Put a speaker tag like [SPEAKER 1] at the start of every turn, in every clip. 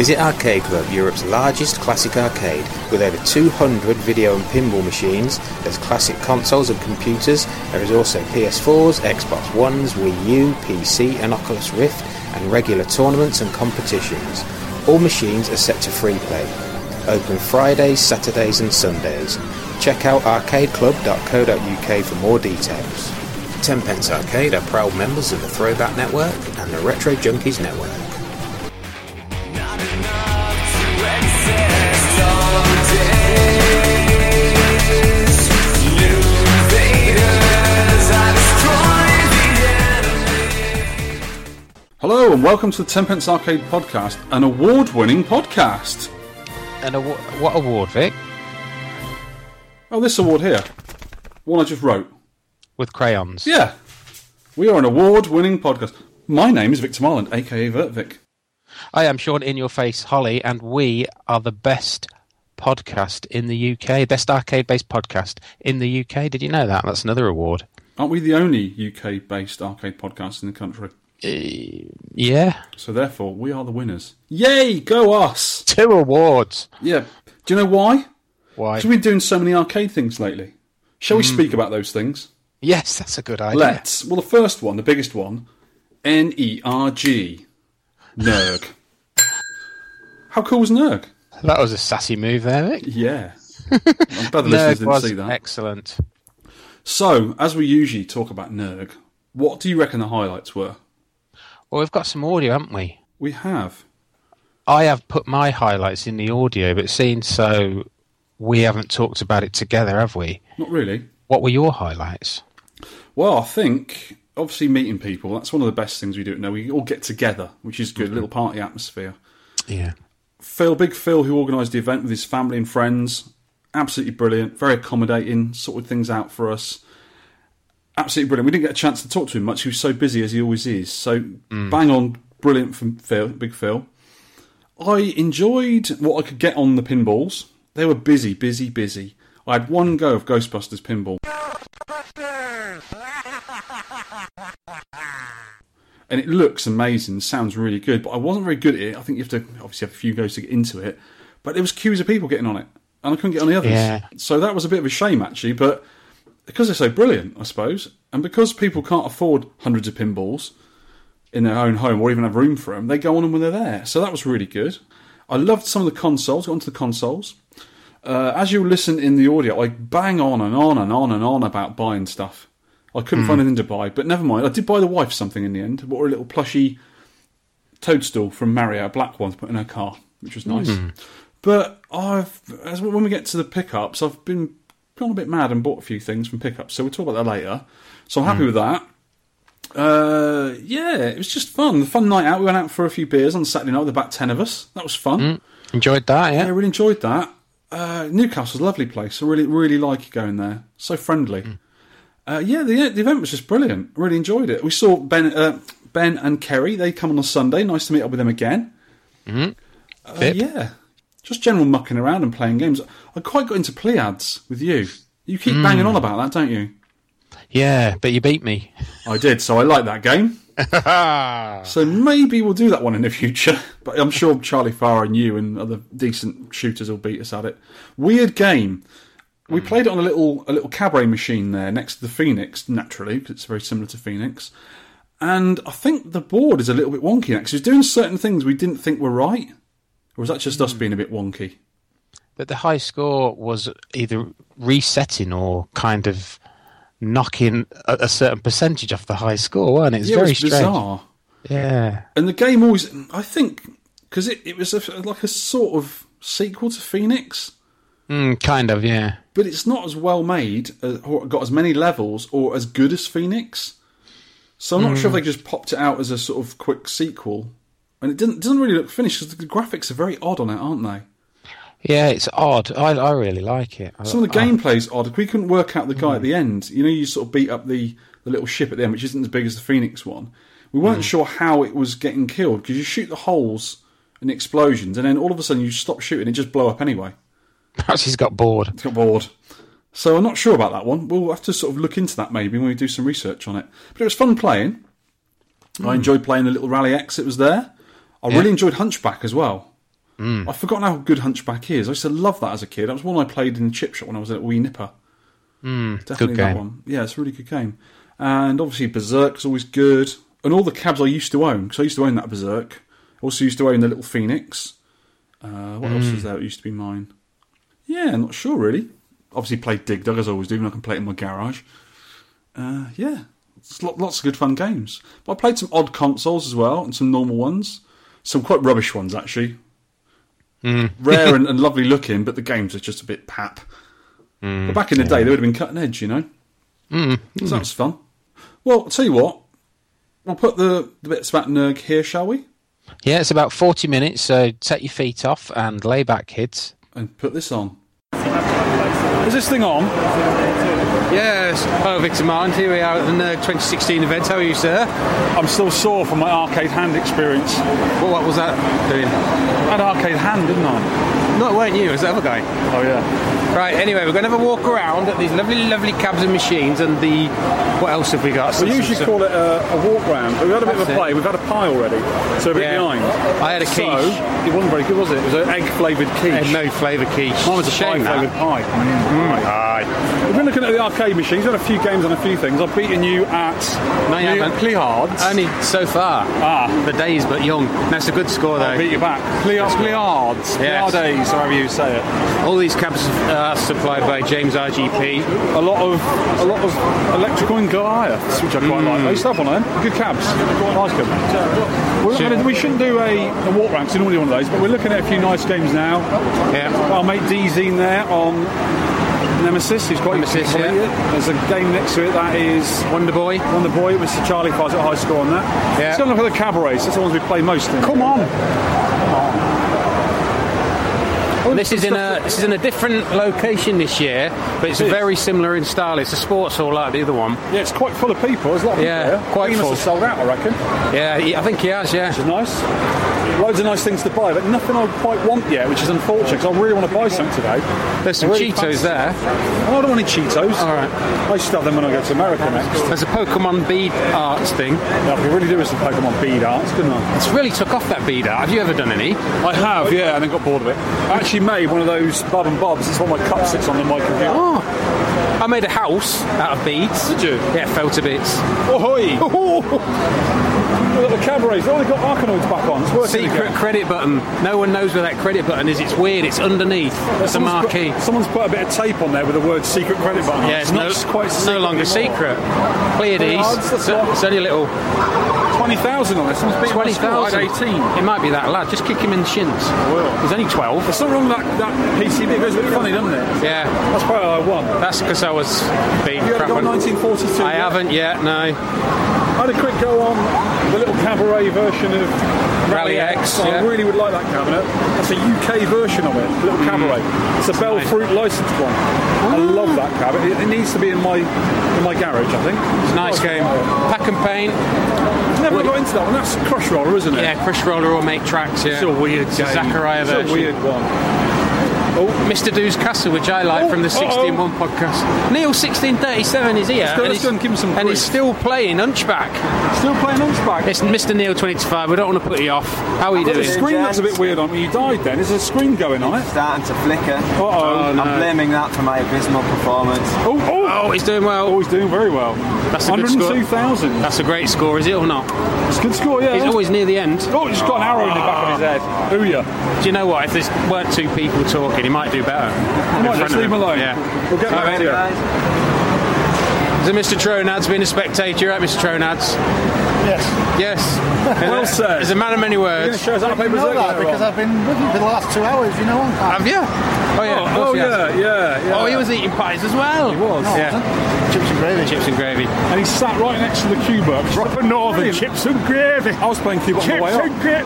[SPEAKER 1] Visit Arcade Club, Europe's largest classic arcade, with over 200 video and pinball machines. There's classic consoles and computers. There is also PS4s, Xbox Ones, Wii U, PC, and Oculus Rift, and regular tournaments and competitions. All machines are set to free play. Open Fridays, Saturdays, and Sundays. Check out arcadeclub.co.uk for more details. Tenpence Arcade are proud members of the Throwback Network and the Retro Junkies Network.
[SPEAKER 2] Hello and welcome to the Tenpence Arcade Podcast, an award-winning podcast.
[SPEAKER 3] An award, what award, Vic?
[SPEAKER 2] Oh, this award here, one I just wrote.
[SPEAKER 3] With crayons.
[SPEAKER 2] Yeah, we are an award-winning podcast. My name is Victor Marland, aka Vertvic.
[SPEAKER 3] I am Sean in your face, Holly, and we are the best podcast in the UK, best arcade-based podcast in the UK. Did you know that? That's another award.
[SPEAKER 2] Aren't we the only UK-based arcade podcast in the country?
[SPEAKER 3] Yeah,
[SPEAKER 2] So therefore, we are the winners. Yay, go us!
[SPEAKER 3] two awards.
[SPEAKER 2] Yeah. Do you know why?
[SPEAKER 3] Why?
[SPEAKER 2] Because we've been doing so many arcade things lately. Shall we speak about those things?
[SPEAKER 3] Yes, that's a good idea.
[SPEAKER 2] Let's. Well, the first one, the biggest one, N E R G, Nerg. How cool was E Nerg?
[SPEAKER 3] That was a sassy move there, Vic.
[SPEAKER 2] Yeah. I'm glad the
[SPEAKER 3] Nerd
[SPEAKER 2] listeners didn't
[SPEAKER 3] E was
[SPEAKER 2] see that.
[SPEAKER 3] excellent.
[SPEAKER 2] so, as we usually talk about Nerg, what do you reckon the highlights were?
[SPEAKER 3] Well, we've got some audio, haven't we?
[SPEAKER 2] We have.
[SPEAKER 3] I have put my highlights in the audio, but seeing so we haven't talked about it together, have we?
[SPEAKER 2] Not really.
[SPEAKER 3] What were your highlights?
[SPEAKER 2] Well, I think obviously meeting people, that's one of the best things we do. Now, we all get together, which is good, a little party atmosphere.
[SPEAKER 3] Yeah.
[SPEAKER 2] Phil, big Phil, who organised the event with his family and friends, absolutely brilliant, very accommodating, sorted things out for us. Absolutely brilliant. We didn't get a chance to talk to him much. He was so busy as he always is. So bang on, brilliant from Phil, big Phil. I enjoyed what I could get on the pinballs. They were busy, busy, busy. I had one go of Ghostbusters pinball. and it looks amazing, sounds really good. But I wasn't very good at it. I think you have to obviously have a few goes to get into it. But there was queues of people getting on it, and I couldn't get on the others.
[SPEAKER 3] Yeah.
[SPEAKER 2] So that was a bit of a shame actually. But because they're so brilliant, I suppose, and because people can't afford hundreds of pinballs in their own home or even have room for them, they go on them when they're there. So that was really good. I loved some of the consoles. Got onto the consoles. Uh, as you listen in the audio, I bang on and on and on and on about buying stuff. I couldn't find anything to buy, but never mind. I did buy the wife something in the end. I bought her a little plushy toadstool from Mario, a black one to put in her car, which was nice. But I've as when we get to the pickups, I've been gone a bit mad and bought a few things from pickups. So we'll talk about that later. So I'm happy with that. Uh, yeah, it was just fun. A fun night out. We went out for a few beers on Saturday night with about ten of us. That was fun.
[SPEAKER 3] Enjoyed that,
[SPEAKER 2] Yeah, I
[SPEAKER 3] yeah?
[SPEAKER 2] really enjoyed that. Uh, Newcastle's a lovely place. I really, really like going there. So friendly. Uh, yeah, the, the event was just brilliant. I really enjoyed it. We saw Ben, uh, Ben and Kerry. They come on a Sunday. Nice to meet up with them again. Uh,
[SPEAKER 3] Pip?
[SPEAKER 2] yeah, just general mucking around and playing games. I quite got into Pleiads with you. You keep banging on about that, don't you?
[SPEAKER 3] Yeah, but you beat me.
[SPEAKER 2] I did. So I like that game. So maybe we'll do that one in the future. But I'm sure Charlie Farr and you and other decent shooters will beat us at it. Weird game. We
[SPEAKER 3] Hmm.
[SPEAKER 2] played it on a little a little cabaret machine there next to the Phoenix, naturally, because it's very similar to Phoenix. And I think the board is a little bit wonky now because it's doing certain things we didn't think were right. Or was that just
[SPEAKER 3] Hmm.
[SPEAKER 2] us being a bit wonky?
[SPEAKER 3] But the high score was either resetting or kind of knocking a, a certain percentage off the high score, weren't it? It's
[SPEAKER 2] Yeah,
[SPEAKER 3] very
[SPEAKER 2] it
[SPEAKER 3] strange.
[SPEAKER 2] was bizarre.
[SPEAKER 3] Yeah.
[SPEAKER 2] And the game always, I think, because it, it was a, like a sort of sequel to Phoenix.
[SPEAKER 3] Mm, kind of, yeah.
[SPEAKER 2] but it's not as well made uh, or got as many levels or as good as Phoenix. So I'm not sure if they just popped it out as a sort of quick sequel, and it doesn't doesn't really look finished because the graphics are very odd on it, aren't they?
[SPEAKER 3] Yeah, it's odd. I, I really like it. I-
[SPEAKER 2] Some of the
[SPEAKER 3] I-
[SPEAKER 2] gameplay's odd. We couldn't work out the guy at the end. You know, you sort of beat up the, the little ship at the end, which isn't as big as the Phoenix one. We weren't sure how it was getting killed because you shoot the holes and explosions, and then all of a sudden you stop shooting, it just blow up anyway.
[SPEAKER 3] Perhaps he's got bored.
[SPEAKER 2] got bored. So I'm not sure about that one. We'll have to sort of look into that maybe when we do some research on it. But it was fun playing.
[SPEAKER 3] Hmm.
[SPEAKER 2] I enjoyed playing the little Rally X that was there. I really enjoyed Hunchback as well.
[SPEAKER 3] Hmm.
[SPEAKER 2] I've forgotten how good Hunchback is. I used to love that as a kid. That was one I played in the chip shop when I was a wee nipper. Definitely
[SPEAKER 3] Hmm. good
[SPEAKER 2] that
[SPEAKER 3] game.
[SPEAKER 2] one. Yeah, it's a really good game. And obviously Berserk's always good. And all the cabs I used to own, because I used to own that Berserk. I also used to own the Little Phoenix. Uh, what else
[SPEAKER 3] Hmm.
[SPEAKER 2] was there that used to be mine? Yeah, not sure really. Obviously played Dig Dug as I always do, and I can play it in my garage. Uh, yeah, it's lo- lots of good fun games. But I played some odd consoles as well, and some normal ones. Some quite rubbish ones actually. Rare and, and lovely looking, but the games are just a bit pap. But back in the day, they would have been cutting edge, you know. So that's fun. Well, I'll tell you what, we'll put the, the bits about Nerg here, shall we?
[SPEAKER 3] Yeah, it's about 40 minutes, so take your feet off and lay back, kids.
[SPEAKER 2] And put this on. Is this thing on?
[SPEAKER 4] Yes, hello Victor Martin, here we are at the NERG 2016 event. How are you, sir?
[SPEAKER 2] I'm still sore from my arcade hand experience.
[SPEAKER 4] Well, what was that doing?
[SPEAKER 2] I had arcade hand, didn't I?
[SPEAKER 4] No, it weren't you, it was the other guy.
[SPEAKER 2] Oh, yeah.
[SPEAKER 4] Right, anyway, we're going to have a walk around at these lovely, lovely cabs and machines and the. What else have we got?
[SPEAKER 2] We usually call it a, a walk round, but we've had a bit of a
[SPEAKER 4] That's it.
[SPEAKER 2] play. We've had a pie already, so a bit
[SPEAKER 4] Yeah.
[SPEAKER 2] behind.
[SPEAKER 4] I had a
[SPEAKER 2] So,
[SPEAKER 4] quiche.
[SPEAKER 2] it wasn't very good, was it? It was an egg flavoured
[SPEAKER 4] Uh,
[SPEAKER 2] quiche.
[SPEAKER 4] no flavour quiche.
[SPEAKER 2] Mine was a pie
[SPEAKER 4] Shame
[SPEAKER 2] flavoured
[SPEAKER 4] that. Mm.
[SPEAKER 2] pie. Aye. We've been looking at the arcade machines. We've had a few games and a few things. I've beaten you at
[SPEAKER 4] No, you
[SPEAKER 2] New
[SPEAKER 4] haven't.
[SPEAKER 2] Pliards.
[SPEAKER 4] Only so far.
[SPEAKER 2] Ah.
[SPEAKER 4] The day's but young. That's a good score,
[SPEAKER 2] I'll
[SPEAKER 4] though.
[SPEAKER 2] beat you back. Pliards, Pliards,
[SPEAKER 4] Yes.
[SPEAKER 2] Pliardes, however you say it.
[SPEAKER 4] All these cabs are supplied by James RGP.
[SPEAKER 2] A lot of a lot of electrical and Goliaths, which I quite
[SPEAKER 4] Hmm.
[SPEAKER 2] like. I used to have one of them. Good cabs. Nice cab. We're not
[SPEAKER 4] Sure.
[SPEAKER 2] gonna, we shouldn't do a, a walk round 'cause we normally do one of those, but we're looking at a few nice games now.
[SPEAKER 4] Yeah.
[SPEAKER 2] Our mate D's in there on Nemesis. He's quite
[SPEAKER 4] Nemesis,
[SPEAKER 2] quite-
[SPEAKER 4] yeah.
[SPEAKER 2] There's a game next to it that is
[SPEAKER 4] Wonder Boy.
[SPEAKER 2] on the boy. It was Charlie Price at high school on that.
[SPEAKER 4] Yeah.
[SPEAKER 2] Let's go and look at the cabarets. That's the ones we play most in. Come on.
[SPEAKER 4] This is in a this is in a different location this year, but it's
[SPEAKER 2] It is.
[SPEAKER 4] very similar in style. It's a sports hall like the other one.
[SPEAKER 2] Yeah, it's quite full of people. There's a lot of
[SPEAKER 4] Yeah,
[SPEAKER 2] people there.
[SPEAKER 4] quite
[SPEAKER 2] he must
[SPEAKER 4] full.
[SPEAKER 2] have sold out, I reckon. Which
[SPEAKER 4] Yeah, he- I think he has. Yeah,
[SPEAKER 2] is nice. Loads of nice things to buy, but nothing I quite want yet, which is unfortunate because I really want to buy something today.
[SPEAKER 4] there's some
[SPEAKER 2] I really
[SPEAKER 4] Cheetos
[SPEAKER 2] fancy-
[SPEAKER 4] there.
[SPEAKER 2] Oh, I don't want any Cheetos.
[SPEAKER 4] All right.
[SPEAKER 2] I used to have them when I go to America next.
[SPEAKER 4] There's a Pokemon bead arts thing.
[SPEAKER 2] Yeah, I could really do with some Pokemon bead arts, couldn't I?
[SPEAKER 4] It's really took off that bead art. Have you ever done any?
[SPEAKER 2] I have, yeah, and then got bored of it. I actually made one of those Bob and Bobs. It's one of my cup sits on the my computer.
[SPEAKER 4] Oh, I made a house out of beads.
[SPEAKER 2] Did you?
[SPEAKER 4] Yeah, fell to bits.
[SPEAKER 2] Ahoy! Look at the cabarets. They've only got Arkanoids back on. It's working
[SPEAKER 4] Secret
[SPEAKER 2] again.
[SPEAKER 4] credit button. No one knows where that credit button is. It's weird. It's underneath. It's a
[SPEAKER 2] Someone's
[SPEAKER 4] marquee.
[SPEAKER 2] Put, someone's put a bit of tape on there with the word secret credit button. on.
[SPEAKER 4] Yeah, it's, no,
[SPEAKER 2] not quite
[SPEAKER 4] it's no longer secret.
[SPEAKER 2] Cards,
[SPEAKER 4] Pleiades.
[SPEAKER 2] that's
[SPEAKER 4] It's,
[SPEAKER 2] what-
[SPEAKER 4] it's only a little.
[SPEAKER 2] 20,000 on this. Someone's beaten my
[SPEAKER 4] Twenty
[SPEAKER 2] score. I
[SPEAKER 4] thousand.
[SPEAKER 2] had 18.
[SPEAKER 4] It might be that lad. Just kick him in the shins.
[SPEAKER 2] will.
[SPEAKER 4] He's only twelve.
[SPEAKER 2] There's something wrong with that, that PCB. It goes a bit funny, doesn't it?
[SPEAKER 4] Yeah,
[SPEAKER 2] That's probably how I won. Have
[SPEAKER 4] that's because I was being
[SPEAKER 2] you had a
[SPEAKER 4] crap
[SPEAKER 2] go on
[SPEAKER 4] one.
[SPEAKER 2] 1942?
[SPEAKER 4] I haven't yet. No.
[SPEAKER 2] I had a quick go on the little cabaret version of
[SPEAKER 4] Rally X,
[SPEAKER 2] I
[SPEAKER 4] yeah.
[SPEAKER 2] really would like that cabinet. That's a UK version of it, little cabaret. It's a Bell Fruit licensed one. I love that cabinet. It, it needs to be in my in my garage, I think. Oh,
[SPEAKER 4] It's a nice game. Pack and paint.
[SPEAKER 2] Never got into that one. That's Crush Roller, isn't it?
[SPEAKER 4] Yeah, push roller or make tracks. Yeah.
[SPEAKER 2] It's a weird
[SPEAKER 4] It's
[SPEAKER 2] game.
[SPEAKER 4] a Zachariah
[SPEAKER 2] it's
[SPEAKER 4] version.
[SPEAKER 2] a weird one.
[SPEAKER 4] Mr. Doo's Castle, which I like
[SPEAKER 2] Oh,
[SPEAKER 4] from the 16 1 podcast. Neil 1637 is here.
[SPEAKER 2] go-
[SPEAKER 4] and
[SPEAKER 2] let's
[SPEAKER 4] he's-
[SPEAKER 2] go and give him some
[SPEAKER 4] And
[SPEAKER 2] grief.
[SPEAKER 4] he's still playing Hunchback.
[SPEAKER 2] Still playing Hunchback.
[SPEAKER 4] It's Mr. Neil 25. We don't want to put you off. How are you
[SPEAKER 2] Look, the
[SPEAKER 4] doing?
[SPEAKER 2] screen looks a bit weird on me. You died then. Is there a screen going on it?
[SPEAKER 5] starting to flicker.
[SPEAKER 2] Uh-oh.
[SPEAKER 5] I'm blaming that for my abysmal performance.
[SPEAKER 2] Oh, oh,
[SPEAKER 4] Oh, he's doing well.
[SPEAKER 2] he's doing very well.
[SPEAKER 4] That's a good score.
[SPEAKER 2] 102,000.
[SPEAKER 4] That's a great score, is it or not?
[SPEAKER 2] It's a good score, yeah.
[SPEAKER 4] He's always near the end.
[SPEAKER 2] oh, he's got an arrow in the back of his head. Booyah.
[SPEAKER 4] Do you know what? If there weren't two people talking, he might do better.
[SPEAKER 2] Come on, just leave him alone.
[SPEAKER 4] Yeah.
[SPEAKER 2] We'll get
[SPEAKER 4] All
[SPEAKER 2] back
[SPEAKER 4] right,
[SPEAKER 2] to you.
[SPEAKER 5] Guys,
[SPEAKER 4] So Mr. Tronad's been a spectator, right, Mr. Tronad's? Yes. Yes.
[SPEAKER 2] Well said.
[SPEAKER 4] He's a man of many
[SPEAKER 2] You're going
[SPEAKER 4] words.
[SPEAKER 2] to show us how to play
[SPEAKER 6] know
[SPEAKER 2] Berserk
[SPEAKER 6] that
[SPEAKER 2] later
[SPEAKER 6] because
[SPEAKER 2] on.
[SPEAKER 6] I've been with you for the last two hours, you know.
[SPEAKER 4] Have you? Oh, yeah. of course
[SPEAKER 2] Oh,
[SPEAKER 4] he has.
[SPEAKER 2] yeah, yeah, yeah.
[SPEAKER 4] Oh, he was eating pies as well. He was. Yeah.
[SPEAKER 6] Chips and gravy.
[SPEAKER 4] Chips and gravy.
[SPEAKER 2] And he sat right next to the cue box. Proper northern chips and gravy. I was playing Cuba on the way up.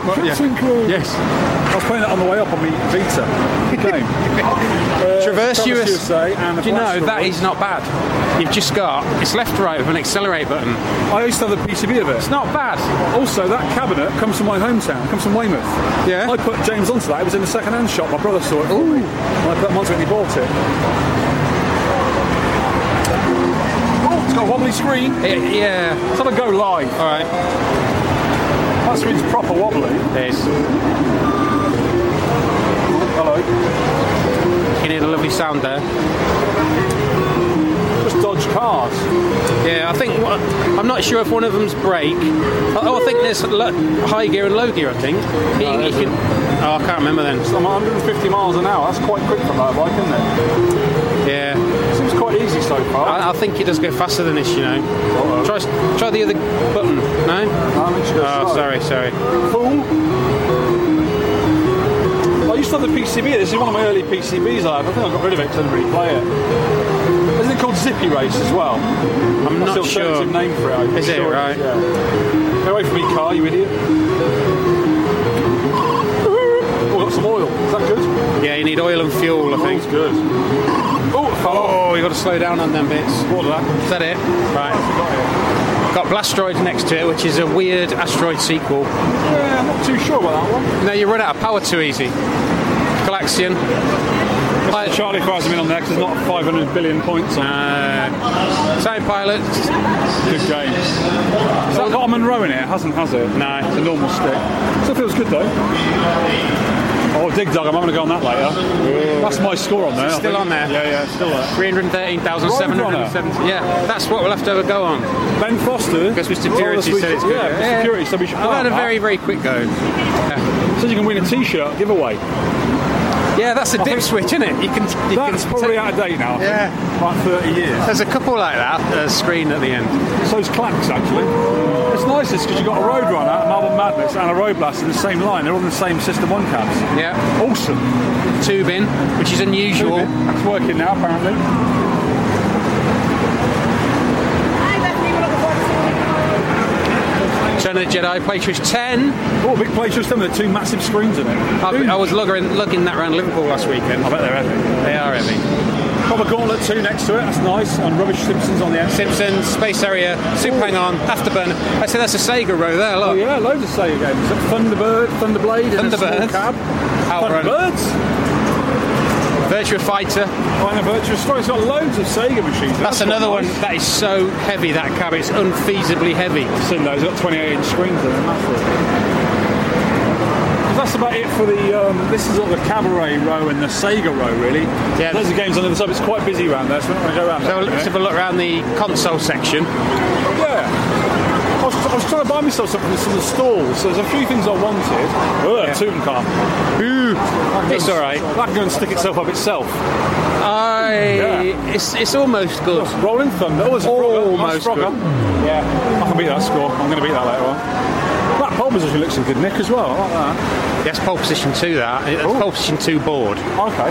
[SPEAKER 2] Well,
[SPEAKER 4] chips
[SPEAKER 2] yeah.
[SPEAKER 4] Yes.
[SPEAKER 2] I was playing that on the way up on my Vita game. Uh,
[SPEAKER 4] Traverse US.
[SPEAKER 2] USA and
[SPEAKER 4] Do you know,
[SPEAKER 2] Blaster
[SPEAKER 4] that
[SPEAKER 2] Roll.
[SPEAKER 4] is not bad. You've just got, it's left right with an accelerate button.
[SPEAKER 2] I used to have the PCB of it.
[SPEAKER 4] It's not bad.
[SPEAKER 2] Also, that cabinet comes from my hometown, comes from Weymouth.
[SPEAKER 4] Yeah.
[SPEAKER 2] I put James onto that. It was in the second-hand shop. My brother saw it. Ooh. And I put him onto it and he bought it. Oh, it's got a wobbly screen.
[SPEAKER 4] Yeah, yeah.
[SPEAKER 2] Let's have a go live.
[SPEAKER 4] All right.
[SPEAKER 2] That screen's proper wobbly.
[SPEAKER 4] There's. lovely sound there.
[SPEAKER 2] Just dodge cars.
[SPEAKER 4] Yeah, I think what, I'm not sure if one of them's brake. Oh, I think there's lo- high gear and low gear. I think. You- you can- oh, I can't remember then.
[SPEAKER 2] I'm 150 miles an hour. That's quite quick for a motorbike, isn't
[SPEAKER 4] Yeah,
[SPEAKER 2] it? Seems quite easy so far.
[SPEAKER 4] I, I think it does go faster than this. You know,
[SPEAKER 2] Uh-oh.
[SPEAKER 4] try s- try the other button. No.
[SPEAKER 2] How much goes
[SPEAKER 4] Oh,
[SPEAKER 2] slow?
[SPEAKER 4] sorry, sorry.
[SPEAKER 2] Fool. I used to have the PCB. This is one of my early PCBs I had. I think I got rid of it because I didn't really play it. Isn't it called Zippy Race as well?
[SPEAKER 4] I'm
[SPEAKER 2] That's
[SPEAKER 4] not
[SPEAKER 2] the
[SPEAKER 4] sure.
[SPEAKER 2] alternative name for it. I'm
[SPEAKER 4] Is it,
[SPEAKER 2] sure Is,
[SPEAKER 4] right?
[SPEAKER 2] yeah. Get away from me, car, you idiot. Oh, got some oil. Is that good?
[SPEAKER 4] Yeah, you need oil and fuel. I think.
[SPEAKER 2] Oil's good. Oh, it fell off.
[SPEAKER 4] Oh, you got to slow down on them bits.
[SPEAKER 2] What was that?
[SPEAKER 4] Is that it? Right.
[SPEAKER 2] Got it.
[SPEAKER 4] Got Blastroid next to it, which is a weird asteroid sequel.
[SPEAKER 2] Yeah, I'm not too sure about that one.
[SPEAKER 4] No, you run out of power too easy. Galaxian. Pilot,
[SPEAKER 2] Charlie fires him in on there because there's not 500 billion points on
[SPEAKER 4] Time Uh, pilot.
[SPEAKER 2] Good game. Has that got a Monroe in it? It hasn't, has it? No. It's a normal stick. Still feels good though. Oh, Dig Dug, I'm going to go on that later. That's my score on there. I
[SPEAKER 4] still
[SPEAKER 2] think.
[SPEAKER 4] on there?
[SPEAKER 2] Yeah, yeah, it's still there.
[SPEAKER 4] 313,770. Yeah, that's what we'll have to have a go on.
[SPEAKER 2] Ben Foster. Oh,
[SPEAKER 4] Because Mr. Purity
[SPEAKER 2] this week-
[SPEAKER 4] said it's good.
[SPEAKER 2] Yeah, Mr.
[SPEAKER 4] Yeah.
[SPEAKER 2] Purity said we should play
[SPEAKER 4] I've had a
[SPEAKER 2] on that.
[SPEAKER 4] very, very quick go.
[SPEAKER 2] Says you can win a T-shirt giveaway.
[SPEAKER 4] Yeah, that's a dip switch, isn't it? You can. You
[SPEAKER 2] That's
[SPEAKER 4] can
[SPEAKER 2] probably
[SPEAKER 4] take-
[SPEAKER 2] out of date now. I think.
[SPEAKER 4] Yeah,
[SPEAKER 2] About 30 years.
[SPEAKER 4] there's a couple like that. A screen at the end.
[SPEAKER 2] So's Clacks, actually. It's nice this because you've got a Road Runner, Marble Madness, and a Road Blast in the same line. They're all in the same System 1 cabs.
[SPEAKER 4] Yeah,
[SPEAKER 2] Awesome.
[SPEAKER 4] two bin, which is unusual.
[SPEAKER 2] It's working now, apparently.
[SPEAKER 4] Turn of the Jedi, Playtrush 10.
[SPEAKER 2] Oh, big place just them. There are two massive screens in it.
[SPEAKER 4] I, I was lugging, lugging that round Liverpool last weekend.
[SPEAKER 2] I bet they're epic.
[SPEAKER 4] They are heavy.
[SPEAKER 2] Proper Gauntlet 2 next to it. That's nice. And Rubbish Simpsons on the end.
[SPEAKER 4] Simpsons, Space Area, Super Hang On, Afterburner. I say that's a Sega row there,
[SPEAKER 2] Oh,
[SPEAKER 4] look.
[SPEAKER 2] yeah, loads of Sega games. Thunderbird, Thunderblade, in a small
[SPEAKER 4] Thunderbirds.
[SPEAKER 2] cab. Oh,
[SPEAKER 4] Outrun.
[SPEAKER 2] Thunderbirds.
[SPEAKER 4] Virtua Fighter.
[SPEAKER 2] Final Virtuous Story. It's got loads of Sega machines.
[SPEAKER 4] That's,
[SPEAKER 2] quite
[SPEAKER 4] another one
[SPEAKER 2] nice.
[SPEAKER 4] that is so heavy, that cab. It's unfeasibly heavy.
[SPEAKER 2] I've seen those. It's got 28 inch screens in it. Massive. That's about it for the. Um, this is sort of the cabaret row and the Sega row, really.
[SPEAKER 4] Yeah.
[SPEAKER 2] Loads of games on the other side. It's quite busy around there, so we're not going to go around.
[SPEAKER 4] So
[SPEAKER 2] there,
[SPEAKER 4] let's
[SPEAKER 2] you
[SPEAKER 4] have
[SPEAKER 2] know?
[SPEAKER 4] a look around the console section.
[SPEAKER 2] Yeah. I was, I was trying to buy myself something from some of the stalls. So there's a few things I wanted. Ugh, Tutankhamun. Ooh,
[SPEAKER 4] It's all right.
[SPEAKER 2] That can go and stick itself up itself.
[SPEAKER 4] I.
[SPEAKER 2] Yeah.
[SPEAKER 4] It's, it's almost good.
[SPEAKER 2] Rolling Thunder. Oh, it's a Frogger. Nice
[SPEAKER 4] Almost
[SPEAKER 2] Frogger. Yeah, I can beat that score. I'm going to beat that later on. That pole position looks in good nick as well. I like that.
[SPEAKER 4] Yes, pole position two. That It's pole position two board.
[SPEAKER 2] Okay.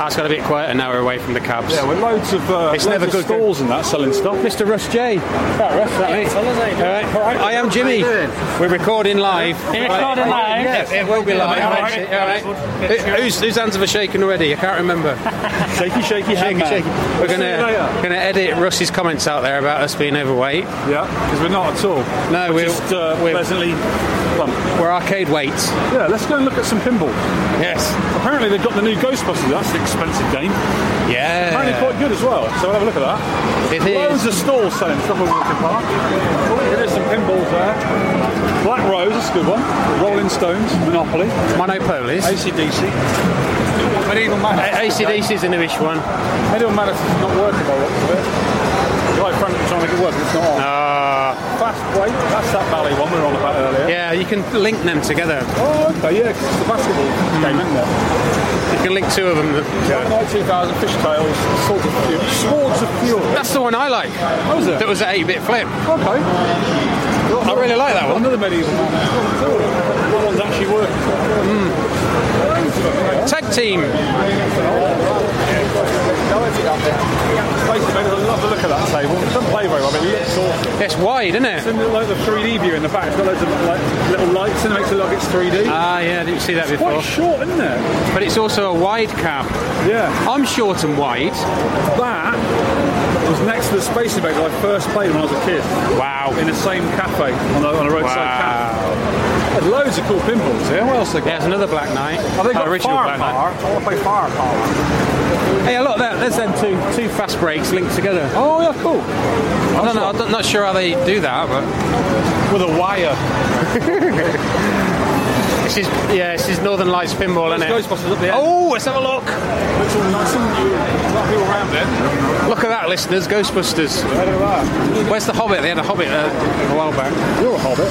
[SPEAKER 4] That's got a bit quieter now. We're away from the cabs.
[SPEAKER 2] Yeah, with loads of uh, loads
[SPEAKER 4] It's never
[SPEAKER 2] of
[SPEAKER 4] good,
[SPEAKER 2] stalls and that selling stuff.
[SPEAKER 4] Mr. Russ J.
[SPEAKER 2] That rest, that
[SPEAKER 4] Hey.
[SPEAKER 2] is.
[SPEAKER 4] All right.
[SPEAKER 2] All right.
[SPEAKER 4] I am Jimmy.
[SPEAKER 7] How you doing?
[SPEAKER 4] We're recording live.
[SPEAKER 2] You're recording live?
[SPEAKER 4] Yes. It, it will be live.
[SPEAKER 2] All
[SPEAKER 4] All
[SPEAKER 2] right.
[SPEAKER 4] right. Who- Who's, whose hands have shaken already? I can't remember.
[SPEAKER 2] Shaky, shaky,
[SPEAKER 4] Shaky,
[SPEAKER 2] hand,
[SPEAKER 4] shaky.
[SPEAKER 2] man.
[SPEAKER 4] We're
[SPEAKER 2] See you later.
[SPEAKER 4] gonna uh, gonna edit Russ's comments out there about us being overweight.
[SPEAKER 2] Yeah, because we're not at all.
[SPEAKER 4] No, we're,
[SPEAKER 2] Just uh,
[SPEAKER 4] we're,
[SPEAKER 2] pleasantly plump.
[SPEAKER 4] we're arcade weights.
[SPEAKER 2] Yeah, let's go and look at some pinball.
[SPEAKER 4] Yes.
[SPEAKER 2] Apparently they've got the new Ghostbusters. That's an expensive game. Apparently
[SPEAKER 4] Yeah.
[SPEAKER 2] quite good as well. So we'll have a look at that.
[SPEAKER 4] It
[SPEAKER 2] Loads
[SPEAKER 4] is.
[SPEAKER 2] of stalls selling stuff at Water Park. Oh, there's some pinballs there. Black Rose, that's a good one. Rolling Stones, Monopoly,
[SPEAKER 4] Monopolies.
[SPEAKER 2] ACDC.
[SPEAKER 4] Medieval
[SPEAKER 2] Madness.
[SPEAKER 4] ACDC is a newish one.
[SPEAKER 2] Medieval Madness is not working by the looks of it. Like Frank trying to make it work, but it's not on.
[SPEAKER 4] Ah.
[SPEAKER 2] Fast break, that's that ballet one we were on about earlier.
[SPEAKER 4] yeah, you can link them together.
[SPEAKER 2] Oh, okay, yeah, 'cause it's the basketball game,
[SPEAKER 4] Hmm.
[SPEAKER 2] isn't it?
[SPEAKER 4] You can link two of them.
[SPEAKER 2] Black Knight 2000, Fishtails, Swords of Fury. Swords of Fury.
[SPEAKER 4] That's the one I like.
[SPEAKER 2] How is it?
[SPEAKER 4] That was an 8 bit flip.
[SPEAKER 2] Okay. I
[SPEAKER 4] really like that one.
[SPEAKER 2] Another medieval one. That one's actually working.
[SPEAKER 4] Tag team.
[SPEAKER 2] Basically, I love the look of that table. It doesn't play very well, but it looks awesome.
[SPEAKER 4] It's wide, isn't
[SPEAKER 2] It's
[SPEAKER 4] it?
[SPEAKER 2] in the, like the 3D view in the back. It's got loads of like, little lights and it makes it look like it's 3D.
[SPEAKER 4] Ah, yeah, I didn't see that before.
[SPEAKER 2] Quite short, isn't it?
[SPEAKER 4] But it's also a wide cab.
[SPEAKER 2] Yeah.
[SPEAKER 4] I'm short and wide.
[SPEAKER 2] That was next to the Space Invaders I first played when I was a kid.
[SPEAKER 4] Wow.
[SPEAKER 2] In the same cafe on a, on a roadside cafe. There's loads of cool pinballs here. What else they got?
[SPEAKER 4] There's another Black Knight.
[SPEAKER 2] Oh, they got
[SPEAKER 4] original Black Knight.
[SPEAKER 2] Firepower. I want to play Firepower.
[SPEAKER 4] Hey, look, there, there's them two, two fast breaks linked together.
[SPEAKER 2] Oh, yeah, cool.
[SPEAKER 4] I don't know, I'm not sure how they do that, but
[SPEAKER 2] With a wire.
[SPEAKER 4] This is yeah, this is Northern Lights pinball, isn't it?
[SPEAKER 2] Ghostbusters up the end.
[SPEAKER 4] Oh, let's have a look.
[SPEAKER 2] It's all nice and a lot of people around there.
[SPEAKER 4] Look at that, listeners. Ghostbusters. Where's the Hobbit? They had a Hobbit uh, a while back.
[SPEAKER 2] You're a hobbit.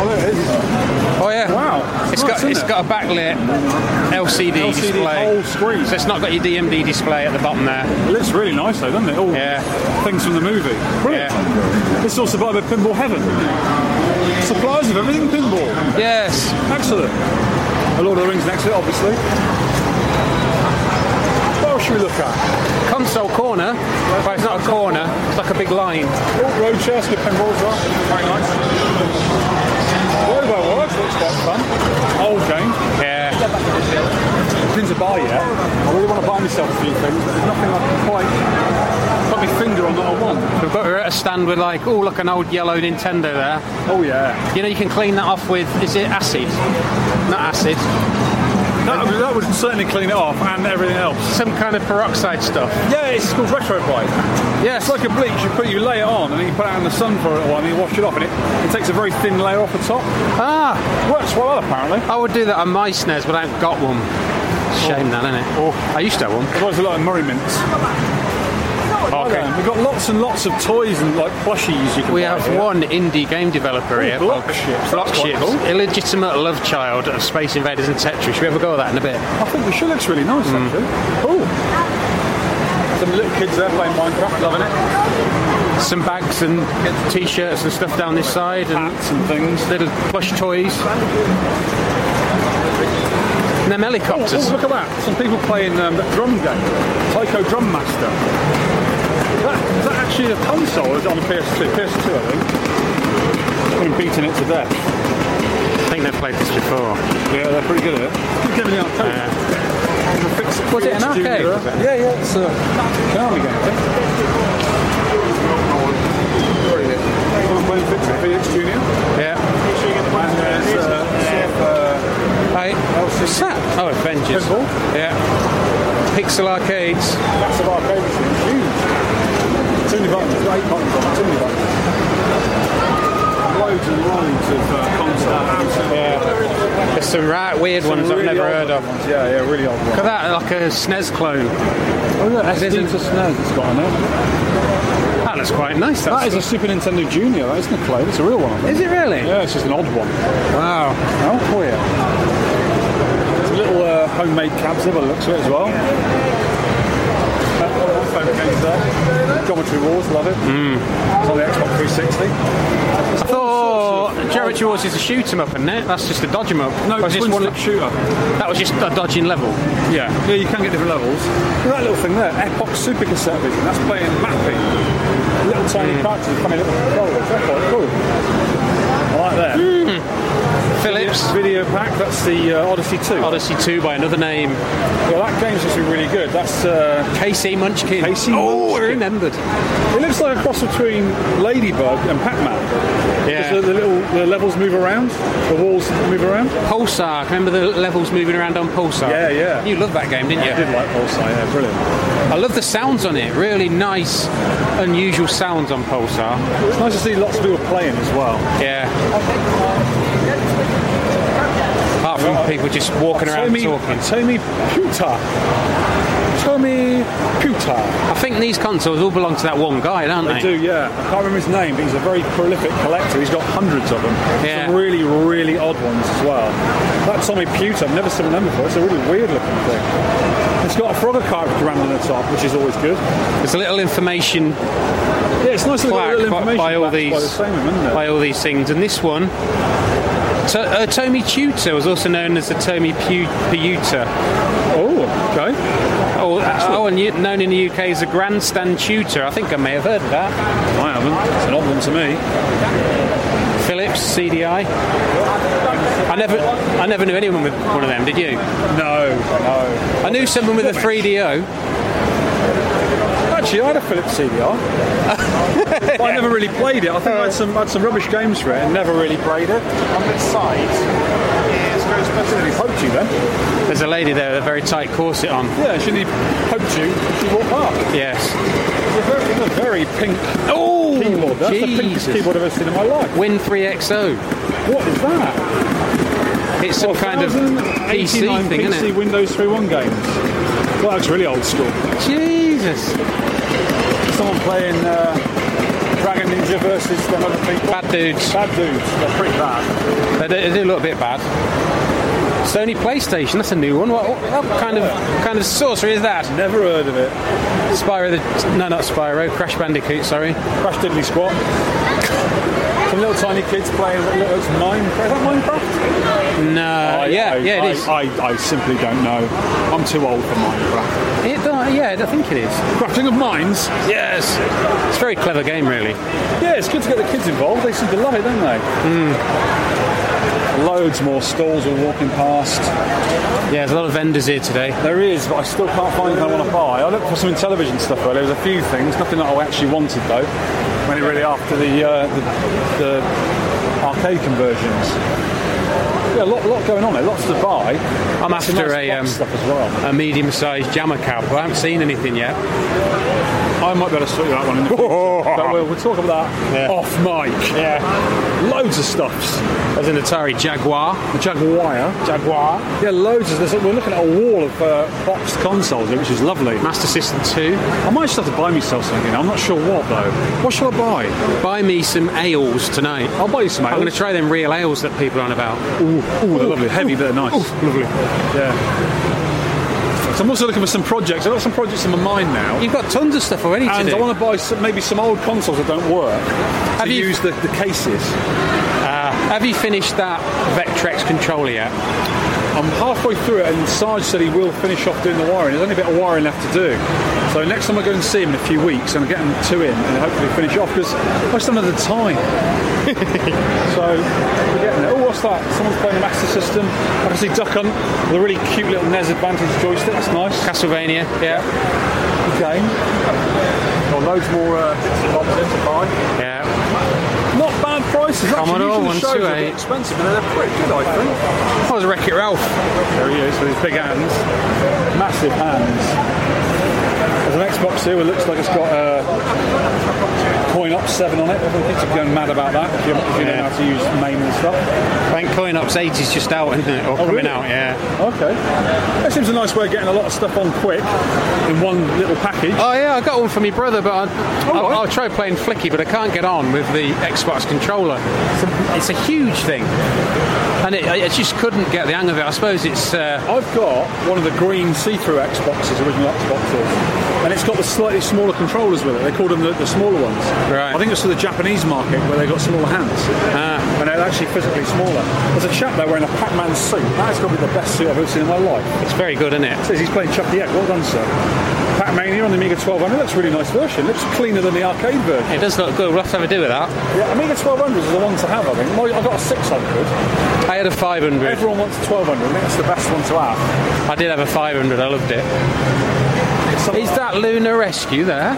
[SPEAKER 2] Oh, there it is.
[SPEAKER 4] Oh yeah.
[SPEAKER 2] Wow. Nice,
[SPEAKER 4] It's got
[SPEAKER 2] isn't
[SPEAKER 4] it's
[SPEAKER 2] it?
[SPEAKER 4] got a backlit LCD,
[SPEAKER 2] LCD
[SPEAKER 4] display.
[SPEAKER 2] whole screen.
[SPEAKER 4] So it's not got your DMD display at the bottom there.
[SPEAKER 2] It looks really nice though, doesn't it? All
[SPEAKER 4] Yeah.
[SPEAKER 2] things from the movie. Brilliant. This is all survived by Pinball Heaven. Supplies of everything pinball.
[SPEAKER 4] Yes.
[SPEAKER 2] Excellent. A Lord of the Rings next to it, obviously. What else should we look at?
[SPEAKER 4] Console corner. Well, it's not a corner. It's like a big line.
[SPEAKER 2] Oh, road chairs with pinball as well. Very nice. World by World looks quite fun. Old game.
[SPEAKER 4] Yeah.
[SPEAKER 2] Been to buy yet. I really want to buy myself a few things, but there's nothing I can quite put my finger on that I want.
[SPEAKER 4] We've got we're at a stand with like, oh look, an old yellow Nintendo there.
[SPEAKER 2] Oh yeah.
[SPEAKER 4] You know you can clean that off with is it acid? Not acid.
[SPEAKER 2] That, would- that would certainly clean it off and everything else.
[SPEAKER 4] Some kind of peroxide stuff.
[SPEAKER 2] Yeah, it's called retro bite.
[SPEAKER 4] Yes.
[SPEAKER 2] It's like a bleach. You put, you lay it on, and then you put it out in the sun for a while, and you wash it off, and it, it takes a very thin layer off the top.
[SPEAKER 4] ah,
[SPEAKER 2] Works well, apparently.
[SPEAKER 4] I would do that on my snares, but I haven't got one. Shame that, isn't it?
[SPEAKER 2] Oh.
[SPEAKER 4] I used to have one.
[SPEAKER 2] There's always a lot of murray mints. Oh, We've got lots and lots of toys and like plushies you can
[SPEAKER 4] We
[SPEAKER 2] buy
[SPEAKER 4] have
[SPEAKER 2] here.
[SPEAKER 4] one indie game developer here.
[SPEAKER 2] block
[SPEAKER 4] Bob.
[SPEAKER 2] ships,
[SPEAKER 4] Block
[SPEAKER 2] that's quite
[SPEAKER 4] ships.
[SPEAKER 2] cool.
[SPEAKER 4] Illegitimate love child of Space Invaders and Tetris. Should we have a go at that in a bit?
[SPEAKER 2] I think the shoe looks really nice, actually. Oh. Some little kids there playing Minecraft, loving it.
[SPEAKER 4] Some bags and t-shirts and stuff down this side, and
[SPEAKER 2] Hats and things.
[SPEAKER 4] little plush toys. And them
[SPEAKER 2] Oh,
[SPEAKER 4] helicopters.
[SPEAKER 2] oh, look at that. Some people playing um, that drum game, Tycho Drum Master. That, is that actually a console? Is it on a PS2? PS2, I think. Been beating it to death.
[SPEAKER 4] I think they've played this before.
[SPEAKER 2] Yeah, they're pretty good at it. Giving out code. You can fix
[SPEAKER 4] Was it an
[SPEAKER 2] fix
[SPEAKER 4] arcade?
[SPEAKER 2] junior. Yeah, yeah, it's a an army game. I think. Someone playing Fix It VX Junior.
[SPEAKER 4] Yeah.
[SPEAKER 2] And there's uh,
[SPEAKER 4] Right. What's that? Oh, Avengers.
[SPEAKER 2] Pinball.
[SPEAKER 4] Yeah. Pixel arcades.
[SPEAKER 2] massive arcade machine. Huge. Too many buttons. It's got eight buttons on it. Too many buttons. Loads and loads of uh, consoles. Yeah.
[SPEAKER 4] There's some right weird ones I've never heard of.
[SPEAKER 2] Ones. Yeah, yeah, really old
[SPEAKER 4] Look at
[SPEAKER 2] ones.
[SPEAKER 4] that, like a SNES clone.
[SPEAKER 2] Oh, look, that's
[SPEAKER 4] There's a-
[SPEAKER 2] Super SNES it's got on it.
[SPEAKER 4] That looks quite nice.
[SPEAKER 2] That
[SPEAKER 4] That's
[SPEAKER 2] is a Super Nintendo Junior. That isn't a clone. It's a real one. I think.
[SPEAKER 4] is it really?
[SPEAKER 2] Yeah, it's just an odd one.
[SPEAKER 4] Wow.
[SPEAKER 2] Oh, for you. There's little uh, homemade cabs there by the looks of it as well. Uh, one of my favourite games there. Geometry Wars, love it. It's on the Xbox 360.
[SPEAKER 4] I thought Geometry Wars is a shoot 'em up, isn't it? That's just a dodge 'em up. Or is this one-
[SPEAKER 2] shooter.
[SPEAKER 4] that was just a dodging level.
[SPEAKER 2] Yeah. Yeah, you can get different levels. Look at that little thing there, Xbox Super Cassette Vision. That's playing mapping. Little tiny cartridges, funny little controllers. That's quite cool. I like that.
[SPEAKER 4] Philips.
[SPEAKER 2] Video pack, that's the uh, Odyssey 2.
[SPEAKER 4] Odyssey 2 by another name.
[SPEAKER 2] Yeah, that game's actually really good. That's uh,
[SPEAKER 4] KC Munchkin.
[SPEAKER 2] KC
[SPEAKER 4] oh, I
[SPEAKER 2] Munchkin.
[SPEAKER 4] remembered.
[SPEAKER 2] It looks like a cross between Ladybug and Pac-Man. 'Cause The, the little the levels move around, the walls move around.
[SPEAKER 4] Pulsar. Remember the levels moving around on Pulsar?
[SPEAKER 2] Yeah, yeah.
[SPEAKER 4] You loved that game, didn't you?
[SPEAKER 2] I did like Pulsar, yeah, brilliant.
[SPEAKER 4] I love the sounds on it. Really nice, unusual sounds on Pulsar.
[SPEAKER 2] It's nice to see lots of people playing as well.
[SPEAKER 4] Yeah. Apart from people just walking around
[SPEAKER 2] Tommy,
[SPEAKER 4] talking.
[SPEAKER 2] Tommy Puta. Tommy Puta.
[SPEAKER 4] I think these consoles all belong to that one guy, don't they?
[SPEAKER 2] They do, yeah. I can't remember his name, but he's a very prolific collector. He's got hundreds of them.
[SPEAKER 4] Yeah.
[SPEAKER 2] Some really, really odd ones as well. That Tommy Puta, I've never seen them before. It's a really weird looking thing. It's got a Frogger cartridge around on the top, which is always good.
[SPEAKER 4] There's a little information
[SPEAKER 2] Yeah, it's nice to
[SPEAKER 4] plaque
[SPEAKER 2] little
[SPEAKER 4] by,
[SPEAKER 2] information
[SPEAKER 4] by all
[SPEAKER 2] backed
[SPEAKER 4] these
[SPEAKER 2] By the same, isn't it?
[SPEAKER 4] by all these things, and this one. To, uh, Tomi Tutor was also known as the Tomi Pu- Piuta,
[SPEAKER 2] oh, okay.
[SPEAKER 4] or, oh, and you- known in the UK as the Grandstand Tutor. I think I may have heard of that.
[SPEAKER 2] I haven't. It's an odd one to me.
[SPEAKER 4] Philips CDI. I never, I never knew anyone with one of them. Did you?
[SPEAKER 2] No, no.
[SPEAKER 4] I knew someone with a 3DO.
[SPEAKER 2] Actually, I had a Philips CDR. but I never really played it. I think I had some, had some rubbish games for it and never really played it. On this side is Ghostbusters. He poked you then.
[SPEAKER 4] There's a lady there with a very tight corset on.
[SPEAKER 2] Yeah, she nearly poked you. She walked past.
[SPEAKER 4] Yes.
[SPEAKER 2] It's a very, it's a very pink
[SPEAKER 4] Oh,
[SPEAKER 2] keyboard. That's the
[SPEAKER 4] Jesus.
[SPEAKER 2] pinkest keyboard I've ever seen in my life.
[SPEAKER 4] Win 3XO.
[SPEAKER 2] What is that?
[SPEAKER 4] It's some kind of PC
[SPEAKER 2] 1089
[SPEAKER 4] thing,
[SPEAKER 2] PC
[SPEAKER 4] isn't it?
[SPEAKER 2] Windows 3.1 games. Well, that's really old school.
[SPEAKER 4] Jesus.
[SPEAKER 2] Someone playing uh, Dragon Ninja versus them other people.
[SPEAKER 4] Bad dudes.
[SPEAKER 2] Bad dudes. They're pretty bad.
[SPEAKER 4] They do, they do look a bit bad. Sony PlayStation, that's a new one. What, what, what kind of kind of sorcery is that?
[SPEAKER 2] Never heard of it.
[SPEAKER 4] Spyro the no, not Spyro, Crash Bandicoot. Sorry,
[SPEAKER 2] Crash Diddley Squat. Some little tiny kids playing that looks Minecraft. Is that Minecraft?
[SPEAKER 4] no, Uh, yeah,
[SPEAKER 2] I,
[SPEAKER 4] yeah,
[SPEAKER 2] I,
[SPEAKER 4] it is.
[SPEAKER 2] I, I simply don't know. I'm too old for Minecraft.
[SPEAKER 4] It- uh, yeah, I think it is.
[SPEAKER 2] Crafting of mines?
[SPEAKER 4] Yes, it's a very clever game, really.
[SPEAKER 2] Yeah, it's good to get the kids involved. They seem to love it, don't they?
[SPEAKER 4] Hmm.
[SPEAKER 2] Loads more stalls are walking past.
[SPEAKER 4] Yeah, there's a lot of vendors here today.
[SPEAKER 2] There is, but I still can't find anything I want to buy. I looked for some television stuff, but there was a few things. Nothing that I actually wanted though. Went really after the uh, the, the arcade conversions. Yeah, a lot, lot going on there. Lots to buy.
[SPEAKER 4] I'm
[SPEAKER 2] Lots of
[SPEAKER 4] after
[SPEAKER 2] nice
[SPEAKER 4] a,
[SPEAKER 2] box
[SPEAKER 4] um,
[SPEAKER 2] stuff as well.
[SPEAKER 4] A medium-sized jammer cow, but I haven't seen anything yet.
[SPEAKER 2] I might be able to sort you out one in the future, but we'll, we'll talk about that off mic. Yeah, loads of stuffs.
[SPEAKER 4] There's an Atari Jaguar.
[SPEAKER 2] The Jaguar. Jaguar. Yeah, loads of this. We're looking at a wall of uh, boxed consoles, which is lovely.
[SPEAKER 4] Master System 2.
[SPEAKER 2] I might just have to buy myself something. I'm not sure what though. What shall I buy?
[SPEAKER 4] Buy me some ales tonight.
[SPEAKER 2] I'll buy you some.
[SPEAKER 4] I'm going to try them real ales that people are on about.
[SPEAKER 2] Ooh, they're lovely, heavy, but they're nice. lovely. Yeah. So I'm also looking for some projects. I've got some projects in my mind now.
[SPEAKER 4] You've got tons of stuff already to
[SPEAKER 2] And
[SPEAKER 4] do.
[SPEAKER 2] I want to buy some, maybe some old consoles that don't work
[SPEAKER 4] Have
[SPEAKER 2] to
[SPEAKER 4] you-
[SPEAKER 2] use the, the cases.
[SPEAKER 4] Uh, Have you finished that Vectrex controller yet?
[SPEAKER 2] I'm halfway through it, and Sarge said he will finish off doing the wiring. There's only a bit of wiring left to do. So next time I go and see him in a few weeks, and I'm getting two in, and hopefully finish off because I just don't have the time. so we're getting there. Oh, what's that? Someone's playing a Master System. I can see Duck Hunt with a really cute little NES Advantage joystick. That's nice.
[SPEAKER 4] Castlevania, yeah.
[SPEAKER 2] game. Got loads more uh, bits and bobs in to buy.
[SPEAKER 4] Yeah.
[SPEAKER 2] Not bad prices. Actually,
[SPEAKER 4] Commodore
[SPEAKER 2] usually the shows are a
[SPEAKER 4] 128.
[SPEAKER 2] bit expensive, but they're pretty good, I think.
[SPEAKER 4] That was Wreck It Ralph.
[SPEAKER 2] There he is with his big hands, massive hands. There's an Xbox here. It looks like it's got a coin up seven on it. Everyone keeps going mad about that. If you, if you don't know how to use main and stuff.
[SPEAKER 4] I think Coin Ops 80 is just out, isn't it? Or coming
[SPEAKER 2] Oh, really?
[SPEAKER 4] out, yeah.
[SPEAKER 2] Okay, that seems a nice way of getting a lot of stuff on quick in one little package.
[SPEAKER 4] Oh, yeah, I got one for my brother, but I,
[SPEAKER 2] All
[SPEAKER 4] I'll,
[SPEAKER 2] Oh, right.
[SPEAKER 4] I'll try playing Flicky, but I can't get on with the Xbox controller. It's a, it's a huge thing. And it, I I just couldn't get the hang of it. I suppose it's. Uh,
[SPEAKER 2] I've got one of the green see-through Xboxes, original Xboxes, and it's got the slightly smaller controllers with it. They called them the, the smaller ones.
[SPEAKER 4] Right.
[SPEAKER 2] I think it's for the Japanese market where they've got smaller hands,
[SPEAKER 4] Ah.
[SPEAKER 2] and they're actually physically smaller. There's a chap there wearing a Pac-Man suit. That's got to be the best suit I've ever seen in my life.
[SPEAKER 4] it's very good, isn't it?
[SPEAKER 2] Says he's playing Chuck the Egg. Well done, sir. Pac-Man here on the Amiga 1200. That's a really nice version. Looks cleaner than the arcade version.
[SPEAKER 4] It does look good. We'll have to have a do with that.
[SPEAKER 2] Yeah, Amiga 1200 is the one to have. I think. My, I got a 600.
[SPEAKER 4] I had a 500.
[SPEAKER 2] Everyone wants a 1200. I think that's the best one to have.
[SPEAKER 4] I did have a 500. I loved it.
[SPEAKER 2] It's something
[SPEAKER 4] Is that Luna Rescue there?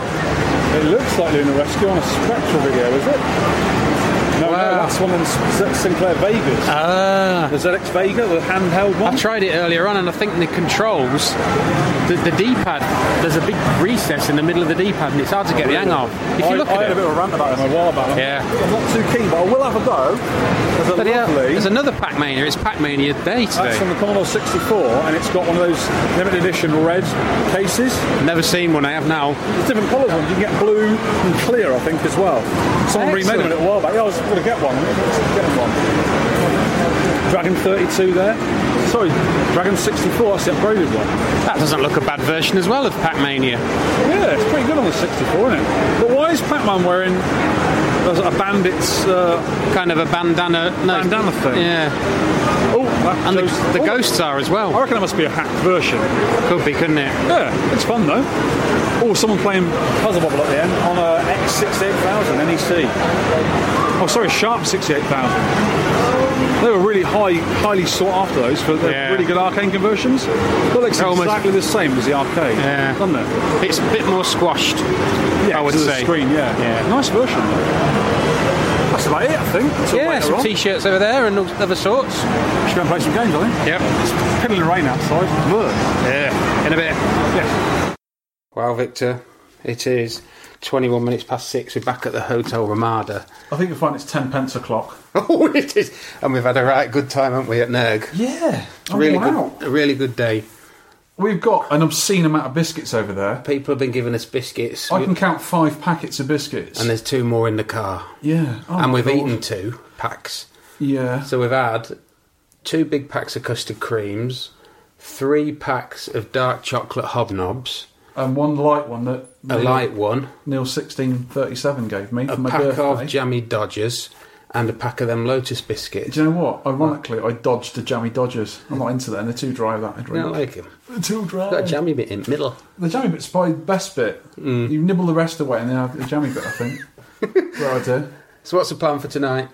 [SPEAKER 2] It looks like Luna Rescue on a Spectral video, is it? No, no,
[SPEAKER 4] Wow.
[SPEAKER 2] that's one in S- Sinclair Vegas.
[SPEAKER 4] Ah.
[SPEAKER 2] the ZX Vega, the handheld one.
[SPEAKER 4] I tried it earlier on, and I think the controls, the, the D-pad, there's a big recess in the middle of the D-pad, and it's hard to get the hang of. If
[SPEAKER 2] I,
[SPEAKER 4] you look
[SPEAKER 2] I had
[SPEAKER 4] at
[SPEAKER 2] a bit
[SPEAKER 4] it,
[SPEAKER 2] of a rant about it a while back.
[SPEAKER 4] Yeah.
[SPEAKER 2] I'm not too keen, but I will have a go. There's a
[SPEAKER 4] but yeah,
[SPEAKER 2] lovely.
[SPEAKER 4] there's another Pac-Mania. It's Pac-Mania Day
[SPEAKER 2] that's from
[SPEAKER 4] today.
[SPEAKER 2] the Commodore 64, and it's got one of those limited edition red cases.
[SPEAKER 4] Never seen one. I have now.
[SPEAKER 2] There's different colours ones. You can get blue and clear, I think, as well. Someone remade them a
[SPEAKER 4] Excellent.
[SPEAKER 2] little while back. Yeah, I was going to get one. I was getting one. Dragon 32 there. Sorry, Dragon 64. That's the upgraded one.
[SPEAKER 4] That doesn't look a bad version as well of Pac-Mania.
[SPEAKER 2] Yeah, it's pretty good on the 64, isn't it? But why is Pac-Man wearing there's a bandit's? Uh,
[SPEAKER 4] Kind of a bandana. No,
[SPEAKER 2] Bandana thing.
[SPEAKER 4] Yeah,
[SPEAKER 2] oh, that
[SPEAKER 4] and the,
[SPEAKER 2] goes-
[SPEAKER 4] the
[SPEAKER 2] oh,
[SPEAKER 4] ghosts are as
[SPEAKER 2] I
[SPEAKER 4] well.
[SPEAKER 2] reckon that must be a hacked version.
[SPEAKER 4] Could be, couldn't it?
[SPEAKER 2] Yeah, it's fun though. Oh, someone playing Puzzle Bobble at the end on a X68000 NEC. E Oh, sorry, Sharp 68000. They were really high, highly sought after those for their
[SPEAKER 4] Yeah.
[SPEAKER 2] really good arcade conversions. Well, it's
[SPEAKER 4] They're almost-
[SPEAKER 2] exactly the same as the arcade,
[SPEAKER 4] Yeah.
[SPEAKER 2] isn't it?
[SPEAKER 4] It's a bit more squashed.
[SPEAKER 2] Yeah,
[SPEAKER 4] I would
[SPEAKER 2] 'cause of the
[SPEAKER 4] say.
[SPEAKER 2] screen. Yeah,
[SPEAKER 4] Yeah.
[SPEAKER 2] nice version. Though. That's about it, I think. Until
[SPEAKER 4] Yeah,
[SPEAKER 2] later
[SPEAKER 4] some
[SPEAKER 2] on.
[SPEAKER 4] t-shirts over there and other sorts.
[SPEAKER 2] Should go and play some games, I think.
[SPEAKER 4] Yep.
[SPEAKER 2] It's piddling rain outside. Look.
[SPEAKER 4] Yeah. In a bit.
[SPEAKER 2] Yeah.
[SPEAKER 8] Wow, Victor,
[SPEAKER 4] It is 21 minutes past six. We're back at the Hotel Ramada.
[SPEAKER 1] I think you'll find it's ten pence a clock.
[SPEAKER 4] Oh, it is. And we've had a right good time, haven't we, at Nerg?
[SPEAKER 1] Yeah,
[SPEAKER 2] Oh,
[SPEAKER 1] I'm
[SPEAKER 4] really
[SPEAKER 1] worn
[SPEAKER 4] good,
[SPEAKER 1] out.
[SPEAKER 4] a really good day.
[SPEAKER 1] We've got an obscene amount of biscuits over there.
[SPEAKER 4] People have been giving us biscuits,
[SPEAKER 2] Oh,
[SPEAKER 1] I can count five packets of biscuits.
[SPEAKER 4] and there's two more in the car.
[SPEAKER 1] yeah, Oh,
[SPEAKER 4] and
[SPEAKER 1] my
[SPEAKER 4] we've
[SPEAKER 1] God.
[SPEAKER 4] eaten two packs.
[SPEAKER 1] Yeah,
[SPEAKER 4] So we've had two big packs of custard creams, three packs of dark chocolate hobnobs,
[SPEAKER 1] and one light one that
[SPEAKER 4] a
[SPEAKER 1] Neil-
[SPEAKER 4] light one,
[SPEAKER 1] Neil sixteen thirty seven gave me
[SPEAKER 4] a
[SPEAKER 1] for my
[SPEAKER 4] pack
[SPEAKER 1] birthday.
[SPEAKER 4] of jammy Dodgers, and a pack of them Lotus biscuits.
[SPEAKER 1] Do you know what? Ironically, I dodged the jammy dodgers. I'm not into them. They're too dry. That I
[SPEAKER 4] I
[SPEAKER 1] drink.
[SPEAKER 4] don't like them.
[SPEAKER 1] They're too dry.
[SPEAKER 4] Got a jammy bit in the middle.
[SPEAKER 1] The jammy bit's probably the best bit.
[SPEAKER 4] Mm.
[SPEAKER 1] You nibble the rest away and then have the jammy bit. I think. well, I do.
[SPEAKER 4] So what's the plan for tonight?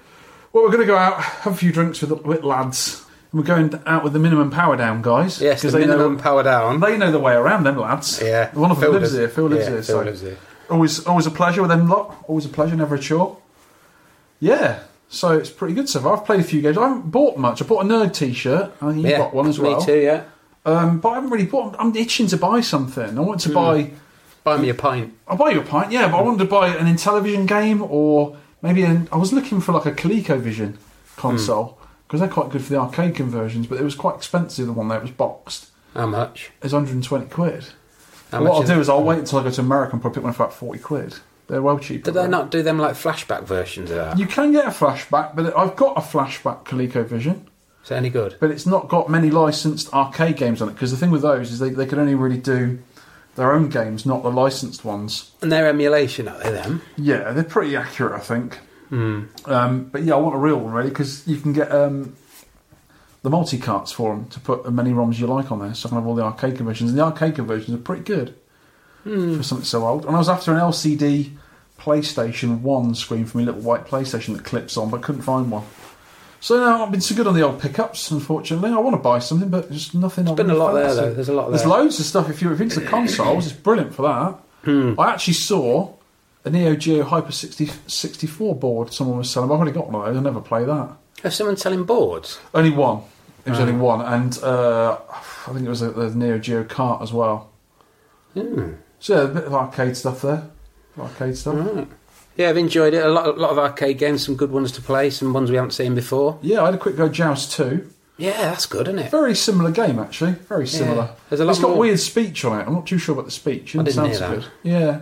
[SPEAKER 1] Well, we're going to go out, have a few drinks with the with lads. And we're going out with the minimum power down guys.
[SPEAKER 4] Yes, the
[SPEAKER 1] they
[SPEAKER 4] minimum
[SPEAKER 1] know,
[SPEAKER 4] power down.
[SPEAKER 1] They know the way around them lads.
[SPEAKER 4] Yeah,
[SPEAKER 1] one of them
[SPEAKER 4] Phil
[SPEAKER 1] lives
[SPEAKER 4] does.
[SPEAKER 1] here. Phil lives
[SPEAKER 4] Yeah,
[SPEAKER 1] here.
[SPEAKER 4] Phil
[SPEAKER 1] so
[SPEAKER 4] lives here.
[SPEAKER 1] always, always a pleasure with them lot. Always a pleasure, never a chore. Yeah, so it's pretty good so far. I've played a few games. I haven't bought much. I bought a nerd T-shirt. I think you
[SPEAKER 4] yeah,
[SPEAKER 1] got one as well.
[SPEAKER 4] Me too. Yeah,
[SPEAKER 1] Um, but I haven't really bought. I'm itching to buy something. I want to
[SPEAKER 4] Hmm.
[SPEAKER 1] buy.
[SPEAKER 4] buy me a pint.
[SPEAKER 1] I'll buy you a pint, yeah, but I wanted to buy an Intellivision game or maybe an, I was looking for like a ColecoVision
[SPEAKER 9] Hmm.
[SPEAKER 1] console because they're quite good for the arcade conversions, but it was quite expensive, the one that was boxed.
[SPEAKER 4] How much?
[SPEAKER 1] It's 120 quid.
[SPEAKER 4] How
[SPEAKER 1] what
[SPEAKER 4] much
[SPEAKER 1] I'll
[SPEAKER 4] is
[SPEAKER 1] do
[SPEAKER 4] it?
[SPEAKER 1] is I'll wait until I go to America and probably pick one for about 40 quid. They're well cheaper.
[SPEAKER 4] Did they
[SPEAKER 1] though.
[SPEAKER 4] not do them like flashback versions of that?
[SPEAKER 1] You can get a flashback, but I've got a flashback ColecoVision,
[SPEAKER 4] Is that any good?
[SPEAKER 1] but it's not got many licensed arcade games on it because the thing with those is they, they could only really do their own games, not the licensed ones.
[SPEAKER 4] And their emulation, are they them?
[SPEAKER 1] Yeah, they're pretty accurate, I think. Um, but yeah, I want a real one really because you can get um, the multi carts for them to put as many ROMs you like on there, so I can have all the arcade conversions. And the arcade conversions are pretty good for something so old. And I was after an LCD PlayStation One screen for my little white PlayStation that clips on, but couldn't find one. So now I've been so good on the old pickups. Unfortunately, I want to buy something, but just nothing. There's
[SPEAKER 4] been a lot there, though. There's a lot
[SPEAKER 1] There's
[SPEAKER 4] there.
[SPEAKER 1] loads of stuff. If you're into consoles, it's brilliant for that.
[SPEAKER 4] Hmm.
[SPEAKER 1] I actually saw a Neo Geo Hyper 60, 64 board someone was selling. I've already got one of those. I never play that.
[SPEAKER 4] Have someone selling boards?
[SPEAKER 1] Only one. It was only one, and uh, I think it was a, the Neo Geo cart as well.
[SPEAKER 4] Hmm.
[SPEAKER 1] So yeah, a bit of arcade stuff there. Arcade stuff.
[SPEAKER 4] Yeah, I've enjoyed it. A lot, a lot of arcade games, some good ones to play, some ones we haven't seen before.
[SPEAKER 1] Yeah, I had a quick go at Joust too.
[SPEAKER 4] Yeah, that's good, isn't it?
[SPEAKER 1] Very similar game, actually. Very similar.
[SPEAKER 4] There's a lot
[SPEAKER 1] it's got
[SPEAKER 4] more-
[SPEAKER 1] weird speech on it. I'm not too sure about the speech. It
[SPEAKER 4] I didn't
[SPEAKER 1] sound
[SPEAKER 4] hear
[SPEAKER 1] so
[SPEAKER 4] that.
[SPEAKER 1] good. Yeah.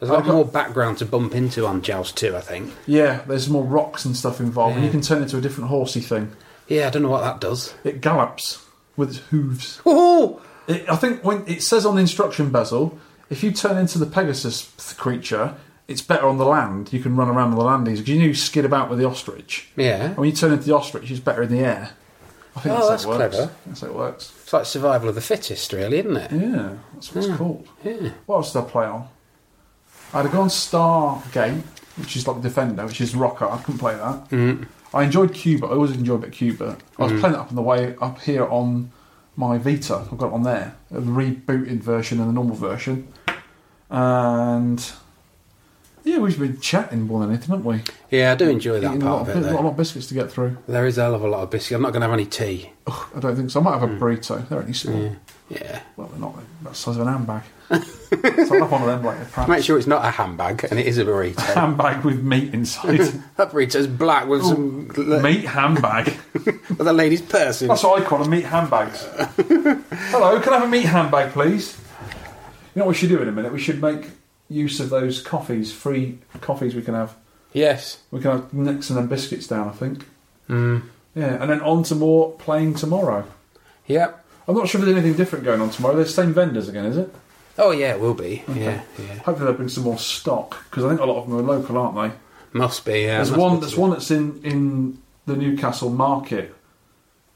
[SPEAKER 4] There's a lot
[SPEAKER 1] I've got-
[SPEAKER 4] more background to bump into on Joust 2, I think.
[SPEAKER 1] Yeah, there's more rocks and stuff involved, and
[SPEAKER 4] Yeah.
[SPEAKER 1] you can turn it into a different horsey thing.
[SPEAKER 4] Yeah, I don't know what that does.
[SPEAKER 1] It gallops with its hooves.
[SPEAKER 4] Woohoo!
[SPEAKER 1] It, I think when it says on the instruction bezel, if you turn into the Pegasus th- creature, it's better on the land. You can run around on the landings because you know you skid about with the ostrich.
[SPEAKER 4] Yeah.
[SPEAKER 1] And when you turn into the ostrich, it's better in the air. I think
[SPEAKER 4] Oh,
[SPEAKER 1] that's, how it
[SPEAKER 4] that's
[SPEAKER 1] works.
[SPEAKER 4] clever.
[SPEAKER 1] That's how it works.
[SPEAKER 4] It's like survival of the fittest, really, isn't it?
[SPEAKER 1] Yeah, that's what it's called.
[SPEAKER 4] Yeah.
[SPEAKER 1] What else did I play on? I had a go on Stargate, which is like Defender, which is Rocker. I couldn't play that. Mm. I enjoyed Cuba. I always enjoy a bit of Cuba. I
[SPEAKER 4] Mm.
[SPEAKER 1] was playing it up on the way up here on my Vita. I've got it on there. The rebooted version and the normal version. And yeah, we've been chatting more than anything, haven't we?
[SPEAKER 4] Yeah, I do enjoy that
[SPEAKER 1] Eating a lot,
[SPEAKER 4] part
[SPEAKER 1] of
[SPEAKER 4] of
[SPEAKER 1] bi-
[SPEAKER 4] it,
[SPEAKER 1] lot,
[SPEAKER 4] though.
[SPEAKER 1] lot of biscuits to get through.
[SPEAKER 4] There is a hell of a lot of biscuit. I'm not going to have any tea.
[SPEAKER 1] Ugh, I don't think so. I might have a burrito. They're only small.
[SPEAKER 4] Hmm. Yeah.
[SPEAKER 1] Well, they're not. They're about the size of an handbag. so I'll have one of them later, perhaps.
[SPEAKER 4] Make sure it's not a handbag and it is a burrito.
[SPEAKER 1] handbag with meat inside.
[SPEAKER 4] that burrito's black with some.
[SPEAKER 1] meat handbag.
[SPEAKER 4] With a lady's purse in.
[SPEAKER 1] That's what I call them, meat handbags. Hello, can I have a meat handbag, please? You know what we should do in a minute? We should make use of those coffees, free coffees we can have.
[SPEAKER 4] Yes.
[SPEAKER 1] We can have Nixon and biscuits down, I think.
[SPEAKER 4] Hmm.
[SPEAKER 1] Yeah, and then on to more playing tomorrow.
[SPEAKER 4] Yep.
[SPEAKER 1] I'm not sure if there's anything different going on tomorrow. They're the same vendors again, is it?
[SPEAKER 4] Oh, yeah, it will be. Yeah, yeah.
[SPEAKER 1] Hopefully they'll bring some more stock because I think a lot of them are local, aren't they?
[SPEAKER 4] Must be. Yeah,
[SPEAKER 1] There's
[SPEAKER 4] must
[SPEAKER 1] one.
[SPEAKER 4] be.
[SPEAKER 1] There's one that's in in the Newcastle market.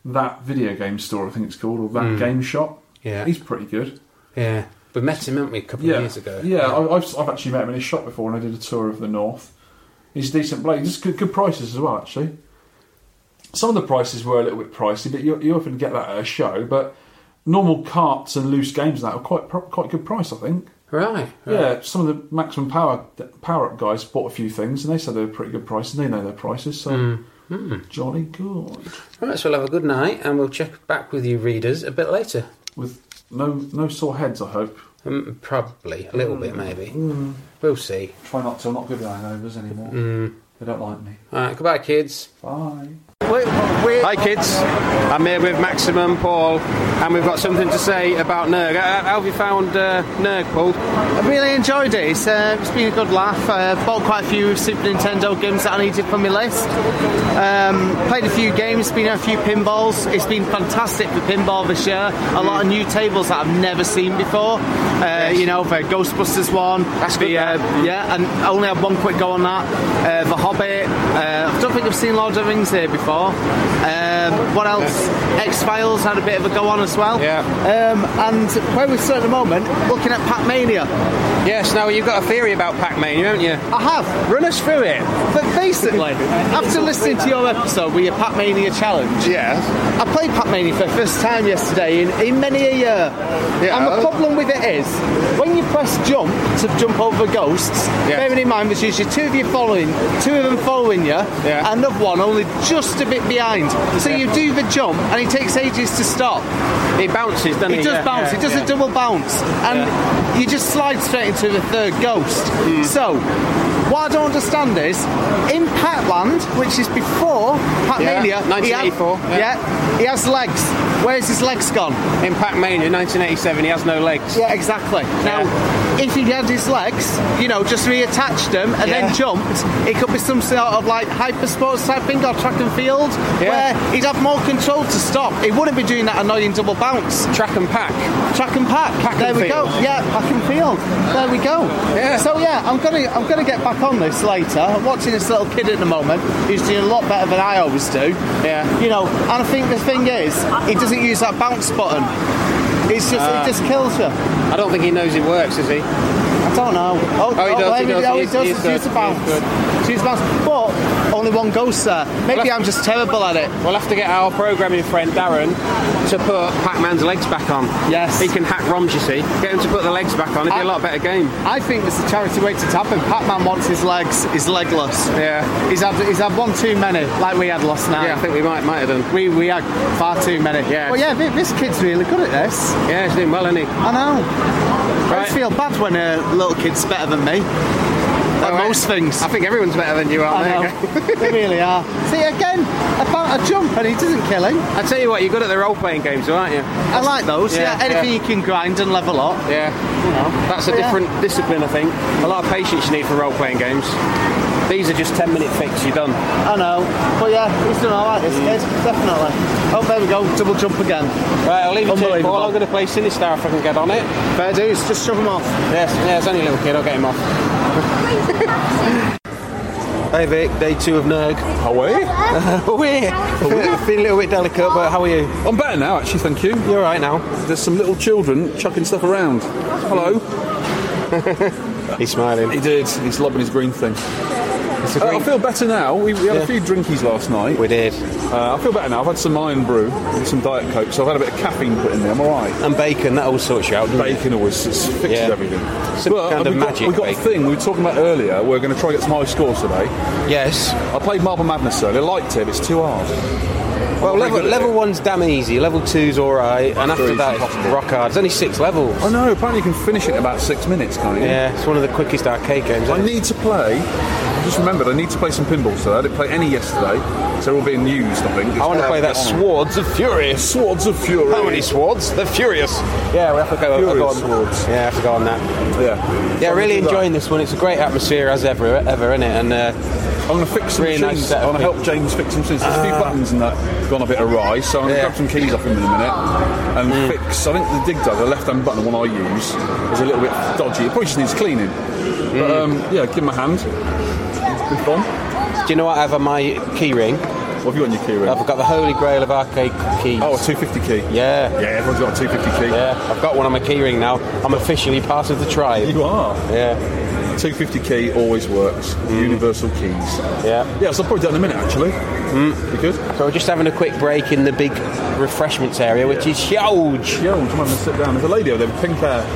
[SPEAKER 1] That video game store, I think it's called, or that game shop.
[SPEAKER 4] Hmm. Yeah.
[SPEAKER 1] he's pretty good.
[SPEAKER 4] Yeah. We met him, haven't we, a couple
[SPEAKER 1] Yeah,
[SPEAKER 4] of years ago?
[SPEAKER 1] yeah. I, I've I've actually met him in his shop before, when I did a tour of the north. He's a decent bloke. Just good, good prices as well, actually. Some of the prices were a little bit pricey, but you, you often get that at a show. But normal carts and loose games and that are quite pro- quite good price, I think.
[SPEAKER 4] Right. right.
[SPEAKER 1] Yeah, some of the maximum power power up guys bought a few things, and they said they were pretty good prices. They know their prices, so jolly good.
[SPEAKER 4] Right, so we'll have a good night and we'll check back with you readers a bit later.
[SPEAKER 1] With no no sore heads, I hope. Um, probably a little bit, maybe.
[SPEAKER 9] Mm.
[SPEAKER 1] We'll see.
[SPEAKER 2] Try not to. I'm not good with hangovers anymore. They don't like me.
[SPEAKER 1] All right, goodbye, kids.
[SPEAKER 2] Bye.
[SPEAKER 4] Hi, kids. I'm here with Maximum Paul, and we've got something to say about Nerg. Uh, How have you found uh, Nerg, Paul?
[SPEAKER 6] I really enjoyed it. It's, uh, it's been a good laugh. Uh, bought quite a few Super Nintendo games that I needed for my list. Um, played a few games, been on a few pinballs. It's been fantastic for pinball this year. A lot of new tables that I've never seen before. Uh, you know, the Ghostbusters one. That's the,
[SPEAKER 4] good,
[SPEAKER 6] uh, Yeah, and I only had one quick go on that. Uh, the Hobbit. Uh, I don't think I've seen Lord of the Rings here before. Um, what else? X Files had a bit of a go on as well.
[SPEAKER 4] Yeah.
[SPEAKER 6] Um, and where we sit at the moment, looking at Pac Mania.
[SPEAKER 4] Yes, now you've got a theory about Pac Man, haven't you?
[SPEAKER 6] I have.
[SPEAKER 4] Run us through it.
[SPEAKER 6] But basically, after listening to your episode with your Pac Mania challenge,
[SPEAKER 9] Yes.
[SPEAKER 6] I played Pac Mania for the first time yesterday in, in many a year.
[SPEAKER 9] Yeah.
[SPEAKER 6] And the problem with it is, when you press jump to jump over ghosts, bearing in mind there's usually two of you following, two of them following you,
[SPEAKER 9] Yeah.
[SPEAKER 6] and of one only just a bit behind. So you do the jump, and it takes ages to stop.
[SPEAKER 4] It bounces, doesn't it?
[SPEAKER 6] It does
[SPEAKER 4] Yeah.
[SPEAKER 6] bounce. it does a double bounce, and you just slide straight into the third ghost.
[SPEAKER 4] Hmm.
[SPEAKER 6] So, what I don't understand is, in Patland, which is before Patmania,
[SPEAKER 4] Yeah, 1984,
[SPEAKER 6] He
[SPEAKER 4] yeah.
[SPEAKER 6] had, yeah, he has legs. Where's his legs gone?
[SPEAKER 4] In Pac Man in 1987, he has no legs.
[SPEAKER 6] Yeah, exactly. Now, if he had his legs, you know, just reattached them and
[SPEAKER 4] Yeah.
[SPEAKER 6] then jumped, it could be some sort of like hyper sports type thing or track and field
[SPEAKER 4] Yeah.
[SPEAKER 6] where he'd have more control to stop. He wouldn't be doing that annoying double bounce.
[SPEAKER 4] Track and pack.
[SPEAKER 6] Track and pack.
[SPEAKER 4] Pack
[SPEAKER 6] there
[SPEAKER 4] and
[SPEAKER 6] we
[SPEAKER 4] field.
[SPEAKER 6] go. Yeah, pack and field. There we go.
[SPEAKER 4] Yeah.
[SPEAKER 6] So yeah, I'm gonna I'm gonna get back on this later. I'm watching this little kid at the moment who's doing a lot better than I always do.
[SPEAKER 4] Yeah.
[SPEAKER 6] You know, and I think the thing is, he doesn't use that bounce button. It's just it just kills you.
[SPEAKER 4] I don't think he knows it works, does he?
[SPEAKER 6] I don't know. Oh,
[SPEAKER 4] Oh, he does, he
[SPEAKER 6] maybe-
[SPEAKER 4] does,
[SPEAKER 6] oh,
[SPEAKER 4] he is- he is good,
[SPEAKER 6] is use the
[SPEAKER 4] he is
[SPEAKER 6] bounce.
[SPEAKER 4] good.
[SPEAKER 6] Use the bounce. But only one goes there. Maybe
[SPEAKER 4] Well, I-
[SPEAKER 6] I'm just terrible at it.
[SPEAKER 4] We'll have to get our programming friend Darren to put Pac Man's legs back on.
[SPEAKER 6] Yes.
[SPEAKER 4] He can hack ROMs, you see. Get him to put the legs back on. It'd be a lot better game.
[SPEAKER 6] I think it's a charity waiting to happen. Pac-Man wants his legs. He's legless.
[SPEAKER 4] Yeah.
[SPEAKER 6] He's had, he's had one too many, like we had last night.
[SPEAKER 4] Yeah, I think we might might have done.
[SPEAKER 6] We, we had far too many.
[SPEAKER 4] Yeah.
[SPEAKER 6] Well, yeah, thi- this kid's really good at this.
[SPEAKER 4] Yeah, he's doing well, isn't he?
[SPEAKER 6] I know. I
[SPEAKER 4] Right.
[SPEAKER 6] always feel bad when a little kid's better than me. At
[SPEAKER 4] Oh, right.
[SPEAKER 6] most things.
[SPEAKER 4] I think everyone's better than you, aren't
[SPEAKER 6] I
[SPEAKER 4] they?
[SPEAKER 6] know. they really are. See, again, about a jump and he doesn't kill him.
[SPEAKER 4] I tell you what, you're good at the role-playing games, though, aren't you?
[SPEAKER 6] I like those.
[SPEAKER 4] Yeah,
[SPEAKER 6] Yeah, anything you can grind and level up.
[SPEAKER 4] Yeah. That's a
[SPEAKER 6] Yeah.
[SPEAKER 4] different discipline, I think. A lot of patience you need for role-playing games. These are just 10-minute fix. You're done.
[SPEAKER 6] I know. But yeah, he's done all right, this kid. Definitely. Oh, there we go. Double jump again.
[SPEAKER 4] Right, I'll leave it to you,
[SPEAKER 6] Unbelievable.
[SPEAKER 4] Paul. I'm going to play Sinistar if I can get on it.
[SPEAKER 6] Fair dues. Just shove him off.
[SPEAKER 4] Yes, yeah, it's only a little kid. I'll get him off.
[SPEAKER 9] Hey Vic, day two of Nerg.
[SPEAKER 2] How are you?
[SPEAKER 9] Oh yeah. Been a little bit delicate, but how are you?
[SPEAKER 2] I'm better now, actually. Thank you.
[SPEAKER 9] You're alright now.
[SPEAKER 2] There's some little children chucking stuff around. Hello.
[SPEAKER 9] He's smiling.
[SPEAKER 2] He did. He's lobbing his green thing.
[SPEAKER 9] It's a
[SPEAKER 2] Uh, I
[SPEAKER 9] great.
[SPEAKER 2] feel better now. We, we had
[SPEAKER 9] Yeah.
[SPEAKER 2] a few drinkies last night.
[SPEAKER 9] We did.
[SPEAKER 2] Uh, I feel better now. I've had some iron brew and some diet coke, so I've had a bit of caffeine put in there. I'm all right.
[SPEAKER 9] And bacon, that all sorts you out. doesn't it?
[SPEAKER 2] Bacon always s- fixes
[SPEAKER 9] Yeah.
[SPEAKER 2] everything. uh,
[SPEAKER 9] Some kind of
[SPEAKER 2] we've got,
[SPEAKER 9] magic
[SPEAKER 2] we've got a
[SPEAKER 9] bacon.
[SPEAKER 2] thing we were talking about earlier. We're going to try and get some high scores today.
[SPEAKER 9] Yes.
[SPEAKER 2] I played Marble Madness earlier. Liked it. but It's too hard.
[SPEAKER 9] Well,
[SPEAKER 2] Very
[SPEAKER 9] level,
[SPEAKER 2] good at
[SPEAKER 9] level
[SPEAKER 2] it.
[SPEAKER 9] one's damn easy. Level two's all right, and after
[SPEAKER 2] Three's
[SPEAKER 9] that, it's
[SPEAKER 2] impossible.
[SPEAKER 9] rock hard. It's only six levels.
[SPEAKER 2] I know. Apparently, you can finish it in about six minutes, can't you?
[SPEAKER 9] Yeah, it's one of the quickest arcade games.
[SPEAKER 2] I
[SPEAKER 9] isn't it?
[SPEAKER 2] need to play. I just remembered I need to play some pinball today. I didn't play any yesterday, so they're all being used. I think.
[SPEAKER 9] I want to play that Swords of Fury.
[SPEAKER 2] Swords of Fury.
[SPEAKER 9] How many swords? They're furious. Yeah, we have to go, I'll go
[SPEAKER 2] Furious
[SPEAKER 9] on.
[SPEAKER 2] swords.
[SPEAKER 9] Yeah, I have to go on that.
[SPEAKER 2] Yeah.
[SPEAKER 9] Yeah, really
[SPEAKER 2] I'm gonna do that.
[SPEAKER 9] enjoying this one. It's a great atmosphere as ever, ever, isn't it? And uh,
[SPEAKER 2] I'm going to fix some
[SPEAKER 9] Really nice
[SPEAKER 2] machines.
[SPEAKER 9] set of
[SPEAKER 2] I'm
[SPEAKER 9] Ah.
[SPEAKER 2] going to help James fix some machines. There's a few buttons and that gone a bit awry, so I'm going to
[SPEAKER 9] Yeah. Hmm.
[SPEAKER 2] grab some keys off him in a minute and fix. I think the dig dug, the left-hand button, the one I use, is a little bit dodgy. It probably just needs cleaning. But
[SPEAKER 9] Hmm.
[SPEAKER 2] um, yeah, give him a hand. Good fun.
[SPEAKER 9] do you know what? I have on my key ring.
[SPEAKER 2] What have you got in your key ring?
[SPEAKER 9] I've got the holy grail of arcade keys.
[SPEAKER 2] Oh, a 250 key.
[SPEAKER 9] yeah.
[SPEAKER 2] Yeah, everyone's got a 250 key.
[SPEAKER 9] Yeah, I've got one on my key ring now. I'm officially part of the tribe.
[SPEAKER 2] You are.
[SPEAKER 9] Yeah,
[SPEAKER 2] 250 key always works.
[SPEAKER 9] Hmm.
[SPEAKER 2] Universal keys.
[SPEAKER 9] yeah.
[SPEAKER 2] Yeah, so I'll probably do that in a minute actually.
[SPEAKER 9] Hmm.
[SPEAKER 2] Mm. You good?
[SPEAKER 9] So we're just having a quick break in the big refreshments area, which is huge.
[SPEAKER 2] Yeah, I'm having to sit down. There's a lady over there with pink hair.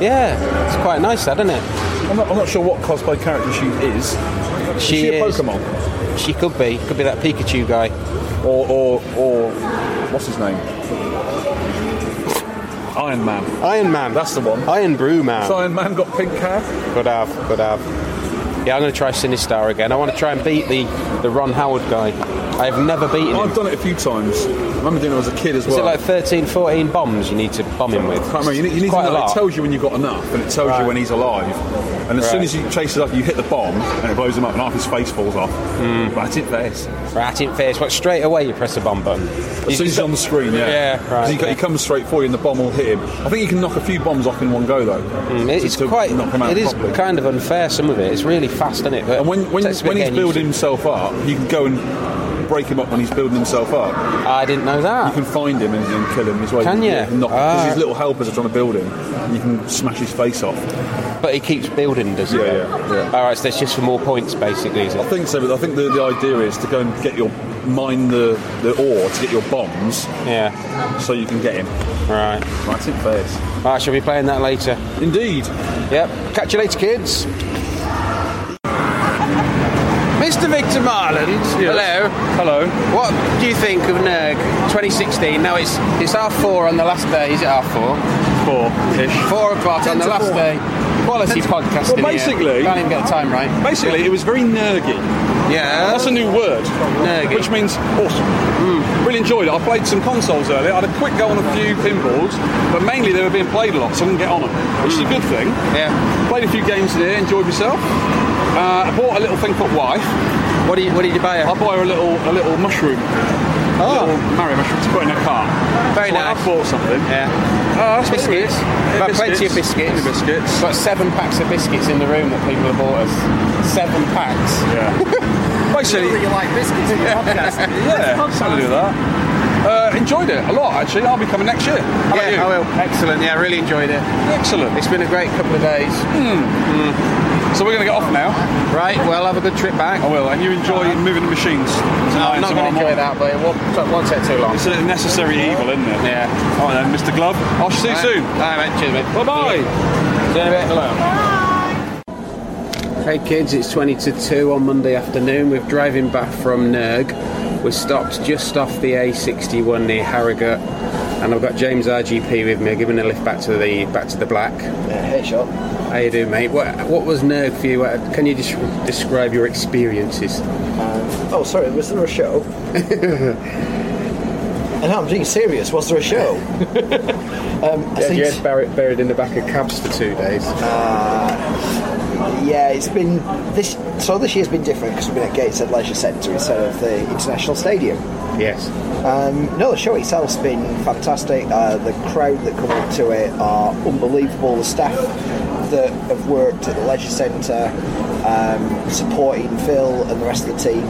[SPEAKER 9] Yeah, it's quite nice, that, isn't it?
[SPEAKER 2] I'm not, I'm not sure what cosplay character she is. Is
[SPEAKER 9] She
[SPEAKER 2] she a
[SPEAKER 9] is-
[SPEAKER 2] Pokemon?
[SPEAKER 9] She could be, could be that Pikachu guy.
[SPEAKER 2] or or or what's his name? Iron Man.
[SPEAKER 4] Iron Man.
[SPEAKER 2] That's the one.
[SPEAKER 4] Iron Brew Man.
[SPEAKER 2] Has Iron Man got pink hair?
[SPEAKER 4] Could have, could have. Yeah, I'm going to try Sinistar again. I want to try and beat the, the Ron Howard guy. I have never beaten him.
[SPEAKER 2] I've done it a few times. I remember doing it as a kid as
[SPEAKER 4] Is
[SPEAKER 2] well.
[SPEAKER 4] it like 13, 14 bombs you need to bomb him with?
[SPEAKER 2] I can't remember. You need, you need
[SPEAKER 4] Quite
[SPEAKER 2] to
[SPEAKER 4] a
[SPEAKER 2] know.
[SPEAKER 4] lot.
[SPEAKER 2] It tells you when you've got enough, and it tells
[SPEAKER 4] Right.
[SPEAKER 2] you when he's alive. And as soon
[SPEAKER 4] Right.
[SPEAKER 2] as you chase it up, you hit the bomb, and it blows him up, and half his face falls off.
[SPEAKER 4] Hmm.
[SPEAKER 2] That's it, there's.
[SPEAKER 4] Right in face, but straight away you press the bomb button.
[SPEAKER 2] As soon as he's on the screen, yeah.
[SPEAKER 4] Yeah, right,
[SPEAKER 2] 'Cause He,
[SPEAKER 4] yeah.
[SPEAKER 2] he comes straight for you, and the bomb will hit him. I think you can knock a few bombs off in one go, though.
[SPEAKER 4] Mm,
[SPEAKER 2] to-
[SPEAKER 4] It's
[SPEAKER 2] to
[SPEAKER 4] quite.
[SPEAKER 2] knock him out
[SPEAKER 4] It is
[SPEAKER 2] properly.
[SPEAKER 4] kind of unfair. Some of it. It's really fast, isn't it? But
[SPEAKER 2] And when, when,
[SPEAKER 4] takes a bit
[SPEAKER 2] when he's
[SPEAKER 4] getting used
[SPEAKER 2] building himself up, you can go and break him up when he's building himself up.
[SPEAKER 4] to. I didn't know that.
[SPEAKER 2] You can find him and, and kill him as well.
[SPEAKER 4] Can ya?
[SPEAKER 2] Because
[SPEAKER 4] Ah.
[SPEAKER 2] his little helpers are trying to build him. And you can smash his face off.
[SPEAKER 4] But he keeps building, does he?
[SPEAKER 2] Yeah, yeah, yeah.
[SPEAKER 4] All right, so that's just for more points, basically. Is
[SPEAKER 2] I
[SPEAKER 4] it?
[SPEAKER 2] think so, but I think the, the idea is to go and get your mine the, the ore to get your bombs
[SPEAKER 4] Yeah.
[SPEAKER 2] so you can get him.
[SPEAKER 4] Right.
[SPEAKER 2] Right in face.
[SPEAKER 4] All right, shall be playing that later.
[SPEAKER 2] Indeed.
[SPEAKER 4] Yep. Catch you later, kids. Mr. Victor Marland, hello.
[SPEAKER 10] Hello.
[SPEAKER 4] What do you think of NERG 2016? Now it's it's half four on the last day. Is it half four?
[SPEAKER 10] Four ish.
[SPEAKER 4] Four o'clock on the last day. Quality podcast.
[SPEAKER 2] Well, basically-
[SPEAKER 4] can't even get the time right.
[SPEAKER 2] Basically, it was very nergy.
[SPEAKER 4] Yeah,
[SPEAKER 2] That's a new word.
[SPEAKER 4] Nergy.
[SPEAKER 2] Which means awesome.
[SPEAKER 4] Hmm.
[SPEAKER 2] Really enjoyed it. I played some consoles earlier. I had a quick go on a few pinballs, but mainly they were being played a lot, so I couldn't get on them, which is a good thing.
[SPEAKER 4] Hmm. yeah.
[SPEAKER 2] Played a few games today, enjoyed myself. Uh, I bought a little thing for wife.
[SPEAKER 4] What did you, what did you buy? Oh.
[SPEAKER 2] I buy her a little a little mushroom, a little Mario mushroom to put in her car.
[SPEAKER 4] Very
[SPEAKER 2] so I
[SPEAKER 4] nice.
[SPEAKER 2] have bought something.
[SPEAKER 4] yeah.
[SPEAKER 2] Ah, that's what it
[SPEAKER 4] Biscuits.
[SPEAKER 2] is.
[SPEAKER 4] Got plenty of biscuits.
[SPEAKER 2] Plenty of biscuits.
[SPEAKER 4] Got seven packs of biscuits in the room that people have bought us. Seven packs.
[SPEAKER 2] Basically,
[SPEAKER 6] you like biscuits in your podcast.
[SPEAKER 2] yeah, something to do with that. Uh, enjoyed it a lot actually. I'll be coming next year. How about you?
[SPEAKER 6] I will.
[SPEAKER 4] Oh, Excellent. Yeah, I really enjoyed it.
[SPEAKER 2] Excellent.
[SPEAKER 4] It's been a great couple of days.
[SPEAKER 2] So we're going to get off now.
[SPEAKER 4] Right. Well, have a good trip back.
[SPEAKER 2] I will. And you enjoy moving the machines tonight
[SPEAKER 4] I'm
[SPEAKER 2] and
[SPEAKER 4] not
[SPEAKER 2] tomorrow
[SPEAKER 4] going to
[SPEAKER 2] morning.
[SPEAKER 4] enjoy that, but it won't, it won't take too long.
[SPEAKER 2] It's a necessary evil, isn't it?
[SPEAKER 4] Yeah.
[SPEAKER 2] All right then, Mr. Glove. I'll see you soon.
[SPEAKER 4] All right, mate. Cheers, mate.
[SPEAKER 2] Bye bye.
[SPEAKER 4] See you in a bit. Hey kids, it's 20 to 2 on Monday afternoon. We're driving back from NERG. We're stopped just off the A61 near Harrogate. And I've got James RGP with me, giving a lift back to the back to the black.
[SPEAKER 5] Hey, shot.
[SPEAKER 4] How you doing, mate? What, what was NERG for you? Uh, Can you just describe your experiences?
[SPEAKER 5] Oh, sorry, was there a show? and I'm being serious, was there a show? um, I
[SPEAKER 4] Yeah,
[SPEAKER 5] think-
[SPEAKER 4] you had Barrett buried in the back of cabs for two days.
[SPEAKER 5] yeah, it's been this. So this year's been different because we've been at Gateshead Leisure Centre instead of the International Stadium.
[SPEAKER 4] Yes.
[SPEAKER 5] Um, no, the show itself's been fantastic. Uh, the crowd that come up to it are unbelievable. The staff that have worked at the leisure centre, um, supporting Phil and the rest of the team,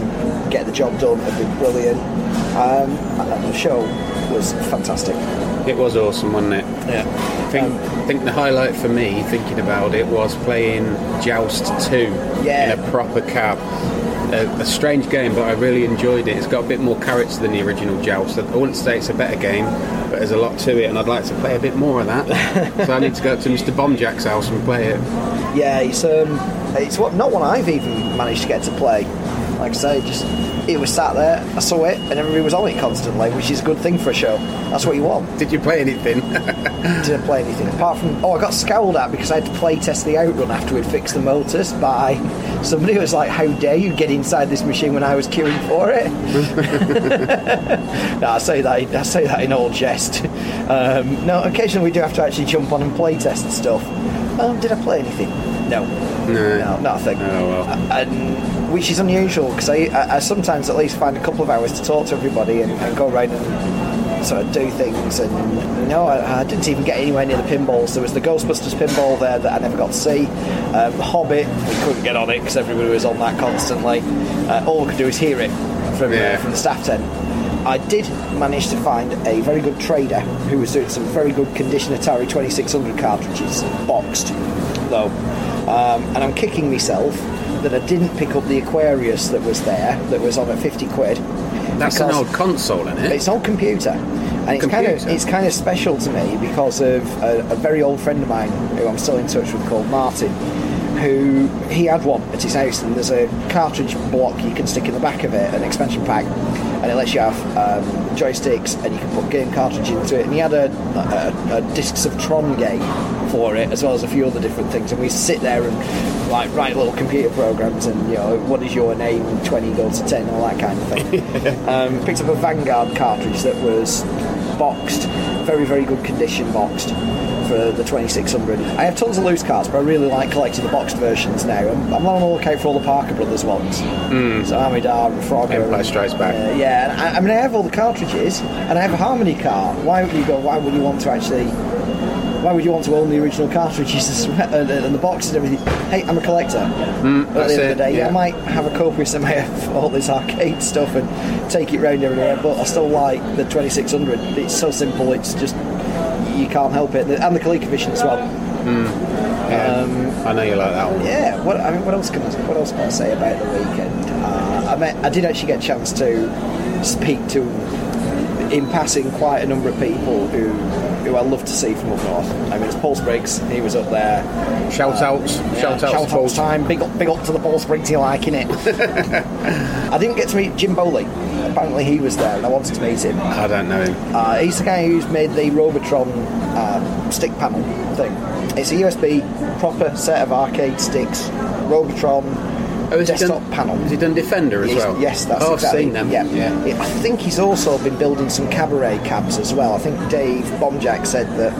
[SPEAKER 5] get the job done have been brilliant. Um, and the show was fantastic.
[SPEAKER 4] It was awesome, wasn't it? Yeah. I think,
[SPEAKER 5] Um,
[SPEAKER 4] I think the highlight for me, thinking about it, was playing Joust 2
[SPEAKER 5] Yeah.
[SPEAKER 4] in a proper cab. A, a strange game, but I really enjoyed it. It's got a bit more character than the original Joust. I wouldn't say it's a better game, but there's a lot to it, and I'd like to play a bit more of that. so I need to go up to Mr. Bombjack's house and play it.
[SPEAKER 5] Yeah, it's um, it's what not one I've even managed to get to play. Like I say, just it was sat there. I saw it, and everybody was on it constantly, which is a good thing for a show. That's what you want.
[SPEAKER 4] Did you play anything?
[SPEAKER 5] didn't play anything apart from oh I got scowled at because I had to play test the outrun after we'd fixed the motors by somebody who was like how dare you get inside this machine when I was queuing for it no I say that I say that in all jest um, no occasionally we do have to actually jump on and play test stuff um, did I play anything no no, not a thing
[SPEAKER 4] Oh, well.
[SPEAKER 5] and which is unusual because I, I, I sometimes at least find a couple of hours to talk to everybody and, and go around and sort of do things and no I, I didn't even get anywhere near the pinballs there was the Ghostbusters pinball there that I never got to see um, the Hobbit we couldn't get on it because everybody was on that constantly uh, all we could do is hear it from,
[SPEAKER 4] Yeah.
[SPEAKER 5] uh, from the staff tent I did manage to find a very good trader who was doing some very good condition Atari 2600 cartridges boxed though um, and I'm kicking myself that I didn't pick up the Aquarius that was there, that was on at 50 quid.
[SPEAKER 4] That's an
[SPEAKER 5] because
[SPEAKER 4] old console, isn't it?
[SPEAKER 5] It's an old computer, and it's kind of
[SPEAKER 4] Computer?
[SPEAKER 5] it's kind of special to me because of a, a very old friend of mine who I'm still in touch with called Martin, who he had one at his house, and there's a cartridge block you can stick in the back of it, an expansion pack, and it lets you have um, joysticks and you can put game cartridge into it. And he had a, a, a Discs of Tron game for it, as well as a few other different things. And we sit there and like write little computer programs and you know what is your name, twenty go to ten, all that kind of thing. um, picked up a Vanguard cartridge that was boxed, very very good condition boxed for the 2600. I have tons of loose cards, but I really like collecting the boxed versions now. I'm, I'm on the lookout for all the Parker Brothers ones. So Amidar and Frogger.
[SPEAKER 1] Hmm. Empire
[SPEAKER 5] and-
[SPEAKER 1] Strikes Back.
[SPEAKER 5] Uh, yeah, and I, I mean, I have all the cartridges, and I have a Harmony card. Why would you go? Why would you want to actually? Why would you want to own the original cartridges as well, and, and the box and everything? Hey, I'm a collector. But at
[SPEAKER 1] Mm, that's
[SPEAKER 5] the end of
[SPEAKER 1] it,
[SPEAKER 5] the day,
[SPEAKER 1] yeah.
[SPEAKER 5] I might have a copious amount of all this arcade stuff and take it round everywhere, but I still like the 2600. It's so simple. It's just you can't help it, and the ColecoVision as well.
[SPEAKER 1] I know you like that one.
[SPEAKER 5] Yeah, what I mean, what else can I, what else can I say about the weekend? Uh, I met, I did actually get a chance to speak to, in passing, quite a number of people who who I love to see from up north. I mean, it's Paul Spriggs. He was up there.
[SPEAKER 1] Shout outs, shout outs,
[SPEAKER 5] Shout
[SPEAKER 1] Paul.
[SPEAKER 5] out time. Big up, big up to the Paul Spriggs you like, innit? I didn't get to meet Jim Bowley. Apparently, he was there, and I wanted to meet him.
[SPEAKER 1] I don't know him.
[SPEAKER 5] Uh, he's the guy who's made the Robotron uh, stick panel thing. It's a USB proper set of arcade sticks, Robotron
[SPEAKER 4] Oh,
[SPEAKER 1] has he
[SPEAKER 5] desktop
[SPEAKER 1] done-
[SPEAKER 5] panel.
[SPEAKER 1] Has he done Defender as
[SPEAKER 5] He's-
[SPEAKER 1] well?
[SPEAKER 5] Yes, that's
[SPEAKER 1] oh,
[SPEAKER 5] exactly.
[SPEAKER 1] I've seen them.
[SPEAKER 5] Yeah. I think he's also been building some cabaret cabs as well. I think Dave Bomjack said that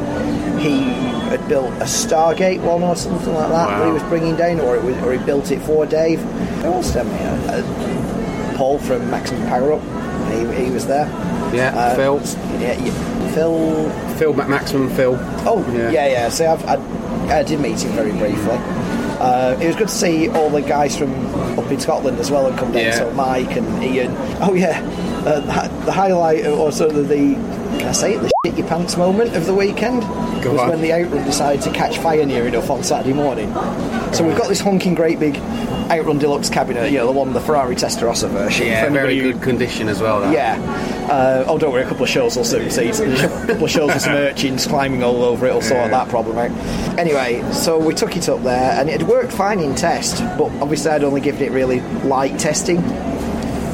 [SPEAKER 5] he had built a Stargate one or something like that that he
[SPEAKER 1] Wow.
[SPEAKER 5] was bringing down, or it was, or he built it for Dave. Who else did I meet? Uh, Paul from Maximum Power Up. He, he was there. Uh,
[SPEAKER 1] Yeah, Phil.
[SPEAKER 5] Yeah, yeah, Phil.
[SPEAKER 1] Phil, Ma- Maximum Phil.
[SPEAKER 5] Oh, yeah, yeah. So I've, I, I did meet him very briefly. Uh, it was good to see all the guys from up in Scotland as well had come down.
[SPEAKER 1] Yeah.
[SPEAKER 5] So Mike and Ian. Oh yeah, uh, the hi- the highlight or sort of the can I say it, the shit your pants moment of the weekend
[SPEAKER 1] Go
[SPEAKER 5] was
[SPEAKER 1] on.
[SPEAKER 5] when the outrun decided to catch fire near enough on Saturday morning. So we've got this honking great big outrun deluxe cabinet, you know, the one the Ferrari Testarossa version.
[SPEAKER 1] Yeah,
[SPEAKER 5] For anybody
[SPEAKER 1] very
[SPEAKER 5] who
[SPEAKER 1] good condition as well. That.
[SPEAKER 5] yeah. Uh, oh, don't worry, a couple of shows will soon see. A couple of shows with some urchins climbing all over it will sort that problem out. Anyway, so we took it up there, and it had worked fine in test, but obviously I'd only given it really light testing.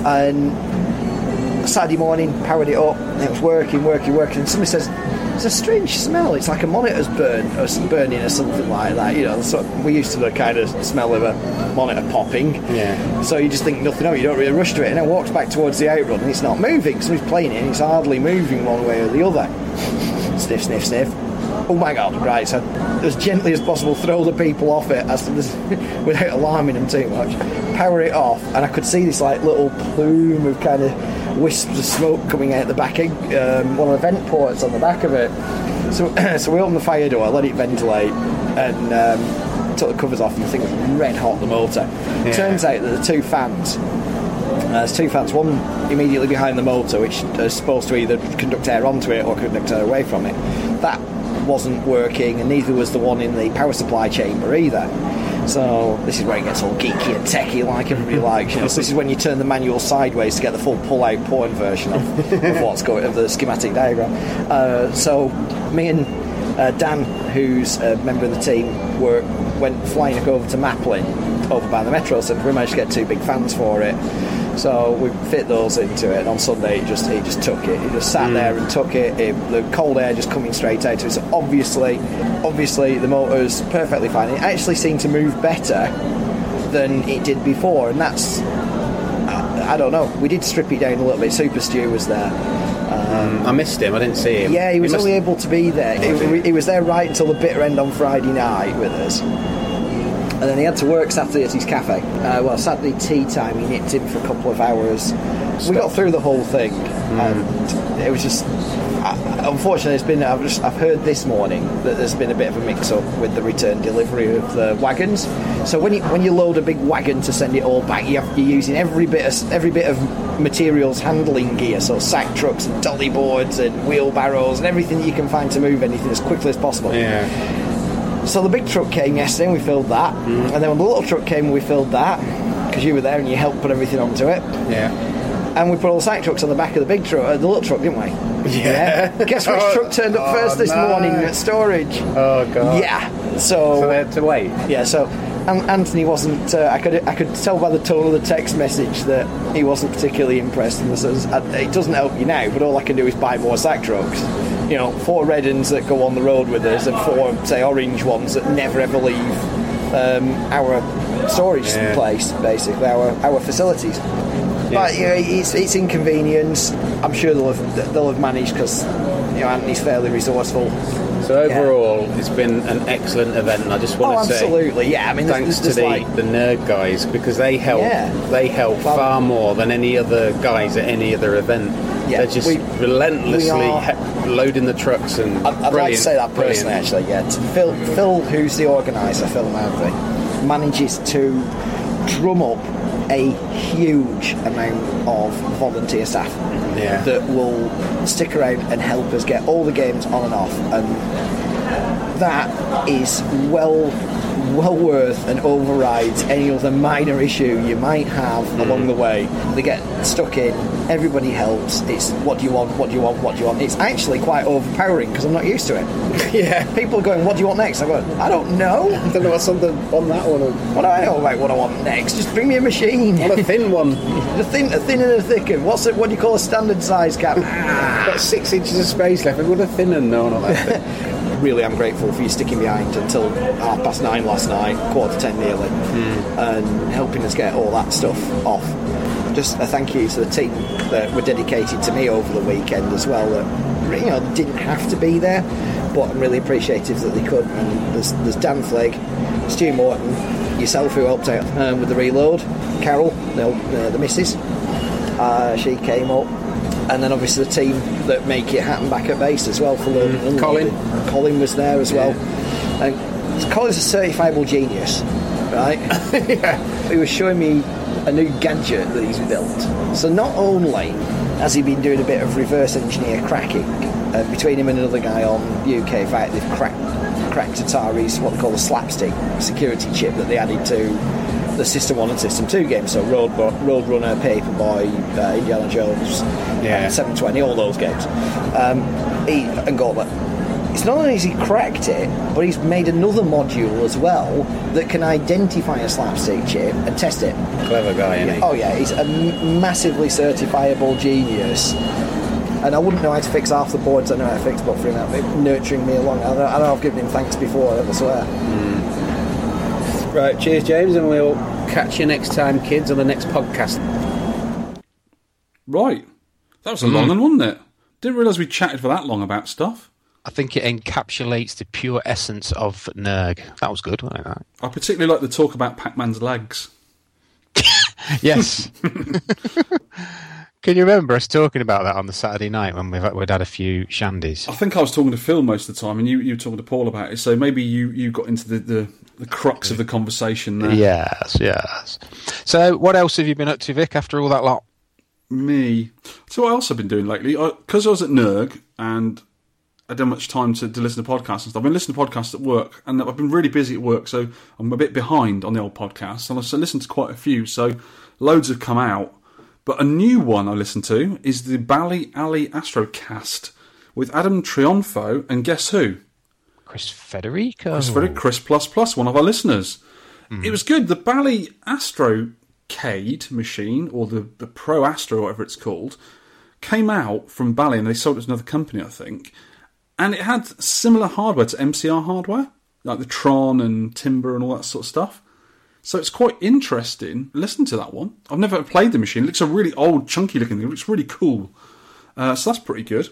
[SPEAKER 5] And Saturday morning, powered it up, and it was working, working, working. And somebody says, "It's a strange smell. It's like a monitor's burn or s- burning or something like that." You know, so we used to the kind of smell of a monitor popping.
[SPEAKER 1] Yeah.
[SPEAKER 5] So you just think nothing of it, you don't really rush to it. And it walks back towards the outrun and it's not moving. Somebody's playing it and it's hardly moving one way or the other. Sniff, sniff, sniff. Oh my god, right, so as gently as possible throw the people off it as without alarming them too much. Power it off, and I could see this like little plume of kind of wisps of smoke coming out the back of um, one of the vent ports on the back of it. So, so we opened the fire door, let it ventilate, and um, took the covers off, and the thing was red hot, the motor. Turns out that the two fans uh, there's two fans, one immediately behind the motor, which is supposed to either conduct air onto it or conduct air away from it. That wasn't working, and neither was the one in the power supply chamber either. So this is where it gets all geeky and techy, like everybody likes. You know, so this is when you turn the manual sideways to get the full pull-out porn version of, of what's going of the schematic diagram. Uh, so me and uh, Dan, who's a member of the team, were went flying over to Maplin, over by the Metro Centre. We managed to get two big fans for it, so we fit those into it. And on Sunday, it just he just took it. He just sat there and took it. It- The cold air just coming straight out. It's obviously, obviously the motor's perfectly fine. It actually seemed to move better than it did before, and that's I, I don't know. We did strip it down a little bit. Super Stew was there.
[SPEAKER 1] I missed him. I didn't see him.
[SPEAKER 5] Yeah, he was
[SPEAKER 1] must-
[SPEAKER 5] only able to be there. He, he was there right until the bitter end on Friday night with us. And then he had to work Saturday at his cafe. Uh, well, Saturday tea time, he nipped in for a couple of hours. We got through the whole thing, and it was just. I- Unfortunately, it's been. I've, just, I've heard this morning that there's been a bit of a mix-up with the return delivery of the wagons. So when you when you load a big wagon to send it all back, you have, you're using every bit of every bit of materials handling gear, so sack trucks and dolly boards and wheelbarrows and everything that you can find to move anything as quickly as possible.
[SPEAKER 1] Yeah.
[SPEAKER 5] So the big truck came yesterday and we filled that. And then when the little truck came, we filled that. Because you were there and you helped put everything onto it.
[SPEAKER 1] Yeah.
[SPEAKER 5] And we put all the sack trucks on the back of the big truck, uh, the little truck, didn't we?
[SPEAKER 1] Yeah.
[SPEAKER 5] Guess which
[SPEAKER 1] Oh,
[SPEAKER 5] truck turned up
[SPEAKER 1] oh,
[SPEAKER 5] first this
[SPEAKER 1] no.
[SPEAKER 5] morning at storage?
[SPEAKER 1] Oh god.
[SPEAKER 5] yeah. So,
[SPEAKER 1] So they had to wait.
[SPEAKER 5] yeah, so An- Anthony wasn't. Uh, I could I could tell by the tone of the text message that he wasn't particularly impressed. And this is, I- it doesn't help you now, but all I can do is buy more sack drugs. You know, four Reddens that go on the road with us, and four say orange ones that never ever leave um, our storage place, basically our our facilities. But you know, it's it's inconvenience. I'm sure they'll have, they'll have managed because you know Anthony's fairly resourceful.
[SPEAKER 1] So overall, it's been an excellent event, and I just want
[SPEAKER 5] Oh,
[SPEAKER 1] to say,
[SPEAKER 5] absolutely, yeah. I mean, there's-
[SPEAKER 1] thanks
[SPEAKER 5] there's
[SPEAKER 1] to the,
[SPEAKER 5] like-
[SPEAKER 1] the nerd guys because they help.
[SPEAKER 5] Yeah.
[SPEAKER 1] They help
[SPEAKER 5] Well-
[SPEAKER 1] far more than any other guys at any other event.
[SPEAKER 5] Yeah,
[SPEAKER 1] They're just
[SPEAKER 5] we-
[SPEAKER 1] relentlessly
[SPEAKER 5] we are-
[SPEAKER 1] he- loading the trucks and.
[SPEAKER 5] I'd, I'd like to say that personally, actually. Yeah, To Phil, Phil, who's the organizer, Phil Murphy, manages to drum up a huge amount of volunteer staff
[SPEAKER 1] Yeah.
[SPEAKER 5] that will stick around and help us get all the games on and off, and that is well well worth and overrides any other minor issue you might have
[SPEAKER 1] Mm.
[SPEAKER 5] along the way. They get stuck in, everybody helps. It's what do you want, what do you want, what do you want. It's actually quite overpowering because I'm not used to it.
[SPEAKER 1] Yeah.
[SPEAKER 5] People are going, what do you want next? I go, I don't know.
[SPEAKER 1] I don't know what's on, the, on that one. On
[SPEAKER 5] What do I know about what I want next? Just bring me a machine.
[SPEAKER 1] a thin one,
[SPEAKER 5] a thin, a thin and a thick one. What's it? What do you call a standard size cap? Ah.
[SPEAKER 1] got six inches of space left. What a thin one, no, not that. Thin.
[SPEAKER 5] really am grateful for you sticking behind until half past nine last night, quarter to ten nearly, and helping us get all that stuff off. Just a thank you to the team that were dedicated to me over the weekend as well. That you know didn't have to be there, but I'm really appreciative that they could. And there's, there's Dan Flegg, Stu Morton, yourself who helped out um, with the reload, Carol, no, uh, the missus, uh, she came up. And then obviously the team that make it happen back at base as well for learning. and
[SPEAKER 1] Colin.
[SPEAKER 5] unloading. Colin was there as well. And Colin's a certifiable genius, right? He was showing me a new gadget that he's built. So not only has he been doing a bit of reverse engineer cracking uh, between him and another guy on UK Fight, they've cracked, cracked Atari's what they call the slapstick security chip that they added to the System 1 and System 2 games, so Road, Road Runner, Paperboy, uh, Indiana Jones,
[SPEAKER 1] Yeah.
[SPEAKER 5] uh, 720, all those games. Um, he, and Gauntlet. It's not only has he cracked it, but he's made another module as well that can identify a slapstick chip and test it.
[SPEAKER 1] Clever guy, isn't he?
[SPEAKER 5] Oh yeah, he's a m- massively certifiable genius. And I wouldn't know how to fix half the boards I know how to fix, but for him, that'd be nurturing me along. I know, I know I've given him thanks before, I swear.
[SPEAKER 1] Right, cheers, James, and we'll catch you next time, kids, on the next podcast.
[SPEAKER 2] Right. That was a long one, wasn't it? Didn't realise we chatted for that long about stuff.
[SPEAKER 3] I think it encapsulates the pure essence of Nerg. That was good, wasn't it?
[SPEAKER 2] I particularly like the talk about Pac Man's legs.
[SPEAKER 3] Yes. Can you remember us talking about that on the Saturday night when we've, we'd had a few shandies?
[SPEAKER 2] I think I was talking to Phil most of the time, and you, you were talking to Paul about it. So maybe you, you got into the, the, the crux of the conversation there.
[SPEAKER 3] Yes, yes. So, what else have you been up to, Vic, after all that lot?
[SPEAKER 2] Me. So what else I've been doing lately? Because I, was at NERG and I didn't have much time to, to listen to podcasts and stuff. I've been listening to podcasts at work, and I've been really busy at work, so I'm a bit behind on the old podcasts. And I've listened to quite a few, so loads have come out. But a new one I listened to is the Bally Alley Astrocast with Adam Triunfo and guess who?
[SPEAKER 3] Chris Federico.
[SPEAKER 2] It's very Chris Plus Plus, one of our listeners. It was good. The Bally Astrocade machine, or the, the Pro Astro, whatever it's called, came out from Bally and they sold it to another company, I think. And it had similar hardware to MCR hardware, like the Tron and Timber and all that sort of stuff. So it's quite interesting. Listen to that one. I've never played the machine. It looks a really old, chunky looking thing. It looks really cool. Uh, so that's pretty good.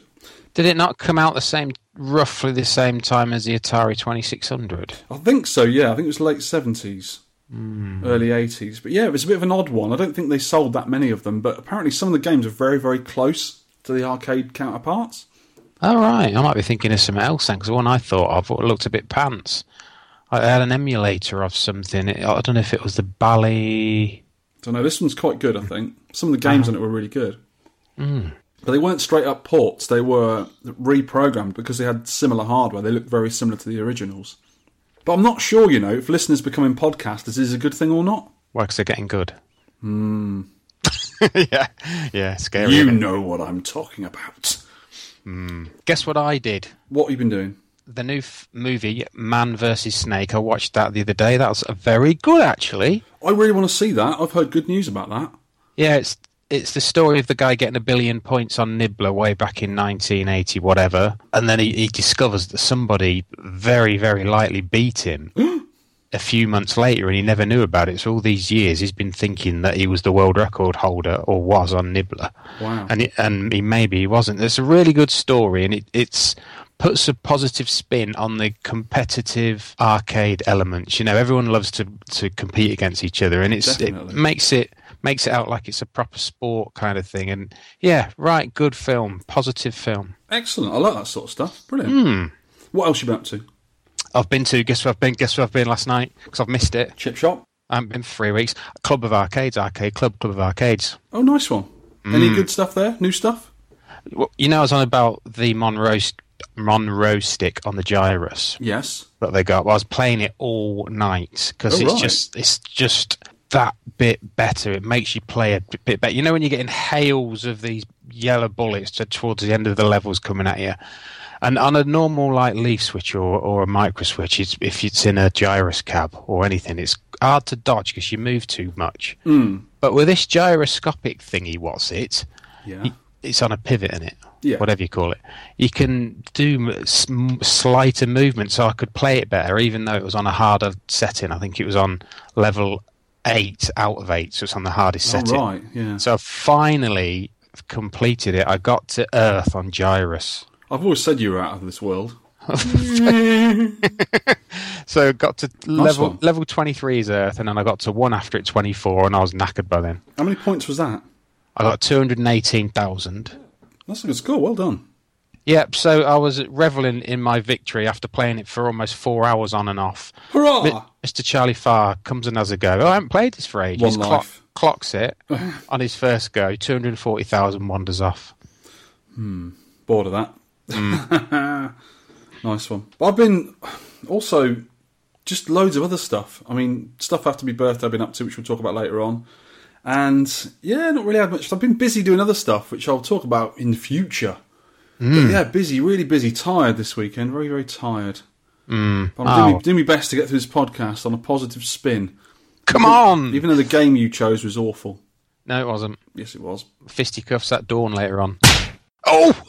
[SPEAKER 3] Did it not come out the same, roughly the same time as the Atari 2600?
[SPEAKER 2] I think so, yeah. I think it was late 70s, early 80s. But yeah, it was a bit of an odd one. I don't think they sold that many of them, but apparently some of the games are very, very close to the arcade counterparts.
[SPEAKER 3] All right, I might be thinking of something else then, because the one I thought of looked a bit pants. I had an emulator of something. It- I don't know if it was the Bally.
[SPEAKER 2] So no, this one's quite good, I think. Some of the games on it were really good. But they weren't straight up ports, they were reprogrammed because they had similar hardware. They looked very similar to the originals. But I'm not sure, you know, if listeners becoming podcasters is a good thing or not.
[SPEAKER 3] Well, 'cause they're getting good. yeah, yeah, scary.
[SPEAKER 2] You
[SPEAKER 3] isn't it?
[SPEAKER 2] know what I'm talking about.
[SPEAKER 3] Guess what I did?
[SPEAKER 2] What have you been doing?
[SPEAKER 3] the new f- movie Man vs Snake. I watched that the other day. That was very good, actually.
[SPEAKER 2] I really want to see that. I've heard good news about that.
[SPEAKER 3] Yeah, it's it's the story of the guy getting a billion points on Nibbler way back in 1980, whatever, and then he, he discovers that somebody very, very likely beat him a few months later, and he never knew about it. So all these years, he's been thinking that he was the world record holder or was on Nibbler.
[SPEAKER 2] Wow.
[SPEAKER 3] And it, and he maybe he wasn't. It's a really good story, and it it's puts a positive spin on the competitive arcade elements. You know, everyone loves to to compete against each other, and it's
[SPEAKER 2] Definitely.
[SPEAKER 3] it makes it makes it out like it's a proper sport kind of thing. And yeah, right, good film, positive film.
[SPEAKER 2] Excellent. I like that sort of stuff. Brilliant. What else you been up to?
[SPEAKER 3] I've been to guess where I've been. Guess where I've been last night because I've missed it.
[SPEAKER 2] Chip shop.
[SPEAKER 3] I've been for Um, three weeks. Club of Arcades, Arcade Club, Club of Arcades.
[SPEAKER 2] Oh, nice one. Any good stuff there? New stuff?
[SPEAKER 3] Well, you know, I was on about the Monroe st- Monroe stick on the Gyrus.
[SPEAKER 2] Yes.
[SPEAKER 3] that they got. Well, I was playing it all night because
[SPEAKER 2] Oh,
[SPEAKER 3] it's
[SPEAKER 2] right.
[SPEAKER 3] just it's just that bit better. It makes you play a bit better. You know when you're getting hails of these yellow bullets to, towards the end of the levels coming at you, and on a normal like leaf switch or or a micro switch, it's, if it's in a gyrus cab or anything, it's hard to dodge because you move too much.
[SPEAKER 2] Hmm.
[SPEAKER 3] But with this gyroscopic thingy, what's it?
[SPEAKER 2] Yeah.
[SPEAKER 3] y- it's on a pivot in it,
[SPEAKER 2] Yeah.
[SPEAKER 3] whatever you call it. You can do m- sm- slighter movements, so I could play it better, even though it was on a harder setting. I think it was on level eight out of eight, so it's on the hardest
[SPEAKER 2] Oh,
[SPEAKER 3] setting.
[SPEAKER 2] right, yeah.
[SPEAKER 3] So I finally completed it. I got to Earth on Gyrus.
[SPEAKER 2] I've always said you were out of this world.
[SPEAKER 3] So I got to level
[SPEAKER 2] one.
[SPEAKER 3] level twenty three is Earth, and then I got to one after at twenty four, and I was knackered by then.
[SPEAKER 2] How many points was that?
[SPEAKER 3] I got two hundred eighteen thousand.
[SPEAKER 2] That's a good score. Well done.
[SPEAKER 3] Yep. So I was reveling in my victory after playing it for almost four hours on and off.
[SPEAKER 2] Hurrah!
[SPEAKER 3] Mi- Mr. Charlie Farr comes and has a go. Oh, I haven't played this for ages.
[SPEAKER 2] One life.
[SPEAKER 3] clocks it on his first go. Two hundred forty thousand wanders off.
[SPEAKER 2] Bored of that. nice one. But I've been also just loads of other stuff. I mean, stuff after my birthday I've been up to, which we'll talk about later on. And yeah, not really had much. I've been busy doing other stuff, which I'll talk about in future. But yeah, busy, really busy. Tired this weekend. Very, very tired. But I'm doing,
[SPEAKER 3] Ow.
[SPEAKER 2] my, doing my best to get through this podcast on a positive spin.
[SPEAKER 3] Come on!
[SPEAKER 2] Even though the game you chose was awful.
[SPEAKER 3] no, it wasn't.
[SPEAKER 2] Yes, it was.
[SPEAKER 3] Fisticuffs at dawn later on. oh,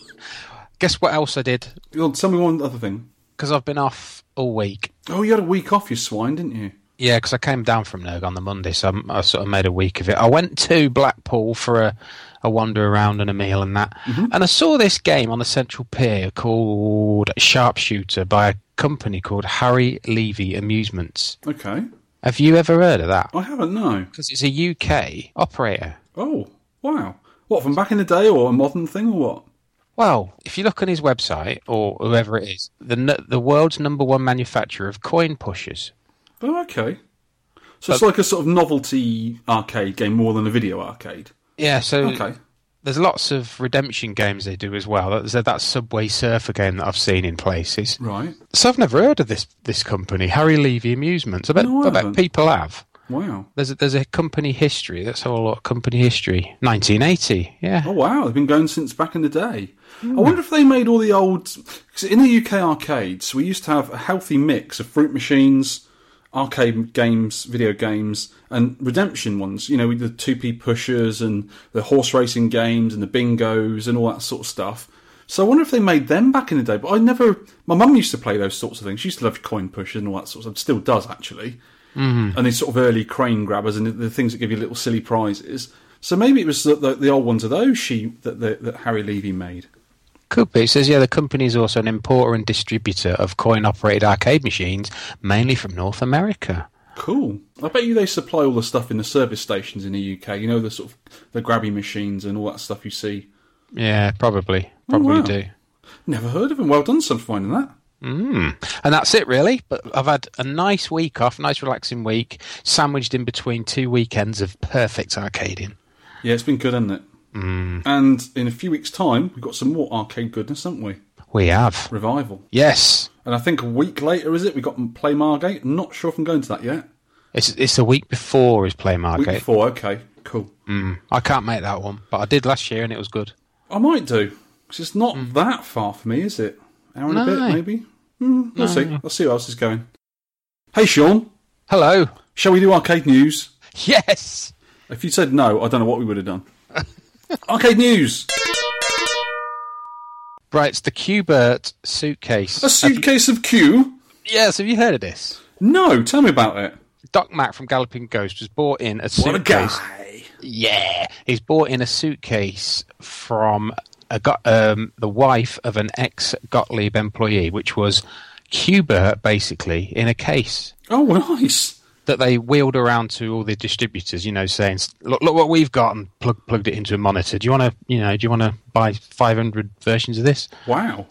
[SPEAKER 3] guess what else I did?
[SPEAKER 2] You'll tell me one other thing.
[SPEAKER 3] Because I've been off all week.
[SPEAKER 2] Oh, you had a week off, you swine, didn't you?
[SPEAKER 3] Yeah, because I came down from Nerg on the Monday, so I'm- I, sort of made a week of it. I went to Blackpool for a, a wander around and a meal and that, and I saw this game on the Central Pier called Sharpshooter by a company called Harry Levy Amusements.
[SPEAKER 2] Okay.
[SPEAKER 3] Have you ever heard of that?
[SPEAKER 2] I haven't, no.
[SPEAKER 3] Because it's a UK operator.
[SPEAKER 2] Oh, wow. What, from back in the day or a modern thing or what?
[SPEAKER 3] Well, if you look on his website or whoever it is, the n- the world's number one manufacturer of coin pushers.
[SPEAKER 2] Oh, okay. So it's like a sort of novelty arcade game more than a video arcade.
[SPEAKER 3] Yeah, so
[SPEAKER 2] Okay.
[SPEAKER 3] there's lots of redemption games they do as well. There's that Subway Surfer game that I've seen in places.
[SPEAKER 2] Right.
[SPEAKER 3] So I've never heard of this this company, Harry Levy Amusements. I bet,
[SPEAKER 2] No, I
[SPEAKER 3] I bet
[SPEAKER 2] haven't.
[SPEAKER 3] people have.
[SPEAKER 2] Wow.
[SPEAKER 3] There's a, there's a company history. That's a whole lot of company history. 1980. Yeah.
[SPEAKER 2] Oh, wow. They've been going since back in the day. I wonder if they made all the old. Because in the UK arcades, we used to have a healthy mix of fruit machines, arcade games, video games, and redemption ones. You know, with the 2P pushers and the horse racing games and the bingos and all that sort of stuff. So I wonder if they made them back in the day. But I never. My mum used to play those sorts of things. She used to love coin pushers and all that sort of stuff. Still does, actually and these sort of early crane grabbers and the, the things that give you little silly prizes. So maybe it was the, the, the old ones of those she that, that, that Harry Levy made.
[SPEAKER 3] Could be. It says, yeah, the company is also an importer and distributor of coin operated arcade machines, mainly from North America.
[SPEAKER 2] Cool. I bet you they supply all the stuff in the service stations in the UK. You know the sort of the grabby machines and all that stuff you see.
[SPEAKER 3] Yeah, probably. Probably
[SPEAKER 2] Oh, wow.
[SPEAKER 3] do.
[SPEAKER 2] Never heard of them. Well done, some for finding that.
[SPEAKER 3] And that's it, really. But I've had a nice week off, nice relaxing week, sandwiched in between two weekends of perfect arcading.
[SPEAKER 2] Yeah, it's been good, hasn't it? Mm. And in a few weeks' time, we've got some more arcade goodness, haven't we?
[SPEAKER 3] We have.
[SPEAKER 2] Revival.
[SPEAKER 3] Yes.
[SPEAKER 2] And I think a week later, is it? We got Play Margate. Not sure if I'm going to that yet.
[SPEAKER 3] It's it's the week before is Play
[SPEAKER 2] Week
[SPEAKER 3] Margate.
[SPEAKER 2] before, okay, cool.
[SPEAKER 3] I can't make that one, but I did last year and it was good.
[SPEAKER 2] Hmm. I might do. 'Cause it's not that far for me, is it? Hour and
[SPEAKER 3] No.
[SPEAKER 2] a bit, maybe? Hmm, We'll see. Let's see what else is going. Hey, Sean,
[SPEAKER 3] Hello.
[SPEAKER 2] shall we do arcade news?
[SPEAKER 3] Yes.
[SPEAKER 2] If you said no, I don't know what we would have done. arcade news.
[SPEAKER 3] Right, it's the Qbert suitcase.
[SPEAKER 2] A suitcase of Q.
[SPEAKER 3] Yes, have you heard of this?
[SPEAKER 2] No, tell me about it.
[SPEAKER 3] Doc Mack from Galloping Ghost was bought in a
[SPEAKER 2] What a
[SPEAKER 3] suitcase.
[SPEAKER 2] guy.
[SPEAKER 3] Yeah, he's bought in a suitcase from a go- um, the wife of an ex Gottlieb employee, which was Qbert basically in a case
[SPEAKER 2] Oh, nice.
[SPEAKER 3] that they wheeled around to all the distributors. You know, saying, "Look, look what we've got," and plug, plugged it into a monitor. Do you want to, you know, do you want to buy 500 versions of this?
[SPEAKER 2] Wow.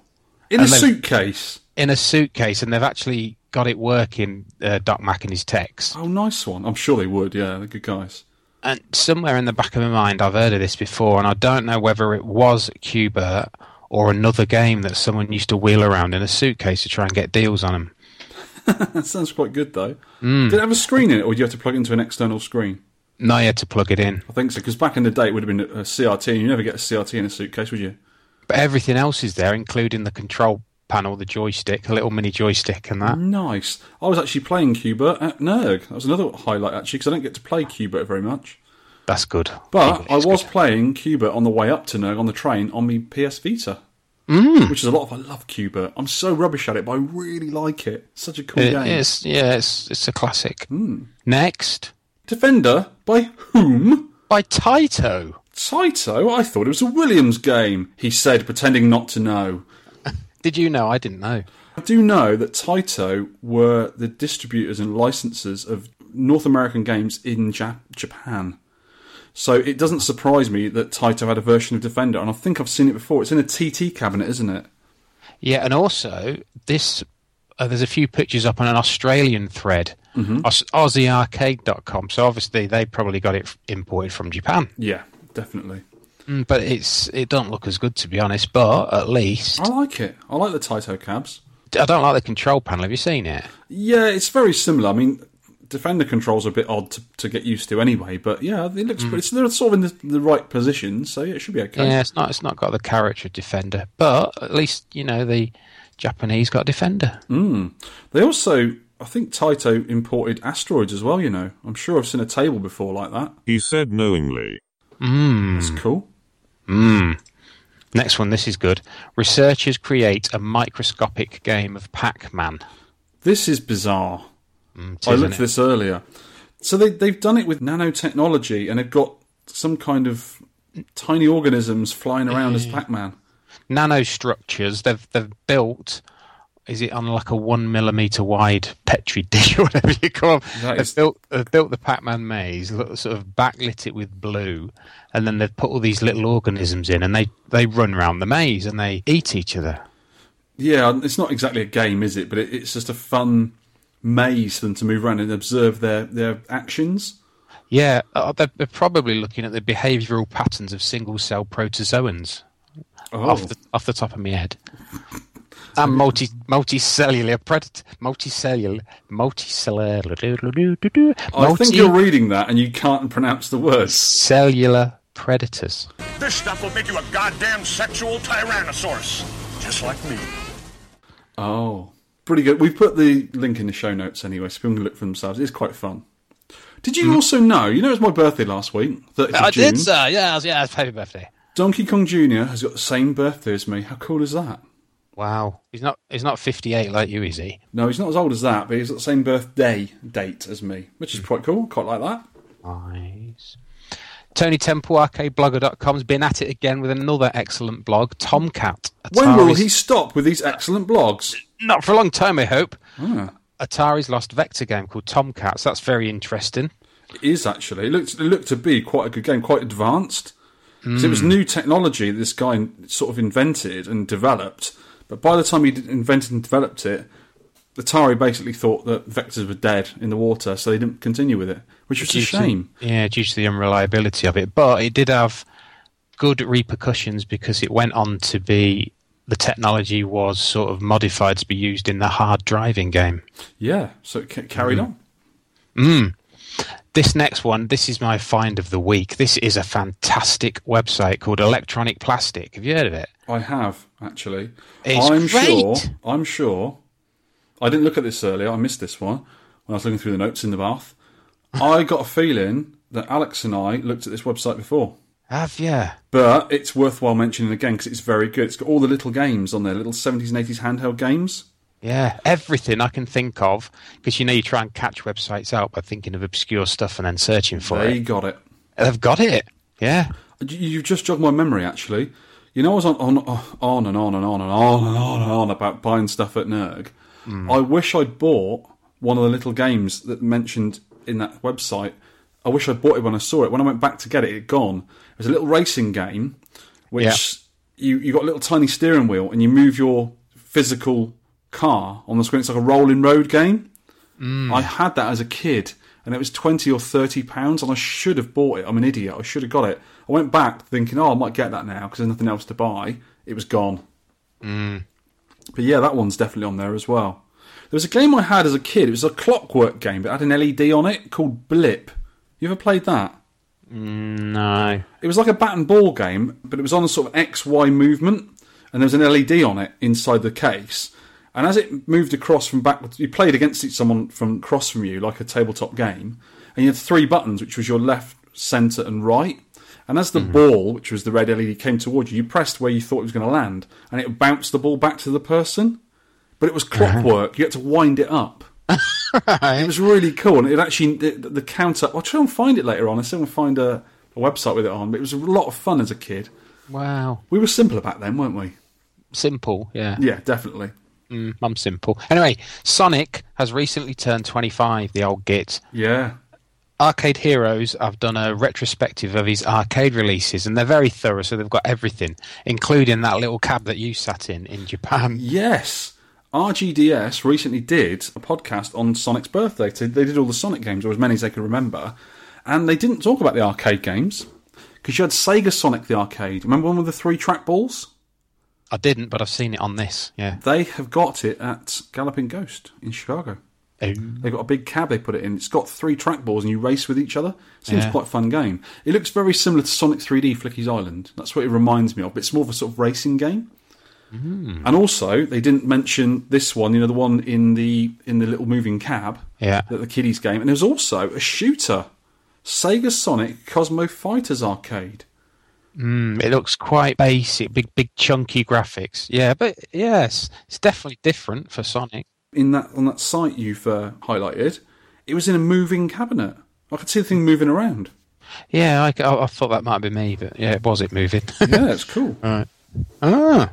[SPEAKER 2] In
[SPEAKER 3] And
[SPEAKER 2] a
[SPEAKER 3] they-
[SPEAKER 2] suitcase.
[SPEAKER 3] in a suitcase, and they've actually got it working. Uh, Doc Mack and his text,
[SPEAKER 2] Oh, nice one. I'm sure they would. Yeah, they're good guys.
[SPEAKER 3] and somewhere in the back of my mind, I've heard of this before, and I don't know whether it was Cuba or another game that someone used to wheel around in a suitcase to try and get deals on them.
[SPEAKER 2] That sounds quite good, though. Did it have a screen in it, or do you have to plug it into an external screen?
[SPEAKER 3] No, you had to plug it in,
[SPEAKER 2] I think so, because back in the day it would have been a CRT, and you never get a CRT in a suitcase, would you?
[SPEAKER 3] but everything else is there, including the control panel, the joystick, a little mini joystick, and that.
[SPEAKER 2] Mm. Nice. I was actually playing Cubert at NERG. That was another highlight, actually, because I don't get to play Cubert very much.
[SPEAKER 3] That's good.
[SPEAKER 2] But
[SPEAKER 3] It's
[SPEAKER 2] I was
[SPEAKER 3] good.
[SPEAKER 2] playing Cubert on the way up to NERG on the train on my PS Vita, which is a lot of. I love Cubert. I'm so rubbish at it, but I really like it. Such a cool
[SPEAKER 3] It-
[SPEAKER 2] game.
[SPEAKER 3] it's yeah, it's it's a classic. Next
[SPEAKER 2] Defender by whom?
[SPEAKER 3] by Taito.
[SPEAKER 2] Saito, I thought it was a Williams game, he said, pretending not to know.
[SPEAKER 3] Did you know? I didn't know.
[SPEAKER 2] I do know that Taito were the distributors and licensors of North American games in Jap- Japan. So it doesn't surprise me that Taito had a version of Defender, and I think I've seen it before. It's in a TT cabinet, isn't it?
[SPEAKER 3] Yeah, and also this. Uh, there's a few pictures up on an Australian thread, Aus- AussieArcade.com. So obviously they probably got it f- imported from Japan,
[SPEAKER 2] Yeah, definitely.
[SPEAKER 3] Mm, but it's it don't look as good to be honest. But at least
[SPEAKER 2] I like it. I like the Taito cabs.
[SPEAKER 3] I don't like the control panel. Have you seen it?
[SPEAKER 2] Yeah, it's very similar. I mean, Defender controls are a bit odd to, to get used to anyway, but yeah, it looks pretty. It's, they're sort of in the, the right position, so yeah, it should be okay.
[SPEAKER 3] Yeah, it's not it's not got the character of Defender, but at least you know the Japanese got Defender.
[SPEAKER 2] They also, I think Taito imported asteroids as well, you know. I'm sure I've seen a table before like that.
[SPEAKER 11] He said knowingly.
[SPEAKER 3] Hmm.
[SPEAKER 2] That's cool.
[SPEAKER 3] Next one, this is good. Researchers create a microscopic game of Pac-Man.
[SPEAKER 2] This is bizarre.
[SPEAKER 3] Mm, it
[SPEAKER 2] I
[SPEAKER 3] is,
[SPEAKER 2] looked
[SPEAKER 3] innit?
[SPEAKER 2] at this earlier. So they, they've done it with nanotechnology and have got some kind of tiny organisms flying around as Pac Man.
[SPEAKER 3] nanostructures they've they've built is it on like a one millimeter wide petri dish or whatever you call
[SPEAKER 2] That
[SPEAKER 3] them?
[SPEAKER 2] is-
[SPEAKER 3] They've built, they've built the Pac-Man maze, look- sort of backlit it with blue, and then they've put all these little organisms in, and they, they run round the maze and they eat each other.
[SPEAKER 2] Yeah, it's not exactly a game, is it? But it, it's just a fun maze for them to move around and observe their, their actions.
[SPEAKER 3] Yeah, uh, they're, they're probably looking at the behavioural patterns of single-cell protozoans
[SPEAKER 2] Oh,
[SPEAKER 3] off the off the top of my head, and multi multicellular predator multicellular multicellular.
[SPEAKER 2] I think
[SPEAKER 3] multi-
[SPEAKER 2] you're reading that and you can't pronounce the words.
[SPEAKER 3] cellular predators.
[SPEAKER 12] This stuff will make you a goddamn sexual tyrannosaurus. Just like me.
[SPEAKER 2] Oh, pretty good. We've put the link in the show notes anyway, so people can look for themselves. It's quite fun. Did you also know? You know, it was my birthday last week, 30th of
[SPEAKER 3] Mm. I
[SPEAKER 2] June.
[SPEAKER 3] did, sir. Yeah, yeah. Happy birthday.
[SPEAKER 2] Donkey Kong Jr. has got the same birthday as me. How cool is that?
[SPEAKER 3] Wow, he's not he's not fifty eight like you, is he?
[SPEAKER 2] No, he's not as old as that, but he's got the same birthday date as me, which
[SPEAKER 3] Hmm.
[SPEAKER 2] is quite cool. Quite like that.
[SPEAKER 3] Nice. Tony Temple, arcadeblogger.com's been at it again with another excellent blog, Tomcat.
[SPEAKER 2] When will
[SPEAKER 3] Atari's-
[SPEAKER 2] he stop with these excellent blogs?
[SPEAKER 3] Not for a long time, I hope.
[SPEAKER 2] Ah.
[SPEAKER 3] Atari's lost vector game called Tomcats. That's very interesting.
[SPEAKER 2] It is actually. It looked, it looked to be quite a good game, quite advanced. 'Cause it
[SPEAKER 3] Hmm.
[SPEAKER 2] was new technology that this guy sort of invented and developed. But by the time he invented and developed it, Atari basically thought that vectors were dead in the water, so they didn't continue with it, which was a
[SPEAKER 3] Due to-
[SPEAKER 2] shame.
[SPEAKER 3] yeah, due to the unreliability of it, but it did have good repercussions because it went on to be the technology was sort of modified to be used in the hard driving game.
[SPEAKER 2] Yeah, so it ca- carried
[SPEAKER 3] Hmm.
[SPEAKER 2] on.
[SPEAKER 3] This next one, this is my find of the week. This is a fantastic website called Electronic Plastic. Have you heard of it?
[SPEAKER 2] I have actually.
[SPEAKER 3] It's
[SPEAKER 2] I'm
[SPEAKER 3] great.
[SPEAKER 2] sure. I'm sure I didn't look at this earlier. I missed this one when I was looking through the notes in the bath. I got a feeling that Alex and I looked at this website before.
[SPEAKER 3] Have yeah.
[SPEAKER 2] But it's worthwhile mentioning again because it's very good. It's got all the little games on there, little 70s and 80s handheld games.
[SPEAKER 3] Yeah, everything I can think of, because you know you try and catch websites out by thinking of obscure stuff and then searching for
[SPEAKER 2] They
[SPEAKER 3] it.
[SPEAKER 2] got it.
[SPEAKER 3] They've got it. Yeah.
[SPEAKER 2] You- You've just jogged my memory, actually. You know, I was on, on, on and on and on and on and on and on about buying stuff at NERG. I wish I'd bought one of the little games that mentioned in that website. I wish I'd bought it when I saw it. When I went back to get it, it had gone. It was a little racing game, which you, you got a little tiny steering wheel and you move your physical car on the screen. It's like a rolling road game. I had that as a kid, and it was twenty or thirty pounds, and I should have bought it. I'm an idiot. I should have got it. I went back thinking, oh, I might get that now because there's nothing else to buy. It was gone. But yeah, that one's definitely on there as well. There was a game I had as a kid. It was a clockwork game, but it had an LED on it called Blip. You ever played that?
[SPEAKER 3] No.
[SPEAKER 2] It was like a bat and ball game, but it was on a sort of X Y movement, and there was an LED on it inside the case. And as it moved across from back, you played against each someone from across from you like a tabletop game, and you had three buttons, which was your left, centre, and right. And as the ball, which was the red LED, came towards you, you pressed where you thought it was going to land, and it bounced the ball back to the person. But it was clockwork; you had to wind it up. It was really cool, and it actually the, the counter. I'll try and find it later on. I still want to find a, a website with it on, but it was a lot of fun as a kid.
[SPEAKER 3] Wow.
[SPEAKER 2] We were simpler back then, weren't we?
[SPEAKER 3] Simple. Yeah.
[SPEAKER 2] Yeah, definitely.
[SPEAKER 3] Mm, I'm simple. Anyway, Sonic has recently turned 25. The old git.
[SPEAKER 2] Yeah,
[SPEAKER 3] Arcade Heroes, I've done a retrospective of his arcade releases, and they're very thorough, so they've got everything, including that little cab that you sat in in Japan.
[SPEAKER 2] yes. RGDS recently did a podcast on Sonic's birthday. So They did all the Sonic games, or as many as they could remember, and they didn't talk about the arcade games because you had Sega Sonic the arcade. Remember one with the three track balls?
[SPEAKER 3] I didn't, but I've seen it on this. Yeah.
[SPEAKER 2] They have got it at Galloping Ghost in Chicago.
[SPEAKER 3] Ooh.
[SPEAKER 2] They've got a big cab they put it in. It's got three trackballs and you race with each other. Seems
[SPEAKER 3] Yeah.
[SPEAKER 2] quite a fun game. It looks very similar to Sonic 3D Flicky's Island. That's what it reminds me of. But it's more of a sort of racing game.
[SPEAKER 3] Hmm.
[SPEAKER 2] And also, they didn't mention this one. You know, the one in the in the little moving cab.
[SPEAKER 3] Yeah.
[SPEAKER 2] That the kiddies game. And there's also a shooter, Sega Sonic Cosmo Fighters Arcade.
[SPEAKER 3] Mm, It looks quite basic, big, big chunky graphics. Yeah, but yes, it's definitely different for Sonic.
[SPEAKER 2] in that on that site you've uh, highlighted. It was in a moving cabinet. I could see the thing moving around.
[SPEAKER 3] Yeah, I, I- I thought that might be me, but yeah, it was it moving.
[SPEAKER 2] Yeah, it's cool.
[SPEAKER 3] ah,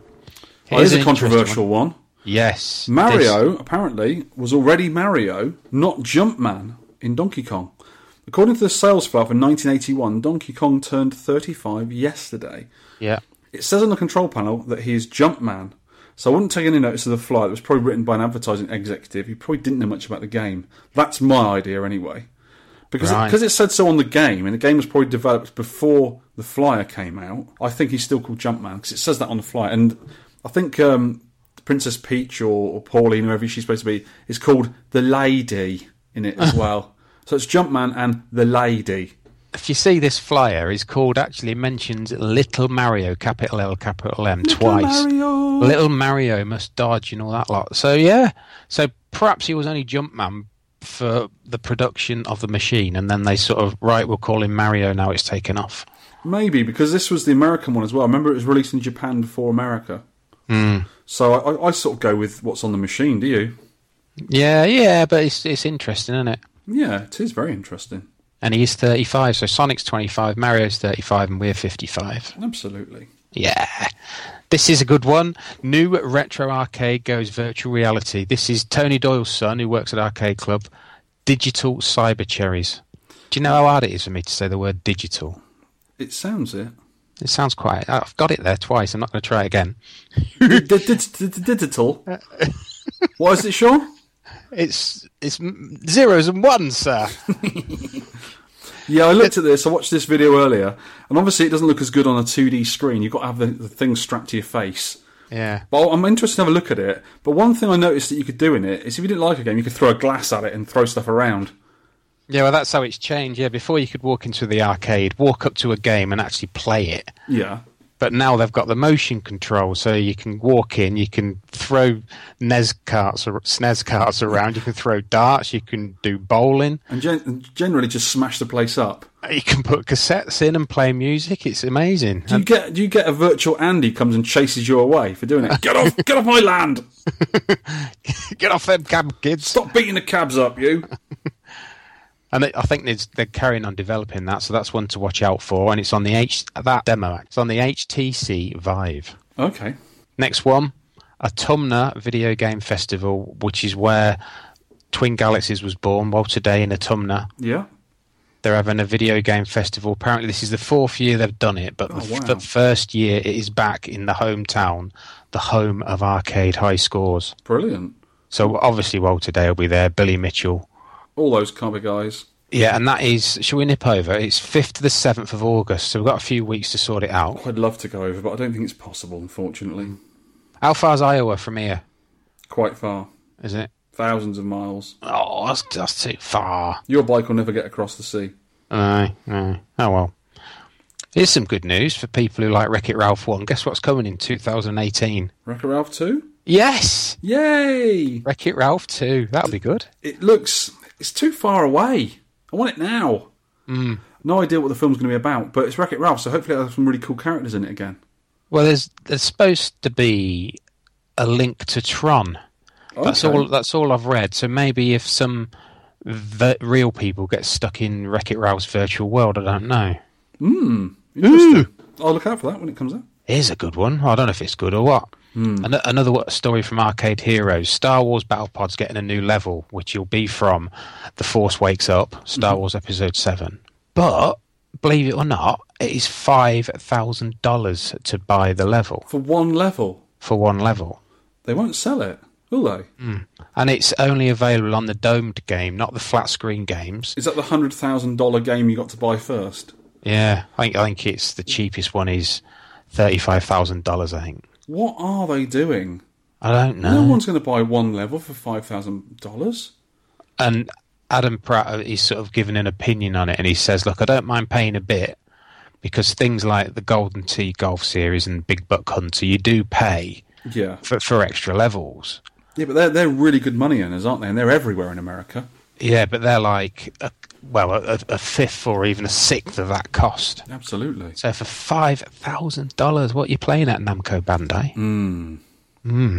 [SPEAKER 2] It is
[SPEAKER 3] Uh, an
[SPEAKER 2] a
[SPEAKER 3] interesting
[SPEAKER 2] controversial one.
[SPEAKER 3] Yes,
[SPEAKER 2] Mario apparently was already Mario, not Jumpman, in Donkey Kong. According to the sales file for 1981, Donkey Kong turned 35 yesterday.
[SPEAKER 3] this- yeah,
[SPEAKER 2] It says on the control panel that he is Jumpman. So I wouldn't take any notice of the flyer. It was probably written by an advertising executive. He probably didn't know much about the game. That's my idea anyway. Because it,
[SPEAKER 3] Right.
[SPEAKER 2] because it said so on the game, and the game was probably developed before the flyer came out. I think he's still called Jumpman because it says that on the flyer. And I think um, Princess Peach or, or Pauline, whoever she's supposed to be, is called the Lady in it as well. So it's Jumpman and the Lady.
[SPEAKER 3] If you see this flyer, it's called actually mentions Little Mario, capital L, capital M, twice.
[SPEAKER 2] Mario.
[SPEAKER 3] Little Mario must dodge and all that lot. So yeah, so perhaps he was only Jumpman for the production of the machine, and then they sort of right, we'll call him Mario now. It's taken off.
[SPEAKER 2] Maybe because this was the American one as well. I remember it was released in Japan before America. So I, I, I sort of go with what's on the machine. Do you?
[SPEAKER 3] Yeah, yeah, but it's it's interesting, isn't it?
[SPEAKER 2] Yeah, it is very interesting.
[SPEAKER 3] And he is 35, so Sonic's 25, Mario's 35, and we're 55.
[SPEAKER 2] Absolutely.
[SPEAKER 3] Yeah. This is a good one. New retro arcade goes virtual reality. This is Tony Doyle's son, who works at Arcade Club. Digital Cyber Cherries. Do you know how hard it is for me to say the word digital?
[SPEAKER 2] It sounds it.
[SPEAKER 3] It sounds quite. I've got it there twice. I'm not going to try again.
[SPEAKER 2] D- d- d- d- Digital. What is it, Sean?
[SPEAKER 3] It's it's m- zeros and ones, sir.
[SPEAKER 2] Yeah, I looked at this. I watched this video earlier, and obviously it doesn't look as good on a 2D screen. You've got to have the, the thing strapped to your face.
[SPEAKER 3] yeah.
[SPEAKER 2] But I'm interested to have a look at it. But one thing I noticed that you could do in it is if you didn't like a game, you could throw a glass at it and throw stuff around.
[SPEAKER 3] Yeah, well, that's how it's changed. Yeah, before you could walk into the arcade, walk up to a game, and actually play it.
[SPEAKER 2] Yeah.
[SPEAKER 3] But now they've got the motion control, so you can walk in, you can throw NES carts, or SNES E carts around, you can throw darts, you can do bowling,
[SPEAKER 2] and gen- generally just smash the place up.
[SPEAKER 3] you can put cassettes in and play music. It's amazing.
[SPEAKER 2] Do you get do you get a virtual Andy comes and chases you away for doing it? Get off! get off my land!
[SPEAKER 3] Get off them cab kids.
[SPEAKER 2] Stop beating the cabs up, you.
[SPEAKER 3] And it, I think there's, they're carrying on developing that, so that's one to watch out for. And it's on the H that demo. It's on the HTC Vive.
[SPEAKER 2] Okay.
[SPEAKER 3] Next one, Autumna Video Game Festival, which is where Twin Galaxies was born. Well, today in Autumna,
[SPEAKER 2] Yeah.
[SPEAKER 3] they're having a video game festival. Apparently, this is the fourth year they've done it, but the, f-
[SPEAKER 2] wow.
[SPEAKER 3] the first year it is back in the hometown, the home of arcade high scores.
[SPEAKER 2] Brilliant.
[SPEAKER 3] So obviously, well, today will be there. Billy Mitchell.
[SPEAKER 2] All those kind of guys.
[SPEAKER 3] Yeah, and that is, shall we nip over? It's 5th to the 7th of August, so we've got a few weeks to sort it out.
[SPEAKER 2] I'd love to go over, but I don't think it's possible, unfortunately.
[SPEAKER 3] How far's Iowa from here,
[SPEAKER 2] Quite far.
[SPEAKER 3] is it?
[SPEAKER 2] Thousands of miles.
[SPEAKER 3] Oh, that's, that's too far.
[SPEAKER 2] Your bike will never get across the sea.
[SPEAKER 3] Aye, aye. Oh, well. Here's some good news for people who like Wreck It Ralph 1. Guess what's coming in 2018?
[SPEAKER 2] Wreck Ralph 2?
[SPEAKER 3] Yes!
[SPEAKER 2] Yay!
[SPEAKER 3] Wreck It Ralph 2. That'll be good.
[SPEAKER 2] It looks. It's too far away. I want it now. Mm. No idea what the film's going to be about, but it's Wreck It Ralph, so hopefully it'll have some really cool characters in it again.
[SPEAKER 3] Well, there's, there's supposed to be a link to Tron. That's
[SPEAKER 2] Okay.
[SPEAKER 3] all. That's all I've read. So maybe if some v- real people get stuck in Wreck It Ralph's virtual world, I don't know.
[SPEAKER 2] Interesting. I'll look out for that when it comes out.
[SPEAKER 3] Here's a good one. I don't know if it's good or what. An- another wa- story from Arcade Heroes. Star Wars Battle Pod's getting a new level, which you'll be from The Force Wakes Up, Star Wars Episode 7. But, believe it or not, it is $5,000 to buy the level
[SPEAKER 2] For one level,
[SPEAKER 3] for one level.
[SPEAKER 2] they won't sell it, will they?
[SPEAKER 3] Hmm. And it's only available on the domed game, not the flat screen games.
[SPEAKER 2] Is that the hundred thousand dollar game you got to buy first?
[SPEAKER 3] Yeah, I think I think it's the cheapest one is thirty five thousand dollars. I think
[SPEAKER 2] What are they doing?
[SPEAKER 3] I don't
[SPEAKER 2] No
[SPEAKER 3] know.
[SPEAKER 2] one's going to buy one level for five thousand dollars.
[SPEAKER 3] And Adam Pratt uh, he's sort of given an opinion on it, and he says, "Look, I don't mind paying a bit because things like the Golden Tee Golf Series and Big Buck Hunter, you do pay
[SPEAKER 2] Yeah,
[SPEAKER 3] for, for extra levels.
[SPEAKER 2] yeah, but they're they're really good money earners, aren't they? And they're everywhere in America.
[SPEAKER 3] Yeah, but they're like a, well a, a- a fifth or even a sixth of that cost."
[SPEAKER 2] Absolutely.
[SPEAKER 3] So for five thousand dollars, what are you playing at Namco Bandai? Hmm. Hmm.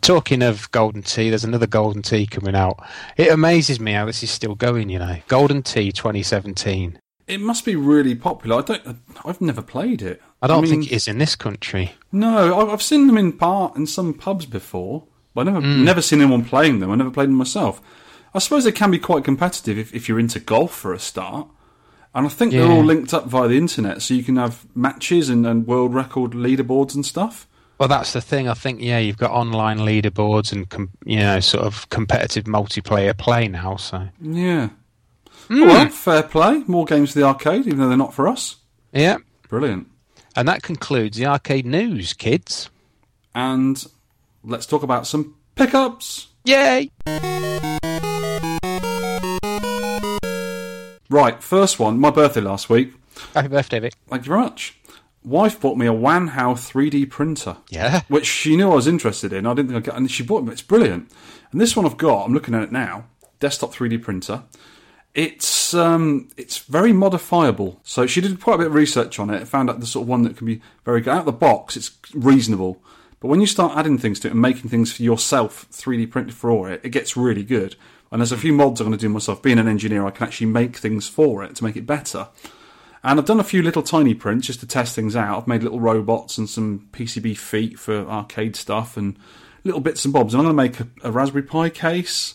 [SPEAKER 3] Talking of Golden Tea, there's another Golden Tea coming out. It amazes me how this is still going. You know, Golden Tea 2017.
[SPEAKER 2] It must be really popular. I don't. I've never played it.
[SPEAKER 3] I don't
[SPEAKER 2] mean,
[SPEAKER 3] think it is in this country.
[SPEAKER 2] No, I've- I've seen them in part in some pubs before, but I never
[SPEAKER 3] Hmm.
[SPEAKER 2] never seen anyone playing them. I never played them myself. I suppose they can be quite competitive if, if you're into golf for a start. And I think they're
[SPEAKER 3] Yeah.
[SPEAKER 2] all linked up via the internet, so you can have matches and, and world record leaderboards and stuff.
[SPEAKER 3] Well, that's the thing. I think yeah, you've got online leaderboards and com- you know sort of competitive multiplayer play now. So
[SPEAKER 2] Yeah.
[SPEAKER 3] Hmm.
[SPEAKER 2] All right, fair play. More games for the arcade, even though they're not for us.
[SPEAKER 3] yeah,
[SPEAKER 2] Brilliant.
[SPEAKER 3] and that concludes the arcade news, kids.
[SPEAKER 2] And let's talk about some pickups.
[SPEAKER 3] Yay!
[SPEAKER 2] Right, first one. My birthday last week.
[SPEAKER 3] Happy birthday, Vic.
[SPEAKER 2] Thank you very much. Wife bought me a Wanhao 3D printer.
[SPEAKER 3] Yeah.
[SPEAKER 2] Which she knew I was interested in. I didn't think I'd get and she bought it. It's brilliant. And this one I've got, I'm looking at it now, desktop 3D printer. It's um, it's very modifiable. So she did quite a bit of research on it, found out the sort of one that can be very good. Out of the box, it's reasonable. But when you start adding things to it and making things for yourself 3D printed for it, it gets really good. And there's a few mods I'm going to do myself. Being an engineer, I can actually make things for it to make it better. And I've done a few little tiny prints just to test things out. I've made little robots and some PCB feet for arcade stuff and little bits and bobs. And I'm going to make a, a Raspberry Pi case.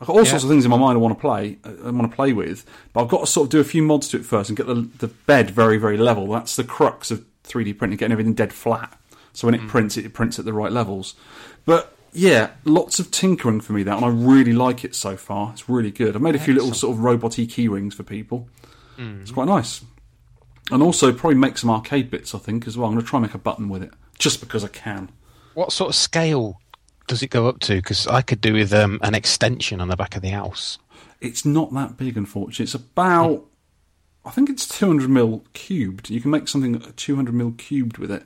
[SPEAKER 2] I've got all sorts of things in my mind I want to play. uh, I want to play with, but I've got to sort of do a few mods to it first and get the the bed very very level. That's the crux of 3D printing, getting everything dead flat. So when it prints, it, it prints at the right levels. But yeah, lots of tinkering for me that, and I really like it so far. It's really good. I've made a few little sort of roboty key rings for people. It's quite nice and also probably make some arcade bits. I think as well. I'm going to try and make a button with it, just because I can.
[SPEAKER 3] What sort of scale does it go up to? Because I could do with um, an extension on the back of the house.
[SPEAKER 2] It's not that big, unfortunately. It's about I think it's 200 mil cubed. You can make something 200 mil cubed with it.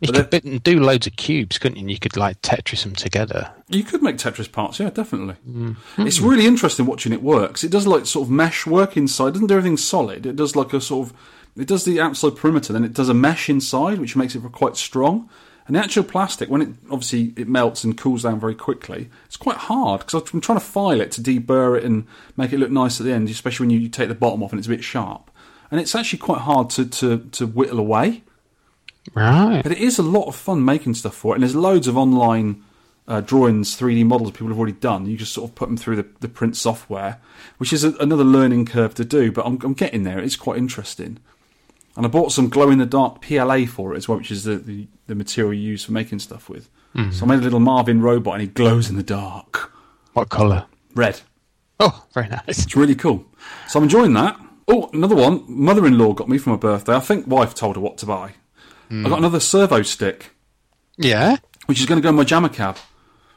[SPEAKER 3] You
[SPEAKER 2] But
[SPEAKER 3] could bit- do loads of cubes, couldn't you? And you could like Tetris them together.
[SPEAKER 2] You could make Tetris parts, yeah, definitely. It's really interesting watching it works. It does like sort of mesh work inside. It doesn't do everything solid. It does like a sort of it does the outside perimeter, then it does a mesh inside, which makes it quite strong. And the actual plastic, when it obviously it melts and cools down very quickly, it's quite hard because I'm trying to file it to deburr it and make it look nice at the end, especially when you, you take the bottom off and it's a bit sharp. And it's actually quite hard to, to, to whittle away.
[SPEAKER 3] Right.
[SPEAKER 2] But it is a lot of fun making stuff for it, and there's loads of online uh, drawings, 3D models people have already done. You just sort of put them through the, the print software, which is a, another learning curve to do, but I'm, I'm getting there. It's quite interesting. And I bought some glow in the dark PLA for it as well, which is the, the, the material you use for making stuff with. So I made a little Marvin robot, and he glows in the dark.
[SPEAKER 3] What colour?
[SPEAKER 2] Red.
[SPEAKER 3] Oh, very nice.
[SPEAKER 2] It's really cool. So I'm enjoying that. Oh, another one. Mother in law got me for my birthday. I think wife told her what to buy. I got another servo stick.
[SPEAKER 3] Yeah.
[SPEAKER 2] which is going to go in my jammer cab.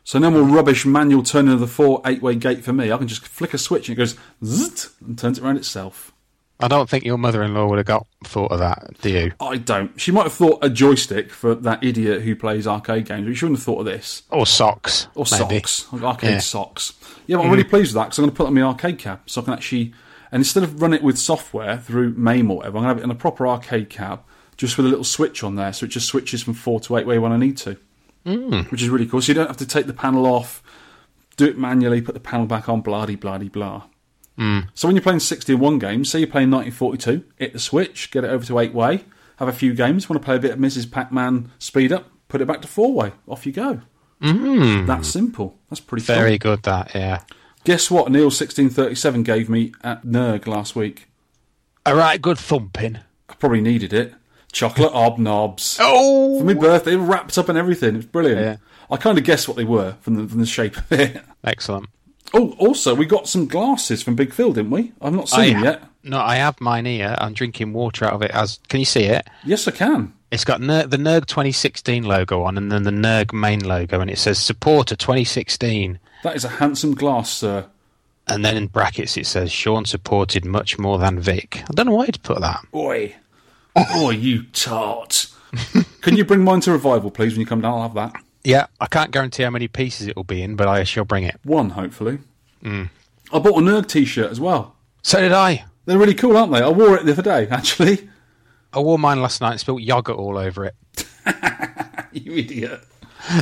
[SPEAKER 2] So no more rubbish manual turning of the four eight way gate for me. I can just flick a switch and it goes zzzt and turns it around itself.
[SPEAKER 3] I don't think your mother-in-law would have got thought of that, do you?
[SPEAKER 2] I don't. She might have thought a joystick for that idiot who plays arcade games, but she wouldn't have thought of this.
[SPEAKER 3] Or socks?
[SPEAKER 2] Or
[SPEAKER 3] maybe.
[SPEAKER 2] socks. Like arcade
[SPEAKER 3] Yeah. Mm.
[SPEAKER 2] socks. Yeah, but I'm really pleased with that because I'm going to put that on my arcade cab so I can actually, and instead of run it with software through MAME or whatever, I'm going to have it in a proper arcade cab just with a little switch on there so it just switches from four to eight way when I need to, mm. which is really cool. So you don't have to take the panel off, do it manually, put the panel back on, blah de blah de blah.
[SPEAKER 3] Hmm.
[SPEAKER 2] So when you're playing 60 in one game, say you're playing 1942, hit the switch, get it over to eight way, have a few games, want to play a bit of Mrs. Pac Man speed up, put it back to four way, off you go. Mm. That simple. That's pretty cool.
[SPEAKER 3] Hmm. Very good. That yeah.
[SPEAKER 2] Guess what? Neil sixteen thirty seven gave me at Nerg last week.
[SPEAKER 3] All right. Good thumping.
[SPEAKER 2] I probably needed it. Chocolate obnobs
[SPEAKER 3] Oh.
[SPEAKER 2] for my birthday, wrapped up and everything. It was brilliant.
[SPEAKER 3] Yeah.
[SPEAKER 2] I kind of guessed what they were from the from the shape of it.
[SPEAKER 3] Excellent.
[SPEAKER 2] Oh, also we got some glasses from Big Phil, didn't we? I've not seen them yet.
[SPEAKER 3] No, I have mine here. I'm drinking water out of it. As can you see it?
[SPEAKER 2] Yes, I can.
[SPEAKER 3] It's got Ner- the NERG 2016 logo on, and then the NERG main logo, and it says Supporter 2016,
[SPEAKER 2] That is a handsome glass, sir.
[SPEAKER 3] and then in brackets it says Sean supported much more than Vic. I don't know why he'd put that.
[SPEAKER 2] Oi, oi, you tart! can you bring mine to revival, please? When you come down, I'll have that
[SPEAKER 3] Yeah, I can't guarantee how many pieces it will be in, but I shall bring it.
[SPEAKER 2] one, hopefully. Mm. I bought a Nerg T-shirt as well.
[SPEAKER 3] So did I.
[SPEAKER 2] They're really cool, aren't they? I wore it the other day, actually.
[SPEAKER 3] I wore mine last night and spilled yogurt all over it.
[SPEAKER 2] you idiot.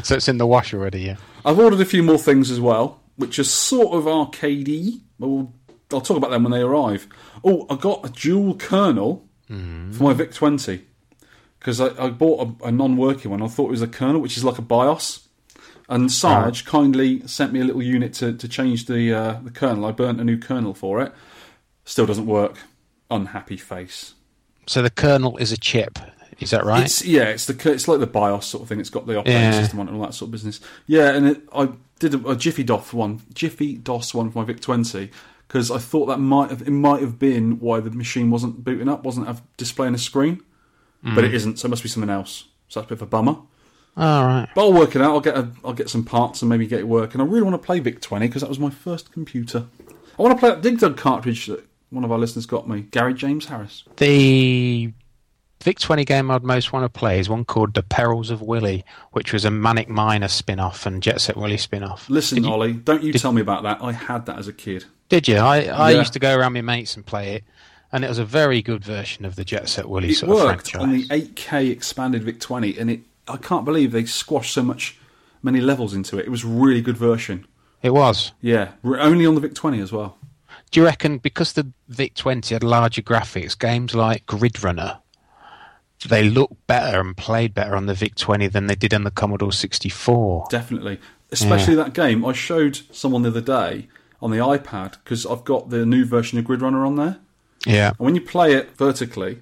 [SPEAKER 3] so it's in the wash already, yeah.
[SPEAKER 2] I've ordered a few more things as well, which are sort of arcadey. But we'll, I'll talk about them when they arrive. Oh, I got a dual kernel for my Vic 20 because I, I bought a, a non-working one. I thought it was a kernel, which is like a BIOS. And Sarge kindly sent me a little unit to, to change the uh, the kernel. I burnt a new kernel for it. Still doesn't work. Unhappy face.
[SPEAKER 3] So the kernel is a chip. Is that right?
[SPEAKER 2] It's yeah, it's the cur- it's like the BIOS sort of thing. It's got the operating
[SPEAKER 3] Yeah.
[SPEAKER 2] system on it and all that sort of business. Yeah, and it, I did a, a Jiffy DOS one, Jiffy DOS one for my Vic twenty because I thought that might have it might have been why the machine wasn't booting up, wasn't have, displaying a screen, but it isn't. So it must be something else. So that's a bit of a bummer.
[SPEAKER 3] Mm. All right.
[SPEAKER 2] But I'll work it out. I'll get a, I'll get some parts and maybe get it working. I really want to play Vic twenty because that was my first computer. I want to play that Dig Dug cartridge that one of our listeners got me, Gary James Harris.
[SPEAKER 3] The Vic 20 game I'd most want to play is one called The Perils of Willy, which was a Manic Miner spin off and Jet Set Willy spin off.
[SPEAKER 2] Listen,
[SPEAKER 3] did you,
[SPEAKER 2] Ollie, don't you tell me about that. I had that as a kid.
[SPEAKER 3] Did you? I, I
[SPEAKER 2] Yeah.
[SPEAKER 3] used to go around my mates and play it, and it was a very good version of the Jet Set Willy
[SPEAKER 2] it
[SPEAKER 3] sort
[SPEAKER 2] worked
[SPEAKER 3] of
[SPEAKER 2] on the
[SPEAKER 3] franchise.
[SPEAKER 2] 8K expanded Vic 20, and it I can't believe they squashed so much many levels into it. It was a really good version.
[SPEAKER 3] It was.
[SPEAKER 2] Yeah, re- only on the Vic 20 as well.
[SPEAKER 3] Do you reckon because the Vic 20 had larger graphics, games like Grid Runner, they looked better and played better on the Vic 20 than they did on the Commodore 64?
[SPEAKER 2] Definitely, especially that game. I showed someone the other day on the iPad because I've got the new version of Grid Runner on there.
[SPEAKER 3] Yeah.
[SPEAKER 2] And when you play it vertically,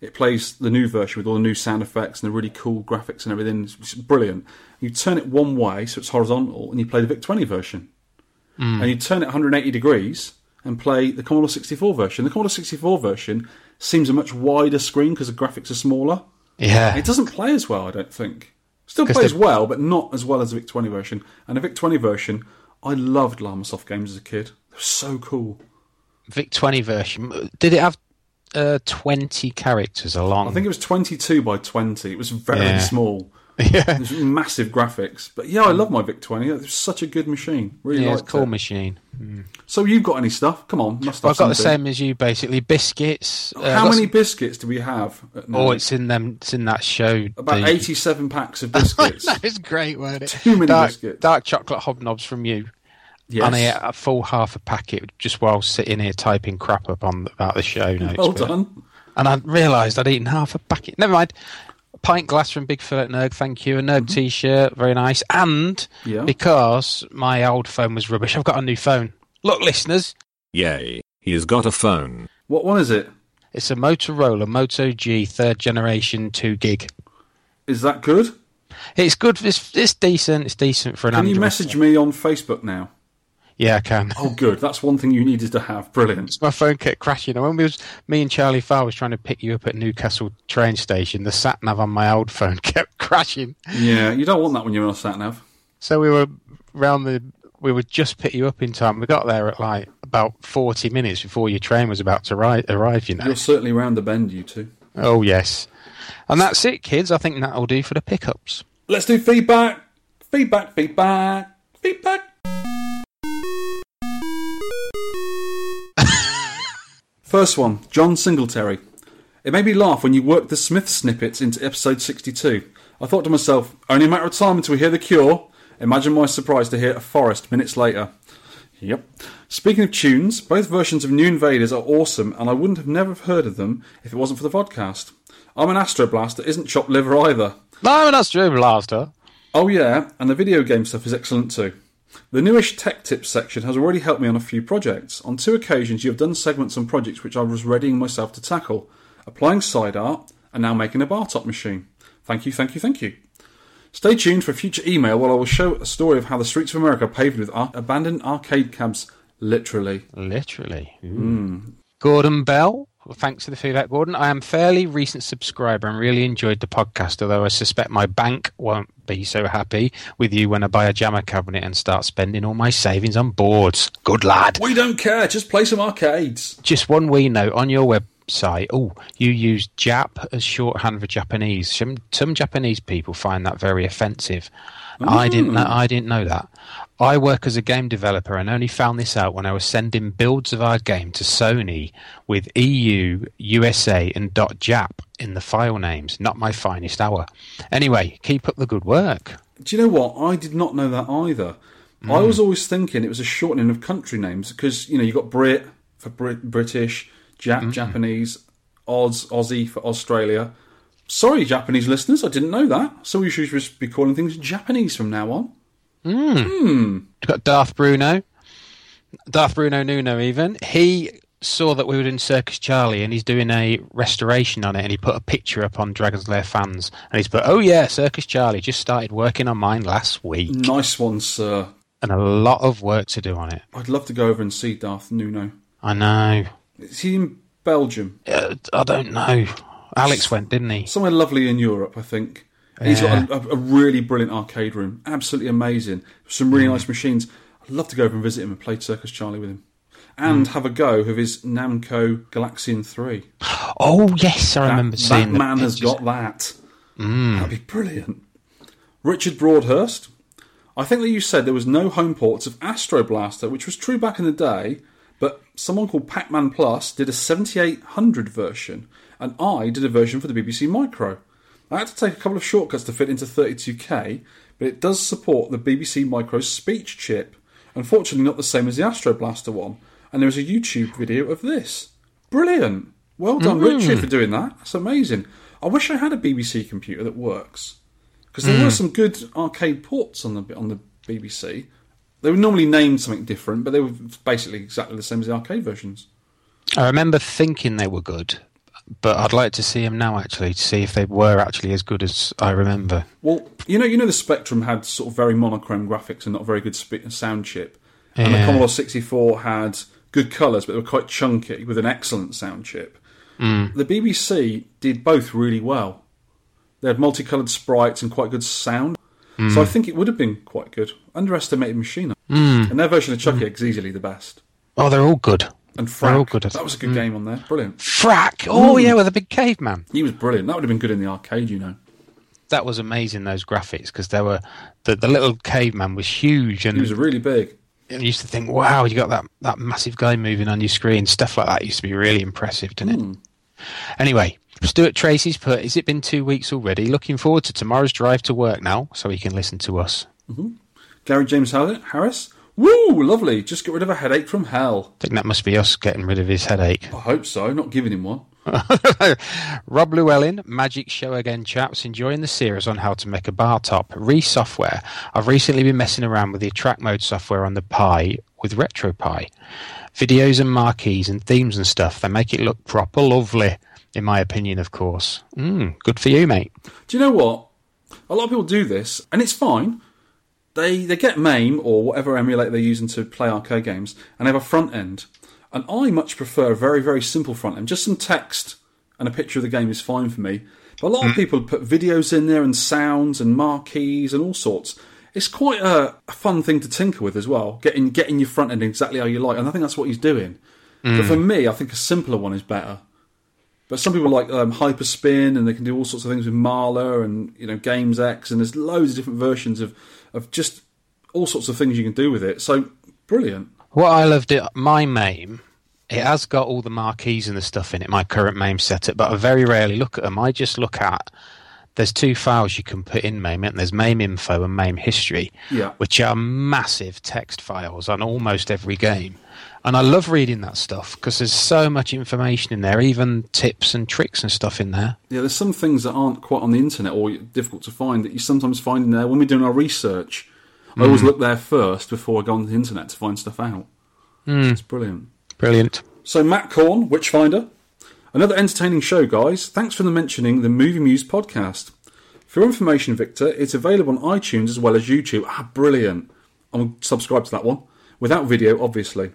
[SPEAKER 2] it plays the new version with all the new sound effects and the really cool graphics and everything. It's it's brilliant. You turn it one way, so it's horizontal, and you play the Vic 20 version. And you turn it 180 degrees and play the Commodore 64 version. The Commodore 64 version seems a much wider screen because the graphics are smaller.
[SPEAKER 3] Yeah.
[SPEAKER 2] It doesn't play as well, I don't think. Still
[SPEAKER 3] 'Cause
[SPEAKER 2] plays
[SPEAKER 3] they-
[SPEAKER 2] well, but not as well as the Vic 20 version. And the Vic 20 version, I loved Lamasoft games as a kid. They were so cool.
[SPEAKER 3] Vic 20 version. Did it have uh, 20 characters along.
[SPEAKER 2] I think it was 22 by 20. It was very
[SPEAKER 3] Yeah.
[SPEAKER 2] small.
[SPEAKER 3] yeah.
[SPEAKER 2] It was massive graphics. But yeah, I love my Vic 20. It was such a good machine. Really
[SPEAKER 3] Yeah, it's
[SPEAKER 2] liked
[SPEAKER 3] a cool
[SPEAKER 2] it.
[SPEAKER 3] machine.
[SPEAKER 2] So you've got any stuff? Come on, must have
[SPEAKER 3] Well, I've got the
[SPEAKER 2] something.
[SPEAKER 3] same as you, basically. Biscuits. uh,
[SPEAKER 2] How
[SPEAKER 3] got
[SPEAKER 2] many
[SPEAKER 3] s-
[SPEAKER 2] biscuits do we have? at
[SPEAKER 3] Oh,
[SPEAKER 2] night?
[SPEAKER 3] it's in them. It's in that show.
[SPEAKER 2] about
[SPEAKER 3] the-
[SPEAKER 2] 87 packs of biscuits.
[SPEAKER 3] that is great, weren't it?
[SPEAKER 2] Too many
[SPEAKER 3] dark,
[SPEAKER 2] biscuits.
[SPEAKER 3] dark chocolate hobnobs from you.
[SPEAKER 2] Yes.
[SPEAKER 3] And I ate a full half a packet just while sitting here typing crap up on about the show notes.
[SPEAKER 2] well
[SPEAKER 3] but-
[SPEAKER 2] done.
[SPEAKER 3] And I realised I'd eaten half a packet. Never mind. A pint glass from Big Phil at Nerg, thank you. A Nerg t shirt, very nice. And
[SPEAKER 2] Mm-hmm. Yeah.
[SPEAKER 3] because my old phone was rubbish, I've got a new phone. Look, listeners,
[SPEAKER 11] Yay, he's got a phone.
[SPEAKER 2] What one is it?
[SPEAKER 3] it's a Motorola Moto G third generation 2 gig.
[SPEAKER 2] Is that good?
[SPEAKER 3] It's good, it's, it's decent, it's decent for an
[SPEAKER 2] Can
[SPEAKER 3] Android.
[SPEAKER 2] you message me on Facebook now?
[SPEAKER 3] Yeah, I can.
[SPEAKER 2] Oh, good. That's one thing you needed to have. Brilliant.
[SPEAKER 3] my phone kept crashing. And when we was me and Charlie Farr was trying to pick you up at Newcastle train station, the sat nav on my old phone kept crashing.
[SPEAKER 2] Yeah, you don't want that when you're on a sat nav.
[SPEAKER 3] So we were round the we would just pick you up in time. We got there at like about forty minutes before your train was about to ri- arrive. You know.
[SPEAKER 2] You're certainly round the bend, you two.
[SPEAKER 3] Oh yes. And that's it, kids. I think that'll do for the pickups.
[SPEAKER 2] Let's do feedback. Feedback, feedback, feedback. First one, John Singletary. It made me laugh when you worked the Smith snippets into episode 62. I thought to myself, only a matter of time until we hear The Cure. Imagine my surprise to hear A Forest minutes later. Yep. Speaking of tunes, both versions of New Invaders are awesome, and I wouldn't have never heard of them if it wasn't for the podcast. I'm an Astroblast that isn't chopped liver either.
[SPEAKER 3] No, that's true, Blaster.
[SPEAKER 2] Oh yeah, and the video game stuff is excellent too. The newish tech tips section has already helped me on a few projects. On two occasions, you have done segments on projects which I was readying myself to tackle, applying side art, and now making a bar top machine. Thank you, thank you, thank you. Stay tuned for a future email where I will show a story of how the streets of America are paved with ar- abandoned arcade cabs, literally.
[SPEAKER 3] Literally. Gordon Bell. Well, Thanks for the feedback, Gordon. I am fairly recent subscriber and really enjoyed the podcast, although I suspect my bank won't be so happy with you when I buy a jammer cabinet and start spending all my savings on boards. Good lad.
[SPEAKER 2] We don't care, just play some arcades.
[SPEAKER 3] Just one wee note on your website. Oh, you use Jap as shorthand for Japanese. Some some Japanese people find that very offensive. I didn't know, I didn't know that. I work as a game developer and only found this out when I was sending builds of our game to Sony with E EU, USA, and .jap in the file names. Not my finest hour. Anyway, keep up the good work.
[SPEAKER 2] Do you know what? I did not know that either. I was always thinking it was a shortening of country names because you know you got Brit for Brit- British, Jap Japanese, Oz Aussie for Australia. Sorry, Japanese listeners, I didn't know that. So we should just be calling things Japanese from now on.
[SPEAKER 3] We've got Darth Bruno. Darth Bruno Nuno, even. He saw that we were doing Circus Charlie and he's doing a restoration on it and he put a picture up on Dragon's Lair fans and he's put, oh yeah, Circus Charlie just started working on mine last week
[SPEAKER 2] Nice one, sir.
[SPEAKER 3] and a lot of work to do on it.
[SPEAKER 2] I'd love to go over and see Darth Nuno.
[SPEAKER 3] I know.
[SPEAKER 2] Is he in Belgium?
[SPEAKER 3] Uh, I don't know. Alex went, didn't he?
[SPEAKER 2] Somewhere lovely in Europe, I think. And He's got a, a, a really brilliant arcade room. Ah, Absolutely amazing. Some really nice machines. I'd love to go over and visit him and play Circus Charlie with him. And have a go of his Namco Galaxian 3.
[SPEAKER 3] Oh yes, I remember
[SPEAKER 2] that,
[SPEAKER 3] seeing
[SPEAKER 2] that
[SPEAKER 3] the
[SPEAKER 2] man has
[SPEAKER 3] pictures.
[SPEAKER 2] got that. That'd be brilliant. Richard Broadhurst. I think that you said there was no home ports of Astro Blaster, which was true back in the day, but someone called Pac-Man Plus did a 7800 version, and I did a version for the BBC Micro. I had to take a couple of shortcuts to fit into 32K, but it does support the BBC Micro's speech chip. Unfortunately, not the same as the Astro Blaster one, and there is a YouTube video of this. Brilliant! Well done, Richard, for doing that. That's amazing. I wish I had a BBC computer that works because there were some good arcade ports on the on the BBC. They were normally named something different, but they were basically exactly the same as the arcade versions.
[SPEAKER 3] I remember thinking they were good, but I'd like to see them now actually to see if they were actually as good as I remember.
[SPEAKER 2] Well, you know, you know, the Spectrum had sort of very monochrome graphics and not a very good spe- sound chip, and the
[SPEAKER 3] Yeah.
[SPEAKER 2] Commodore sixty four had good colours, but they were quite chunky with an excellent sound chip. The BBC did both really well. They had multicoloured sprites and quite good sound. So I think it would have been quite good. Underestimated machine. And their version of Chucky is easily the best.
[SPEAKER 3] Oh, they're all good.
[SPEAKER 2] and
[SPEAKER 3] They're all
[SPEAKER 2] Frack.
[SPEAKER 3] good at-
[SPEAKER 2] That was a good game on there. Brilliant.
[SPEAKER 3] Frack. Oh yeah, with a big caveman.
[SPEAKER 2] He was brilliant. That would have been good in the arcade, you know.
[SPEAKER 3] That was amazing. Those graphics because there were the, the little caveman was huge, and
[SPEAKER 2] He was really big.
[SPEAKER 3] you used to think, wow, you got that, that massive guy moving on your screen. Stuff like that used to be really impressive, didn't it? Anyway, Stuart Tracy's put, has it been two weeks already? Looking forward to tomorrow's drive to work now so he can listen to us.
[SPEAKER 2] Gary James Har- Harris. Woo, lovely. Just get rid of a headache from hell.
[SPEAKER 3] I think that must be us getting rid of his headache.
[SPEAKER 2] I hope so. Not giving him one.
[SPEAKER 3] Rob Llewellyn, magic show again, chaps. Enjoying the series on how to make a bar top. Re software. I've recently been messing around with the attract mode software on the Pi with RetroPie. Videos and marquees and themes and stuff. They make it look proper lovely, in my opinion, of course. Mm, good for you, mate.
[SPEAKER 2] Do you know what? A lot of people do this, and it's fine. They they get MAME or whatever emulator they're using to play arcade games, and they have a front end. And I much prefer a very very simple front end. Just some text and a picture of the game is fine for me. But a lot
[SPEAKER 3] Mm.
[SPEAKER 2] of people put videos in there and sounds and marquees and all sorts. It's quite a, a fun thing to tinker with as well. Getting getting your front end exactly how you like, and I think that's what he's doing.
[SPEAKER 3] Mm.
[SPEAKER 2] But for me, I think a simpler one is better. But some people like um, Hyperspin, and they can do all sorts of things with Marla and you know Games X, and there's loads of different versions of of just all sorts of things you can do with it. So brilliant!
[SPEAKER 3] What I loved it, my MAME, it has got all the marquees and the stuff in it, my current MAME setup, but I very rarely look at them. I just look at, there's two files you can put in MAME, and there's MAME info and MAME history,
[SPEAKER 2] Yeah.
[SPEAKER 3] which are massive text files on almost every game. And I love reading that stuff because there's so much information in there, even tips and tricks and stuff in there.
[SPEAKER 2] Yeah, there's some things that aren't quite on the internet or difficult to find that you sometimes find in there when we're doing our research. I always look there first before I go on the internet to find stuff out. It's brilliant.
[SPEAKER 3] Brilliant.
[SPEAKER 2] So Matt Corn, Witchfinder, another entertaining show, guys. Thanks for the mentioning the Movie Muse podcast. For your information, Victor, it's available on iTunes as well as YouTube. Ah, brilliant! I'm subscribed to that one without video, obviously.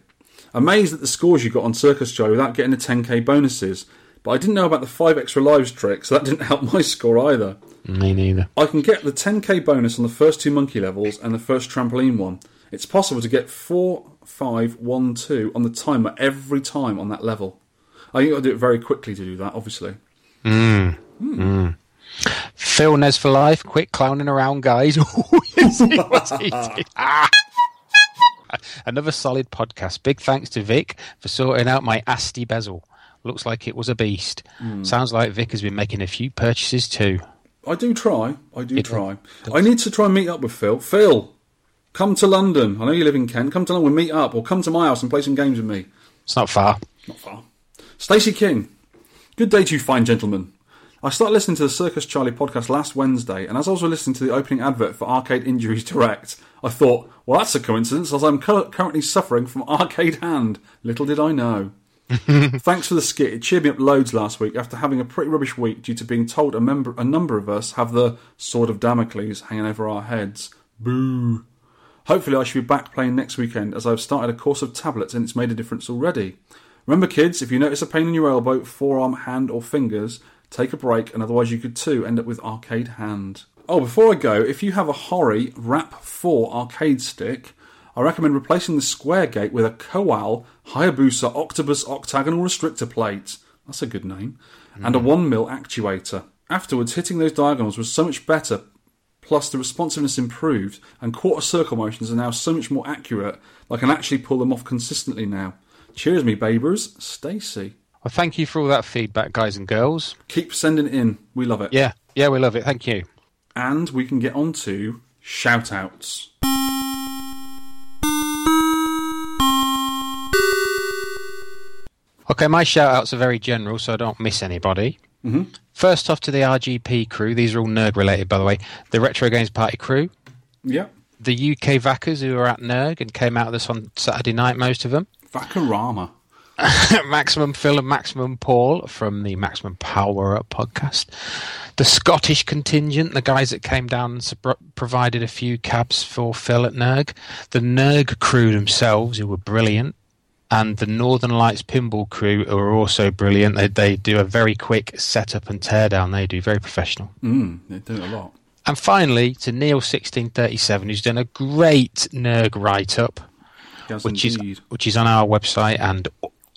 [SPEAKER 2] Amazed at the scores you got on Circus Joe without getting the 10k bonuses, but I didn't know about the five extra lives trick, so that didn't help my score either.
[SPEAKER 3] Me neither.
[SPEAKER 2] I can get the 10k bonus on the first two monkey levels and the first trampoline one. It's possible to get 4, 5, 1, 2 on the timer every time on that level. I think I'll do it very quickly to do that, obviously.
[SPEAKER 3] Phil Nes for life. Quit clowning around, guys. Ooh, yes, he was, he did. Ah. Another solid podcast. Big thanks to Vic for sorting out my Asti bezel. Looks like it was a beast. Sounds like Vic has been making a few purchases too.
[SPEAKER 2] I do try. I do try. I need to try and meet up with Phil. Phil, come to London. I know you live in Kent. Come to London, we'll meet up, or come to my house and play some games with me.
[SPEAKER 3] It's not far.
[SPEAKER 2] Stacey King. Good day to you, fine gentlemen. I started listening to the Circus Charlie podcast last Wednesday, and as I was listening to the opening advert for Arcade Injuries Direct, I thought, well, that's a coincidence, as I'm cur- currently suffering from arcade hand. Little did I know. Thanks for the skit. It cheered me up loads last week after having a pretty rubbish week due to being told a, member, a number of us have the Sword of Damocles hanging over our heads. Boo. Hopefully, I should be back playing next weekend as I've started a course of tablets and it's made a difference already. Remember, kids, if you notice a pain in your elbow, forearm, hand, or fingers, take a break, and otherwise, you could too end up with arcade hand. Oh, before I go, if you have a Hori Wrap 4 arcade stick, I recommend replacing the square gate with a Koal Hayabusa Octopus Octagonal Restrictor Plate. That's a good name. And a 1 mil actuator. Afterwards, hitting those diagonals was so much better, Plus, the responsiveness improved, and quarter circle motions are now so much more accurate. I can actually pull them off consistently now. Cheers, me babers. Stacy,
[SPEAKER 3] Well, thank you for all that feedback, guys and girls.
[SPEAKER 2] keep sending it in. We love it.
[SPEAKER 3] Yeah, yeah, we love it. Thank you.
[SPEAKER 2] And we can get on to shout outs.
[SPEAKER 3] Okay, my shout outs are very general, so I don't miss anybody. Mm-hmm. First off, to the RGP crew. These are all nerd related, by the way. The Retro Games Party crew.
[SPEAKER 2] Yeah.
[SPEAKER 3] the UK Vackers who were at NERG and came out of this on Saturday night, most of them.
[SPEAKER 2] Vakarama.
[SPEAKER 3] Maximum Phil and Maximum Paul from the Maximum Power Up podcast. The Scottish contingent, the guys that came down and sup- provided a few cabs for Phil at NERG. The NERG crew themselves, who were brilliant. And the Northern Lights pinball crew who are also brilliant. They, they do a very quick setup and teardown. They do very professional.
[SPEAKER 2] Mm, they're doing a lot.
[SPEAKER 3] And finally, to Neil1637, who's done a great NERG write up
[SPEAKER 2] Yes,
[SPEAKER 3] which
[SPEAKER 2] indeed.
[SPEAKER 3] is which is on our website and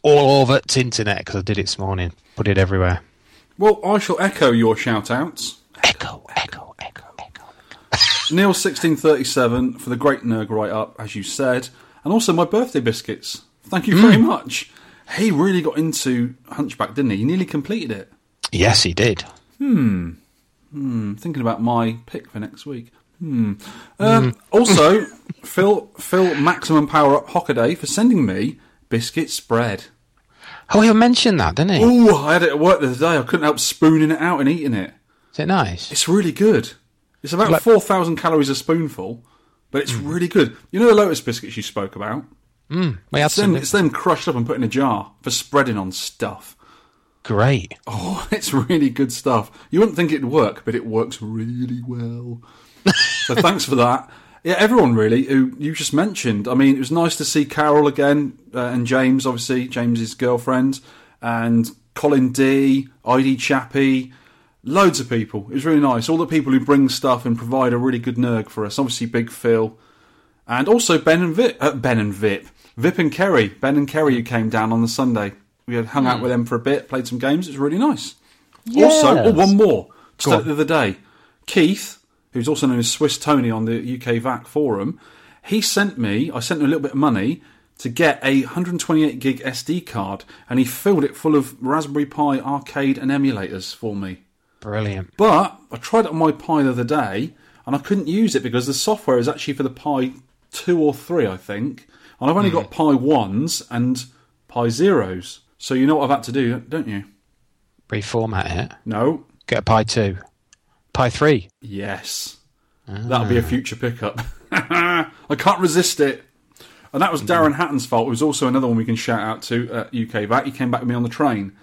[SPEAKER 3] all over its internet because I did it this morning. Put it everywhere.
[SPEAKER 2] Well, I shall echo your shout outs.
[SPEAKER 3] Echo, echo,
[SPEAKER 2] echo, echo. Neil1637 for the great Nerg write up, as you said, and also my birthday biscuits. Thank you very much. He really got into Hunchback, didn't he? He nearly completed it.
[SPEAKER 3] Yes, he did.
[SPEAKER 2] Hmm. Hmm. Thinking about my pick for next week. Hmm. Um, also, Phil, Phil, maximum power up Hockaday for sending me biscuit spread.
[SPEAKER 3] Oh, he mentioned that, didn't he?
[SPEAKER 2] Ooh, I had it at work the other day. I couldn't help spooning it out and eating it.
[SPEAKER 3] Is it nice?
[SPEAKER 2] It's really good. It's about
[SPEAKER 3] Like-
[SPEAKER 2] 4,000 calories a spoonful, but it's really good. You know the lotus biscuits you spoke about?
[SPEAKER 3] Mm, we had
[SPEAKER 2] It's them,
[SPEAKER 3] some.
[SPEAKER 2] it's them crushed up and put in a jar for spreading on stuff.
[SPEAKER 3] Great.
[SPEAKER 2] Oh, it's really good stuff. You wouldn't think it'd work, but it works really well. so thanks for that. Yeah, everyone really who you just mentioned. I mean, it was nice to see Carol again uh, and James, obviously James's girlfriend, and Colin D, ID Chappie, loads of people. It was really nice. All the people who bring stuff and provide a really good nerg for us. Obviously, Big Phil, and also Ben and Vip, uh, Ben and Vip, Vip and Kerry, Ben and Kerry who came down on the Sunday. We had hung out with them for a bit, played some games. It was really nice. Also, oh, one more. Just
[SPEAKER 3] Go
[SPEAKER 2] out the other day, Keith, who's also known as Swiss Tony on the UK VAC forum, he sent me. I sent him a little bit of money to get a 128 gig SD card, and he filled it full of Raspberry Pi arcade and emulators for me.
[SPEAKER 3] Brilliant.
[SPEAKER 2] But I tried it on my Pi the other day, and I couldn't use it because the software is actually for the Pi 2 or 3, I think. And I've only got Pi 1s and Pi 0s. So you know what I've had to do, don't you?
[SPEAKER 3] Reformat it.
[SPEAKER 2] No.
[SPEAKER 3] Get a Pi 2. Pi 3.
[SPEAKER 2] Yes. That'll be a future pickup. I can't resist it. And that was Darren Hatton's fault, who's also another one we can shout out to at UK VAT. He came back with me on the train.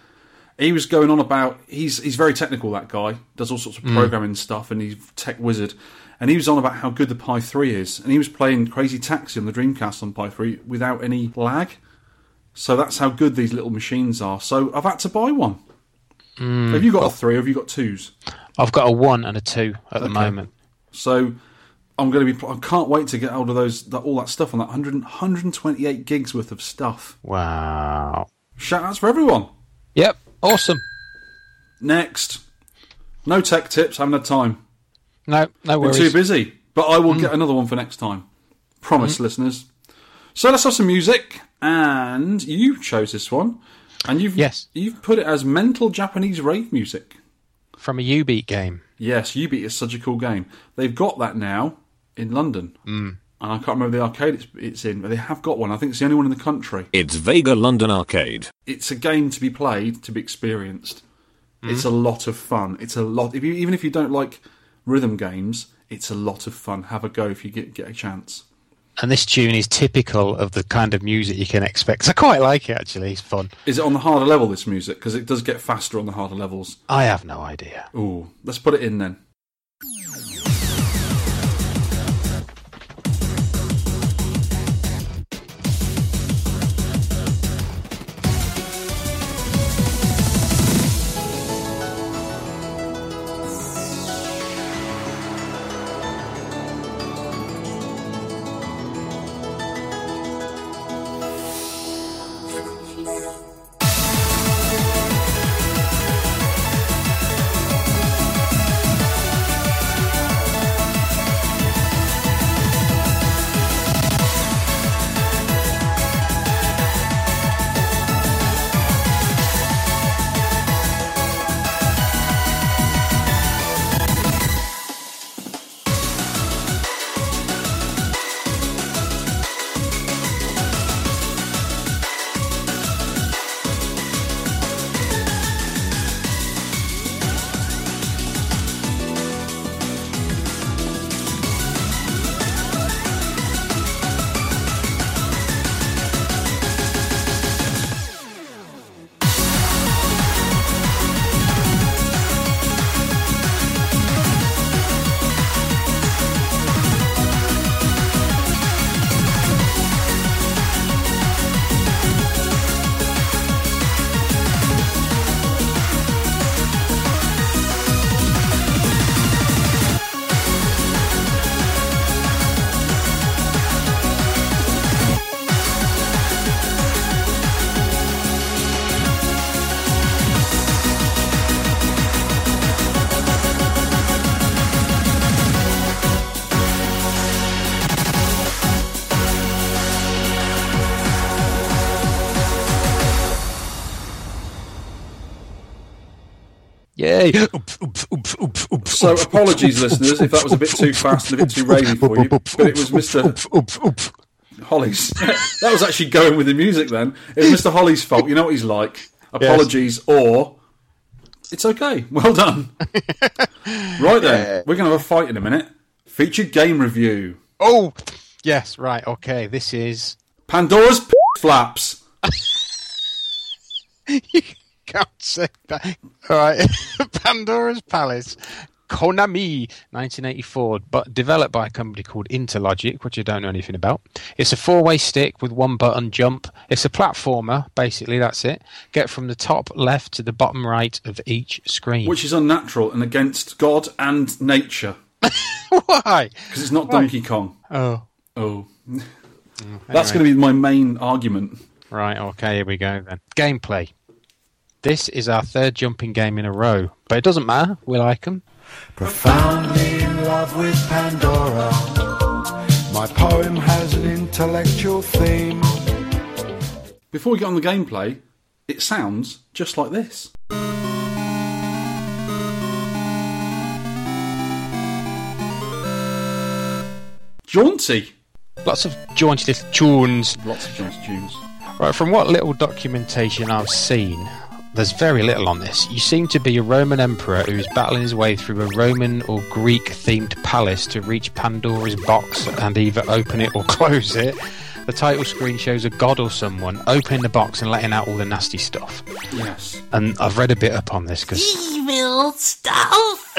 [SPEAKER 2] He was going on about he's he's very technical that guy, does all sorts of programming stuff and he's a tech wizard. And he was on about how good the Pi 3 is. And he was playing Crazy Taxi on the Dreamcast on Pi 3 without any lag. So that's how good these little machines are. So I've had to buy one. Have you got a 3 or have you got 2s?
[SPEAKER 3] I've got a 1 and a 2 at the moment.
[SPEAKER 2] So I'm going to be. I can't wait to get hold of those. That, all that stuff on that 100, 128 gigs worth of stuff.
[SPEAKER 3] Wow.
[SPEAKER 2] Shout outs for everyone.
[SPEAKER 3] Yep. Awesome.
[SPEAKER 2] Next, no tech tips. Haven't had time.
[SPEAKER 3] No, no
[SPEAKER 2] Been
[SPEAKER 3] worries.
[SPEAKER 2] too busy. But I will get another one for next time. Promise, listeners. So let's have some music. And you chose this one, and you've
[SPEAKER 3] Yes.
[SPEAKER 2] you've put it as mental Japanese rave music.
[SPEAKER 3] From a U-Beat game.
[SPEAKER 2] Yes, Ubi is such a cool game. They've got that now in London, mm. and I can't remember the arcade it's, it's in, but they have got one. I think it's the only one in the country.
[SPEAKER 11] It's Vega London Arcade.
[SPEAKER 2] It's a game to be played, to be experienced. It's a lot of fun. It's a lot. If you, even if you don't like rhythm games, it's a lot of fun. Have a go if you get get a chance.
[SPEAKER 3] And this tune is typical of the kind of music you can expect. I quite like it, actually. It's fun.
[SPEAKER 2] Is it on the harder level? This music because it does get faster on the harder levels.
[SPEAKER 3] I have no idea.
[SPEAKER 2] Ooh, let's put it in then.
[SPEAKER 13] 「
[SPEAKER 3] Yay!
[SPEAKER 2] So apologies, listeners, if that was a bit too fast and a bit too ravey for you. But it was Mr. Holly's. that was actually going with the music then. It was Mr. Holly's fault. You know what he's like. Apologies, or it's okay. Well done. right then, we're going to have a fight in a minute. Featured game review.
[SPEAKER 3] Oh, yes, right, okay. This is.
[SPEAKER 2] Pandora's p- flaps.
[SPEAKER 3] you can't say that. All right, Pandora's Palace. Konami, 1984, but developed by a company called Interlogic, which I don't know anything about. It's a four-way stick with one button jump. It's a platformer, basically. That's it. Get from the top left to the bottom right of each screen.
[SPEAKER 2] Which is unnatural and against God and nature.
[SPEAKER 3] why?
[SPEAKER 2] Because it's not Donkey Kong.
[SPEAKER 3] Oh,
[SPEAKER 2] Oh. That's going to be my main argument.
[SPEAKER 3] Right, okay, here we go then. Gameplay. This is our third jumping game in a row, but it doesn't matter. We like them.
[SPEAKER 13] Profoundly in love with Pandora. My poem has an intellectual theme.
[SPEAKER 2] Before we get on the gameplay, it sounds just like this. Jaunty.
[SPEAKER 3] Lots of jaunty little tunes.
[SPEAKER 2] Lots of jaunty tunes.
[SPEAKER 3] Right, from what little documentation I've seen, there's very little on this. You seem to be a Roman emperor who is battling his way through a Roman or Greek themed palace to reach Pandora's box and either open it or close it. The title screen shows a god or someone opening the box and letting out all the nasty stuff.
[SPEAKER 2] Yes.
[SPEAKER 3] And I've read a bit up on this because
[SPEAKER 14] Evil stuff.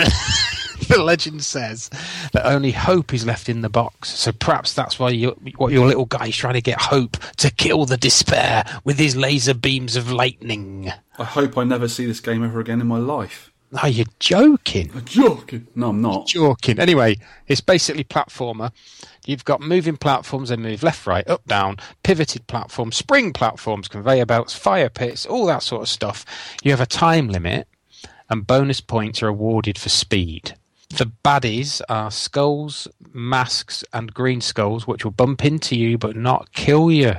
[SPEAKER 3] the legend says that only hope is left in the box. So perhaps that's why you, what your little guy's trying to get hope to kill the despair with his laser beams of lightning.
[SPEAKER 2] I hope I never see this game ever again in my life.
[SPEAKER 3] Are you joking?
[SPEAKER 2] I'm joking. No, I'm not.
[SPEAKER 3] Joking. Anyway, it's basically platformer. You've got moving platforms, they move left, right, up, down, pivoted platforms, spring platforms, conveyor belts, fire pits, all that sort of stuff. You have a time limit, and bonus points are awarded for speed. The baddies are skulls, masks, and green skulls, which will bump into you but not kill you.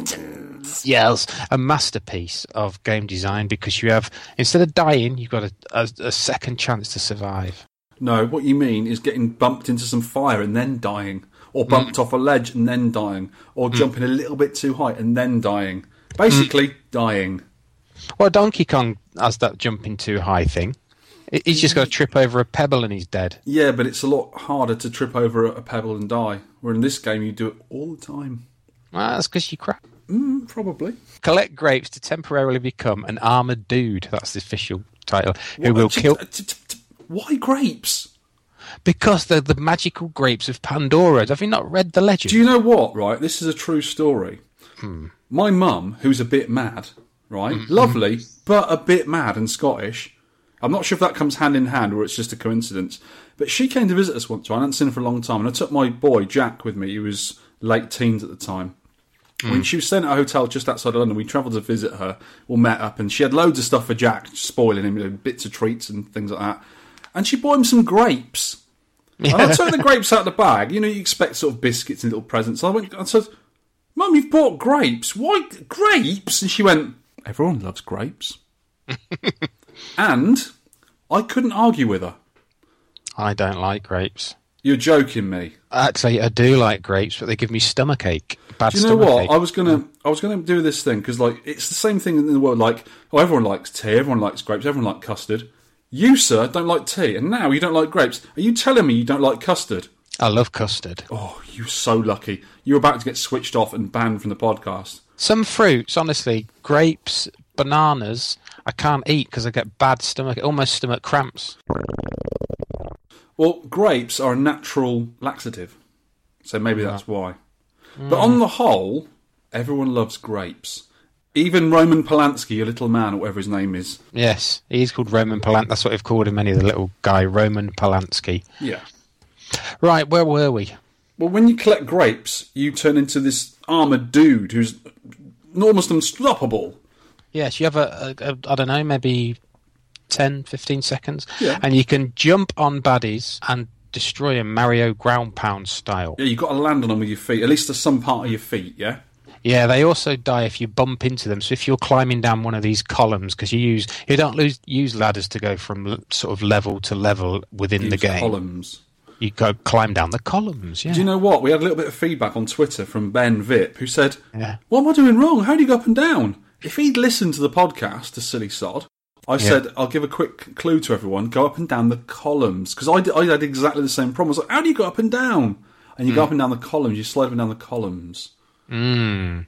[SPEAKER 14] Skellingtons.
[SPEAKER 3] Yes, a masterpiece of game design because you have, instead of dying, you've got a, a, a second chance to survive.
[SPEAKER 2] No, what you mean is getting bumped into some fire and then dying, or bumped off a ledge and then dying, or jumping a little bit too high and then dying. Basically, dying.
[SPEAKER 3] Well, Donkey Kong has that jumping too high thing. He- He's just got to trip over a pebble and he's dead.
[SPEAKER 2] Yeah, but it's a lot harder to trip over a pebble and die. Where in this game, you do it all the time.
[SPEAKER 3] Well, that's because you crap.
[SPEAKER 2] Mm, probably.
[SPEAKER 3] Collect grapes to temporarily become an armored dude. That's the official title. Who
[SPEAKER 2] What-
[SPEAKER 3] will
[SPEAKER 2] t-
[SPEAKER 3] kill?
[SPEAKER 2] t- t- t- Why grapes?
[SPEAKER 3] Because they're the magical grapes of Pandora. Have you not read the legend?
[SPEAKER 2] Do you know what? Right, this is a true story. My mum, who's a bit mad, right, lovely but a bit mad and Scottish. I'm not sure if that comes hand in hand or it's just a coincidence. But she came to visit us once. I hadn't seen her for a long time, and I took my boy Jack with me. He was late teens at the time. When she was staying at a hotel just outside of London, we travelled to visit her. We met up, and she had loads of stuff for Jack, spoiling him, you know, bits of treats and things like that. And she bought him some grapes. And I took the grapes out of the bag. You know, you expect sort of biscuits and little presents. I went and said, Mum, you've bought grapes. Why grapes? And she went, Everyone loves grapes. and I couldn't argue with her.
[SPEAKER 3] I don't like grapes.
[SPEAKER 2] You're joking me.
[SPEAKER 3] Actually, I do like grapes, but they give me stomach ache. Bad
[SPEAKER 2] Do you know
[SPEAKER 3] stomach
[SPEAKER 2] what?
[SPEAKER 3] ache.
[SPEAKER 2] I was gonna, I was gonna do this thing because like it's the same thing in the world. Like, oh, everyone likes tea, everyone likes grapes, everyone likes custard. You, sir, don't like tea, and now you don't like grapes. Are you telling me you don't like custard?
[SPEAKER 3] I love custard.
[SPEAKER 2] Oh, you so lucky. You're about to get switched off and banned from the podcast.
[SPEAKER 3] Some fruits, honestly, grapes, bananas, I can't eat because I get bad stomach, almost stomach cramps.
[SPEAKER 2] Well, grapes are a natural laxative, so maybe that's why. But on the whole, everyone loves grapes. Even Roman Polanski, a little man, or whatever his name is.
[SPEAKER 3] Yes, he's called Roman Polanski. That's what they've called him, any of the little guy, Roman Polanski.
[SPEAKER 2] Yeah.
[SPEAKER 3] Right, where were we?
[SPEAKER 2] Well, when you collect grapes, you turn into this armoured dude who's almost unstoppable.
[SPEAKER 3] Yes, you have a, a, a I don't know, maybe 10, 15 seconds,
[SPEAKER 2] Yeah.
[SPEAKER 3] and you can jump on baddies and destroy them Mario ground pound style.
[SPEAKER 2] Yeah, you've got to land on them with your feet, at least to some part of your feet, yeah?
[SPEAKER 3] Yeah, they also die if you bump into them. So if you're climbing down one of these columns, because you use you don't lose, use ladders to go from l- sort of level to level within the
[SPEAKER 2] Use
[SPEAKER 3] game.
[SPEAKER 2] columns.
[SPEAKER 3] You go climb down the columns. Yeah.
[SPEAKER 2] Do you know what? We had a little bit of feedback on Twitter from Ben Vip who said,
[SPEAKER 3] Yeah.
[SPEAKER 2] What am I doing wrong? How do you go up and down? If he'd listened to the podcast, to Silly Sod, I
[SPEAKER 3] Yeah.
[SPEAKER 2] said, I'll give a quick clue to everyone go up and down the columns. Because I, did- I had exactly the same problem. I was like, How do you go up and down?
[SPEAKER 3] Hmm.
[SPEAKER 2] And you go up and down the columns, you slide up and down the columns.
[SPEAKER 3] Mm.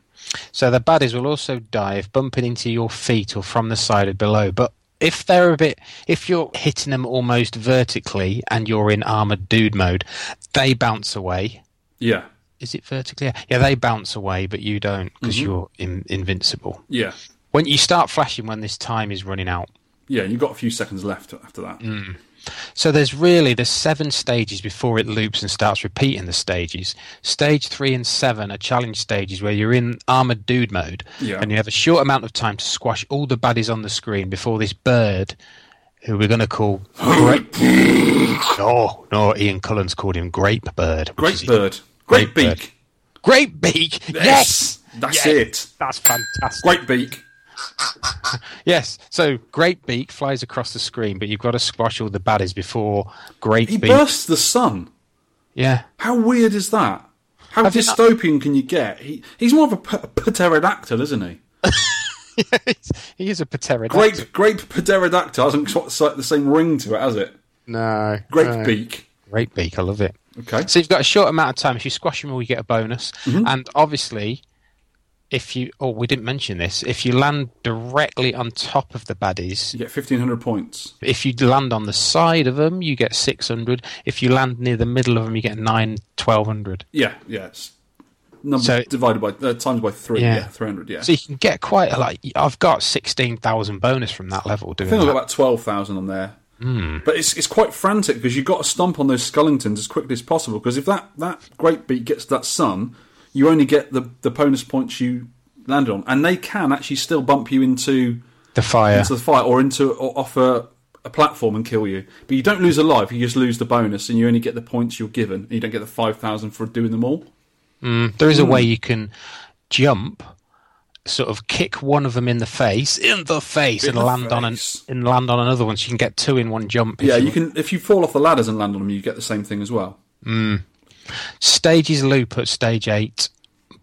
[SPEAKER 3] So the baddies will also die if bumping into your feet or from the side or below. But if they're a bit, if you're hitting them almost vertically and you're in armored dude mode, they bounce away.
[SPEAKER 2] Yeah.
[SPEAKER 3] Is it vertically? Yeah, they bounce away, but you don't because
[SPEAKER 2] Mhm.
[SPEAKER 3] you're in, invincible.
[SPEAKER 2] Yeah.
[SPEAKER 3] When you start flashing when this time is running out.
[SPEAKER 2] Yeah, you've got a few seconds left after that.
[SPEAKER 3] Mm. So there's really there's seven stages before it loops and starts repeating the stages. Stage three and seven are challenge stages where you're in armored dude mode,
[SPEAKER 2] Yeah.
[SPEAKER 3] and you have a short amount of time to squash all the baddies on the screen before this bird, who we're going to call Grape. no, no, Ian Cullen's called him Grape Bird.
[SPEAKER 2] Great bird. Great beak.
[SPEAKER 3] Great beak. Yes,
[SPEAKER 2] That's
[SPEAKER 3] Yes!
[SPEAKER 2] it.
[SPEAKER 3] That's fantastic.
[SPEAKER 2] Great beak.
[SPEAKER 3] Yes. So Great Beak flies across the screen, but you've got to squash all the baddies before Great
[SPEAKER 2] He
[SPEAKER 3] Beak.
[SPEAKER 2] bursts the sun.
[SPEAKER 3] Yeah.
[SPEAKER 2] How weird is that? How
[SPEAKER 3] Have you not-
[SPEAKER 2] dystopian can you get? He, he's more of a p- p- pterodactyl, isn't he?
[SPEAKER 3] He is a pterodactyl.
[SPEAKER 2] Grape, grape pterodactyl hasn't got si- the same ring to it, has it?
[SPEAKER 3] No.
[SPEAKER 2] Grape
[SPEAKER 3] no.
[SPEAKER 2] beak.
[SPEAKER 3] Great beak, I love it.
[SPEAKER 2] Okay.
[SPEAKER 3] So you've got a short amount of time. If you squash them all, you get a bonus.
[SPEAKER 2] Mhm.
[SPEAKER 3] And obviously, if you oh we didn't mention this, if you land directly on top of the baddies,
[SPEAKER 2] You get 1,500 points.
[SPEAKER 3] if you land on the side of them, you get six hundred. If you land near the middle of them, you get nine twelve hundred.
[SPEAKER 2] Yeah, yeah. It's number
[SPEAKER 3] So-
[SPEAKER 2] divided by, uh, times by three. Yeah,
[SPEAKER 3] Yeah.
[SPEAKER 2] 300, yeah.
[SPEAKER 3] So you can get quite a like. I've got sixteen thousand bonus from that level
[SPEAKER 2] I
[SPEAKER 3] doing
[SPEAKER 2] think I've got
[SPEAKER 3] that.
[SPEAKER 2] about 12,000 on there.
[SPEAKER 3] Hmm.
[SPEAKER 2] But it's it's quite frantic because you've got to stomp on those scullingtons as quickly as possible. Because if that, that great beak gets that sun, you only get the, the bonus points you landed on. And they can actually still bump you into
[SPEAKER 3] The fire.
[SPEAKER 2] into the fire or into or offer a platform and kill you. But you don't lose a life; you just lose the bonus, and you only get the points you're given. And you don't get the five thousand for doing them all.
[SPEAKER 3] Mm, there is a
[SPEAKER 2] Hmm.
[SPEAKER 3] way you can jump, sort of kick one of them in the face, in the face,
[SPEAKER 2] In
[SPEAKER 3] and
[SPEAKER 2] the
[SPEAKER 3] land on an, and land on another one, so you can get two in one jump. if
[SPEAKER 2] yeah, you can. If you fall off the ladders and land on them, you get the same thing as well.
[SPEAKER 3] Mm. Stages loop at stage eight,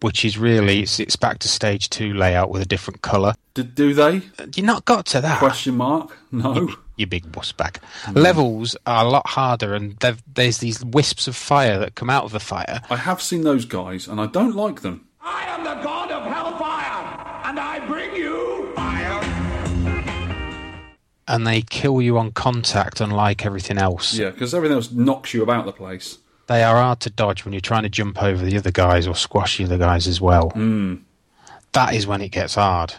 [SPEAKER 3] which is really it's, it's back to stage two layout with a different colour.
[SPEAKER 2] Did do they?
[SPEAKER 3] You not got to that?
[SPEAKER 2] Question Hmm. mark? No.
[SPEAKER 3] You, you big wussbag. Levels are a lot harder, and thev- there's these wisps of fire that come out of the fire.
[SPEAKER 2] I have seen those guys, and I don't like them.
[SPEAKER 3] and they kill you on contact, unlike everything else.
[SPEAKER 2] Yeah, because everything else knocks you about the place.
[SPEAKER 3] They are hard to dodge when you're trying to jump over the other guys or squash the other guys as well.
[SPEAKER 2] Hmm.
[SPEAKER 3] That is when it gets hard.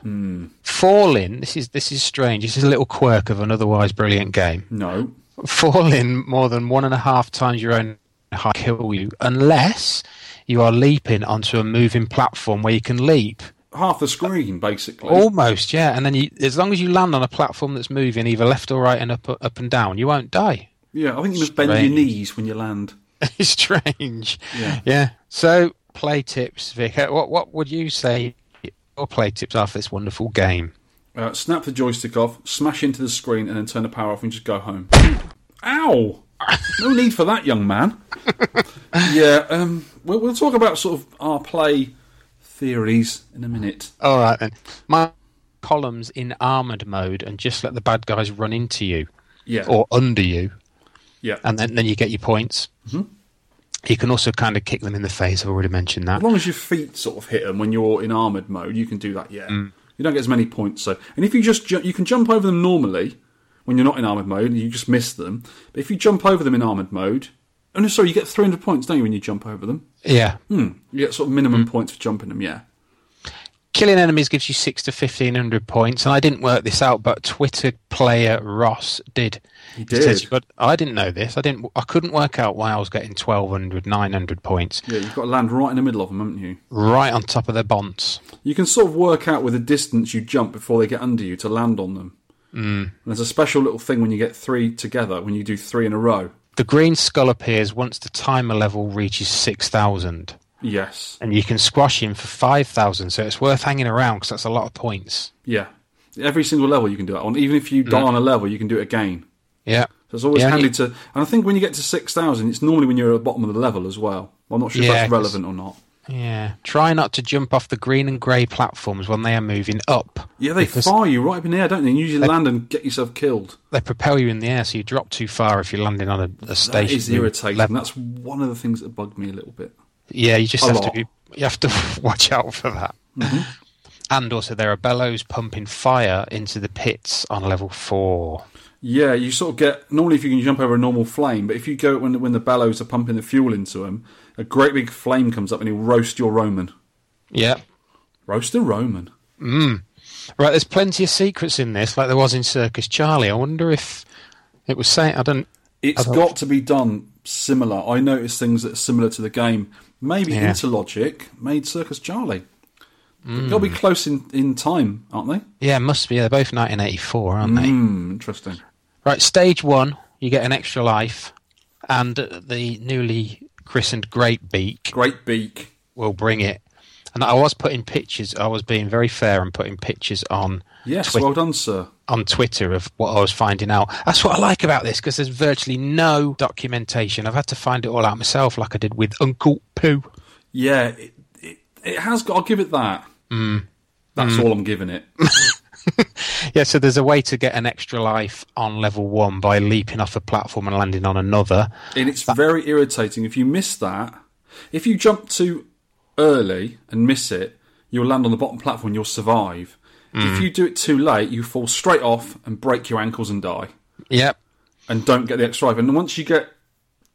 [SPEAKER 3] Falling, this is this is strange. This is a little quirk of an otherwise brilliant game.
[SPEAKER 2] No.
[SPEAKER 3] Falling more than one and a half times your own height kill you, unless you are leaping onto a moving platform where you can leap.
[SPEAKER 2] Half the screen, basically.
[SPEAKER 3] Almost, yeah. And then you, as long as you land on a platform that's moving either left or right and up up and down, you won't die.
[SPEAKER 2] Yeah, I think you must bend your
[SPEAKER 3] Strange.
[SPEAKER 2] knees when you land.
[SPEAKER 3] It's strange.
[SPEAKER 2] Yeah.
[SPEAKER 3] So, play tips, Vic. Uh, What what would you say your play tips are for this wonderful game?
[SPEAKER 2] Uh, snap the joystick off, smash into the screen, and then turn the power off and just go home. Ow! No need for that, young man. yeah, um, we'll, we'll talk about sort of our play theories in a minute.
[SPEAKER 3] All right then. My columns in armored mode, and just let the bad guys run into you,
[SPEAKER 2] Yeah.
[SPEAKER 3] or under you,
[SPEAKER 2] Yeah.
[SPEAKER 3] and then then you get your points.
[SPEAKER 2] Mhm.
[SPEAKER 3] You can also kind of kick them in the face. I've already mentioned
[SPEAKER 2] As
[SPEAKER 3] that.
[SPEAKER 2] long as your feet sort of hit them when you're in armoured mode, you can do that, yeah. You don't get as many points, so. And if you just ju- you can jump over them normally when you're not in armoured mode, you just miss them. But if you jump over them in armoured mode. Oh, no, sorry, you get 300 points, don't you, when you jump over them?
[SPEAKER 3] Yeah.
[SPEAKER 2] Hmm. You get sort of minimum points for jumping them, yeah.
[SPEAKER 3] Killing enemies gives you six to fifteen hundred points, and I didn't work this out, but Twitter player Ross did. He
[SPEAKER 2] did.
[SPEAKER 3] says you got- I didn't know this. I didn't. I couldn't work out why I was getting 1,200, 900 points
[SPEAKER 2] Yeah, you've got to land right in the middle of them, haven't you?
[SPEAKER 3] right on top of their bonds.
[SPEAKER 2] You can sort of work out with the distance you jump before they get under you to land on them.
[SPEAKER 3] Mm.
[SPEAKER 2] And there's a special little thing when you get three together, when you do three in a row.
[SPEAKER 3] The green skull appears once the timer level reaches six thousand.
[SPEAKER 2] Yes.
[SPEAKER 3] and you can squash him for five thousand. So it's worth hanging around because that's a lot of points.
[SPEAKER 2] Yeah. Every single level you can do that on. Even if you die
[SPEAKER 3] Mm.
[SPEAKER 2] on a level, you can do it again.
[SPEAKER 3] Yeah.
[SPEAKER 2] So it's always
[SPEAKER 3] Yeah, and
[SPEAKER 2] handy
[SPEAKER 3] you-
[SPEAKER 2] to. And I think when you get to 6,000, it's normally when you're at the bottom of the level as well. I'm not sure if
[SPEAKER 3] Yeah,
[SPEAKER 2] that's
[SPEAKER 3] 'cause-
[SPEAKER 2] relevant or not.
[SPEAKER 3] Yeah. Try not to jump off the green and grey platforms when they are moving up.
[SPEAKER 2] Yeah, they
[SPEAKER 3] Because-
[SPEAKER 2] fire you right up in the air, don't they? And you usually
[SPEAKER 3] They-
[SPEAKER 2] land and get yourself killed.
[SPEAKER 3] They propel you in the air, so you drop too far if you're landing on a, a station.
[SPEAKER 2] That is irritating. That's one of the things that bugged me a little bit.
[SPEAKER 3] Yeah, you just
[SPEAKER 2] A
[SPEAKER 3] have
[SPEAKER 2] lot. Mm-hmm.
[SPEAKER 3] to be, you have to watch out for that. And also, there are bellows pumping fire into the pits on level four.
[SPEAKER 2] Yeah, you sort of get normally if you can jump over a normal flame, but if you go when when the bellows are pumping the fuel into them, a great big flame comes up and he'll roast your Roman.
[SPEAKER 3] Yeah.
[SPEAKER 2] Roast a Roman.
[SPEAKER 3] Mm. Right, there's plenty of secrets in this, like there was in Circus Charlie. I wonder if it was saying. I don't.
[SPEAKER 2] It's
[SPEAKER 3] I don't-
[SPEAKER 2] got to be done similar. I noticed things that are similar to the game. Maybe
[SPEAKER 3] Yeah.
[SPEAKER 2] Interlogic made Circus Charlie. They've got to be close in, in time, aren't they?
[SPEAKER 3] Yeah, it must be. They're both 1984, aren't they?
[SPEAKER 2] Mm, interesting.
[SPEAKER 3] Right, stage one, you get an extra life, and the newly christened Great Beak.
[SPEAKER 2] Great Beak
[SPEAKER 3] will bring it. And I was putting pictures. I was being very fair and putting pictures on
[SPEAKER 2] Yes,
[SPEAKER 3] Twi-
[SPEAKER 2] well done, sir.
[SPEAKER 3] on Twitter of what I was finding out. That's what I like about this because there's virtually no documentation. I've had to find it all out myself, like I did with Uncle Pooh.
[SPEAKER 2] Yeah, it, it, it has got. I'll give it that.
[SPEAKER 3] Mm.
[SPEAKER 2] That's
[SPEAKER 3] Mm.
[SPEAKER 2] all I'm giving it.
[SPEAKER 3] Yeah, so there's a way to get an extra life on level one by leaping off a platform and landing on another.
[SPEAKER 2] And it's very irritating. If you miss that, if you jump too early and miss it, you'll land on the bottom platform, you'll survive. If you do it too late, you fall straight off and break your ankles and die.
[SPEAKER 3] Yep.
[SPEAKER 2] And don't get the extra life. And once you get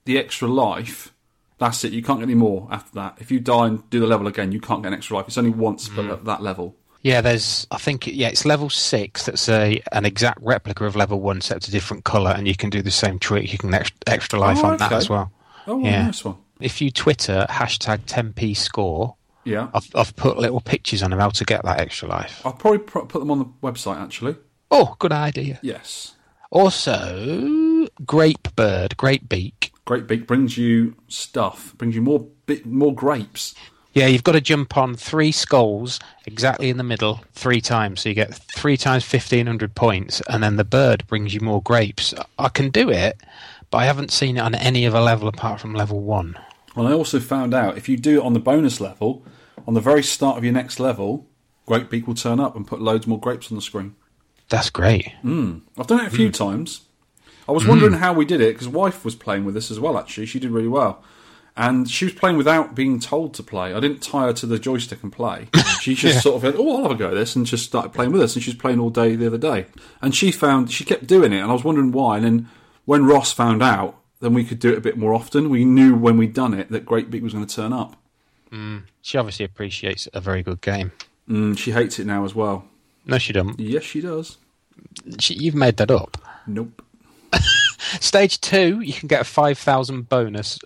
[SPEAKER 2] the extra life, that's it. You can't get any more after that. If you die and do the level again, you can't get an extra life. It's only once per le- that level.
[SPEAKER 3] Yeah, there's. I think yeah, it's level six. That's a an exact replica of level one, except a different color, and you can do the same trick. You can ex- extra life
[SPEAKER 2] Oh,
[SPEAKER 3] on that
[SPEAKER 2] okay.
[SPEAKER 3] as well.
[SPEAKER 2] Oh,
[SPEAKER 3] yeah.
[SPEAKER 2] nice one.
[SPEAKER 3] If you Twitter hashtag 10p score,
[SPEAKER 2] Yeah.
[SPEAKER 3] I've, I've put little pictures on of how to get that extra life.
[SPEAKER 2] I'll probably pro- put them on the website, actually.
[SPEAKER 3] Oh, good idea.
[SPEAKER 2] Yes.
[SPEAKER 3] Also, grape bird, grape beak.
[SPEAKER 2] Great Beak brings you stuff, brings you more bit, more grapes.
[SPEAKER 3] Yeah, you've got to jump on three skulls exactly in the middle three times. So you get three times 1500 points, and then the bird brings you more grapes. I can do it, but I haven't seen it on any other level apart from level one.
[SPEAKER 2] And I also found out if you do it on the bonus level, on the very start of your next level, Great Beak will turn up and put loads more grapes on the screen.
[SPEAKER 3] That's great.
[SPEAKER 2] Mm. I've done it a few times. I was wondering how we did it because wife was playing with us as well. Actually, she did really well, and she was playing without being told to play. I didn't tie her to the joystick and play. She just
[SPEAKER 15] Yeah.
[SPEAKER 2] sort of went, "Oh, I'll have a go at this," and just started playing with us. And she was playing all day the other day, and she found she kept doing it, and I was wondering why. And then when Ross found out, then we could do it a bit more often. We knew when we'd done it that Great Big was going to turn up.
[SPEAKER 3] Mm. She obviously appreciates a very good game.
[SPEAKER 2] Mm, she hates it now as well.
[SPEAKER 3] No, she don't.
[SPEAKER 2] Yes, she does.
[SPEAKER 3] She, you've made that up.
[SPEAKER 2] Nope.
[SPEAKER 3] Stage two, you can get a 5,000 bonus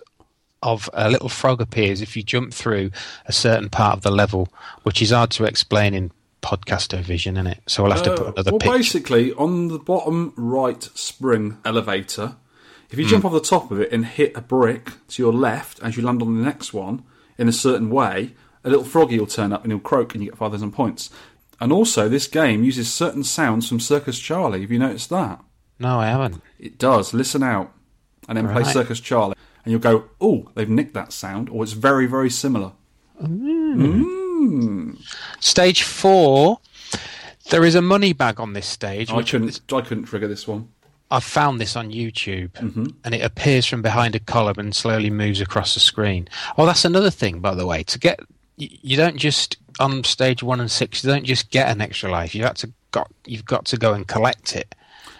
[SPEAKER 3] of a little frog appears if you jump through a certain part of the level, which is hard to explain in podcasto vision, is it? So I'll have to
[SPEAKER 2] Uh,
[SPEAKER 3] put another
[SPEAKER 2] well,
[SPEAKER 3] picture.
[SPEAKER 2] basically, on the bottom right spring elevator, if you
[SPEAKER 3] Hmm.
[SPEAKER 2] jump off the top of it and hit a brick to your left as you land on the next one in a certain way, a little froggy will turn up and he'll croak and you get 5,000 points. And also, this game uses certain sounds from Circus Charlie. Have you noticed that?
[SPEAKER 3] No, I haven't.
[SPEAKER 2] It does. Listen out. And then play
[SPEAKER 3] Right.
[SPEAKER 2] Circus Charlie. And you'll go, oh, they've nicked that sound, or it's very, very similar. Mm.
[SPEAKER 3] Stage four, there is a money bag on this stage.
[SPEAKER 2] I
[SPEAKER 3] which
[SPEAKER 2] couldn't, I couldn't trigger this one.
[SPEAKER 3] I found this on YouTube,
[SPEAKER 2] Mm-hmm.
[SPEAKER 3] and it appears from behind a column and slowly moves across the screen. Oh, that's another thing, by the way. To get you, you don't just on stage one and six, you don't just get an extra life. You have to got you've got to go and collect it.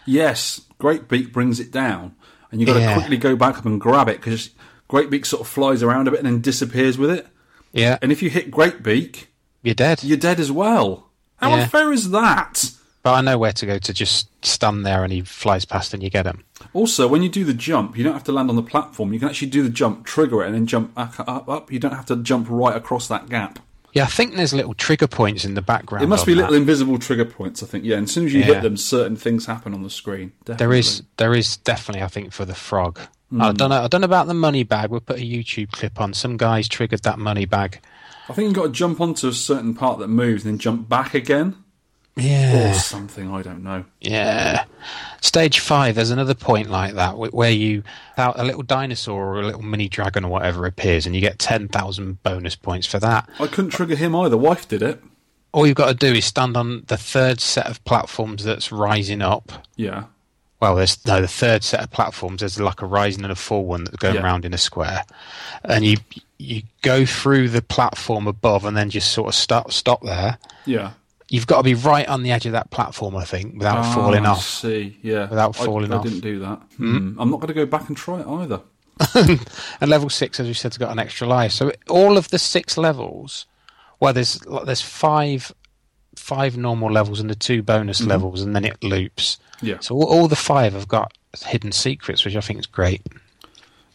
[SPEAKER 2] Yes, Great Beak brings it down, and you've got
[SPEAKER 3] Yeah.
[SPEAKER 2] to quickly go back up and grab it because Great Beak sort of flies around a bit and then disappears with it.
[SPEAKER 3] Yeah.
[SPEAKER 2] And if you hit Great Beak,
[SPEAKER 3] you're dead.
[SPEAKER 2] You're dead as well. How
[SPEAKER 3] Yeah.
[SPEAKER 2] unfair is that?
[SPEAKER 3] But I know where to go to just stand there, and he flies past, and you get him.
[SPEAKER 2] Also, when you do the jump, you don't have to land on the platform. You can actually do the jump, trigger it, and then jump back up. up. You don't have to jump right across that gap.
[SPEAKER 3] Yeah, I think there's little trigger points in the background.
[SPEAKER 2] It must
[SPEAKER 3] on
[SPEAKER 2] be
[SPEAKER 3] that.
[SPEAKER 2] little invisible trigger points, I think. Yeah, and as soon as you
[SPEAKER 3] Yeah.
[SPEAKER 2] hit them, certain things happen on the screen. Definitely.
[SPEAKER 3] There is, there is definitely, I think, for the frog.
[SPEAKER 2] Mm.
[SPEAKER 3] I don't know. I don't know about the money bag. We'll put a YouTube clip on. Some guys triggered that money bag.
[SPEAKER 2] I think you've got to jump onto a certain part that moves and then jump back again.
[SPEAKER 3] Yeah.
[SPEAKER 2] Or something, I don't know.
[SPEAKER 3] Yeah. Stage five, there's another point like that wh- where you out a little dinosaur or a little mini dragon or whatever appears, and you get ten thousand bonus points for that.
[SPEAKER 2] I couldn't trigger him either. Wife did it.
[SPEAKER 3] All you've got to do is stand on the third set of platforms that's rising up.
[SPEAKER 2] Yeah.
[SPEAKER 3] Well, there's no the third set of platforms. There's like a rising and a fall one that's going
[SPEAKER 2] Yeah.
[SPEAKER 3] round in a square, and you you go through the platform above and then just sort of stop stop there.
[SPEAKER 2] Yeah.
[SPEAKER 3] You've got to be right on the edge of that platform, I think, without
[SPEAKER 2] Ah,
[SPEAKER 3] falling
[SPEAKER 2] I
[SPEAKER 3] off.
[SPEAKER 2] See, yeah.
[SPEAKER 3] Without
[SPEAKER 2] I-
[SPEAKER 3] falling
[SPEAKER 2] I,
[SPEAKER 3] off.
[SPEAKER 2] didn't do that.
[SPEAKER 3] Mm.
[SPEAKER 2] Hmm. I'm not going to go back and try it either.
[SPEAKER 3] and level six, as we said, has got an extra life. So all of the six levels, well, there's like, there's five five normal levels and the two bonus
[SPEAKER 2] Mhm.
[SPEAKER 3] levels, and then it loops.
[SPEAKER 2] Yeah.
[SPEAKER 3] So all, all the five have got hidden secrets, which I think is great.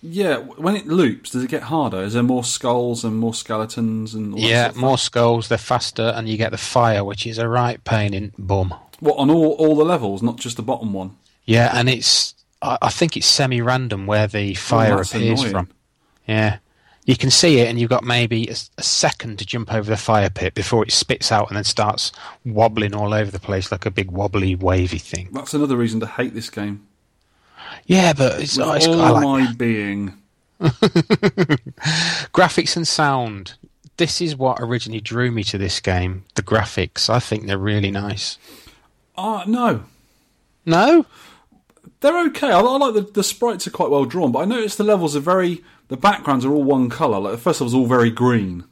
[SPEAKER 2] Yeah. w- When it loops, does it get harder? Is there more skulls and more skeletons and all that
[SPEAKER 3] Yeah,
[SPEAKER 2] sort of-
[SPEAKER 3] more skulls. They're faster, and you get the fire, which is a right pain in bum.
[SPEAKER 2] What on all all the levels, not just the bottom one?
[SPEAKER 3] Yeah, and it's I, I think it's semi-random where the fire
[SPEAKER 2] that's
[SPEAKER 3] appears
[SPEAKER 2] annoying.
[SPEAKER 3] from. Yeah, you can see it, and you've got maybe a, s- a second to jump over the fire pit before it spits out and then starts wobbling all over the place like a big wobbly wavy thing.
[SPEAKER 2] That's another reason to hate this game.
[SPEAKER 3] Yeah, but it's,
[SPEAKER 2] With
[SPEAKER 3] oh, it's
[SPEAKER 2] all
[SPEAKER 3] I like
[SPEAKER 2] my being.
[SPEAKER 3] graphics and sound. This is what originally drew me to this game. The graphics, I think they're really nice.
[SPEAKER 2] Ah, no.
[SPEAKER 3] No,
[SPEAKER 2] they're okay. I, I like the, the sprites are quite well drawn, but I noticed the levels are very. The backgrounds are all one colour. Like the first level's all very green,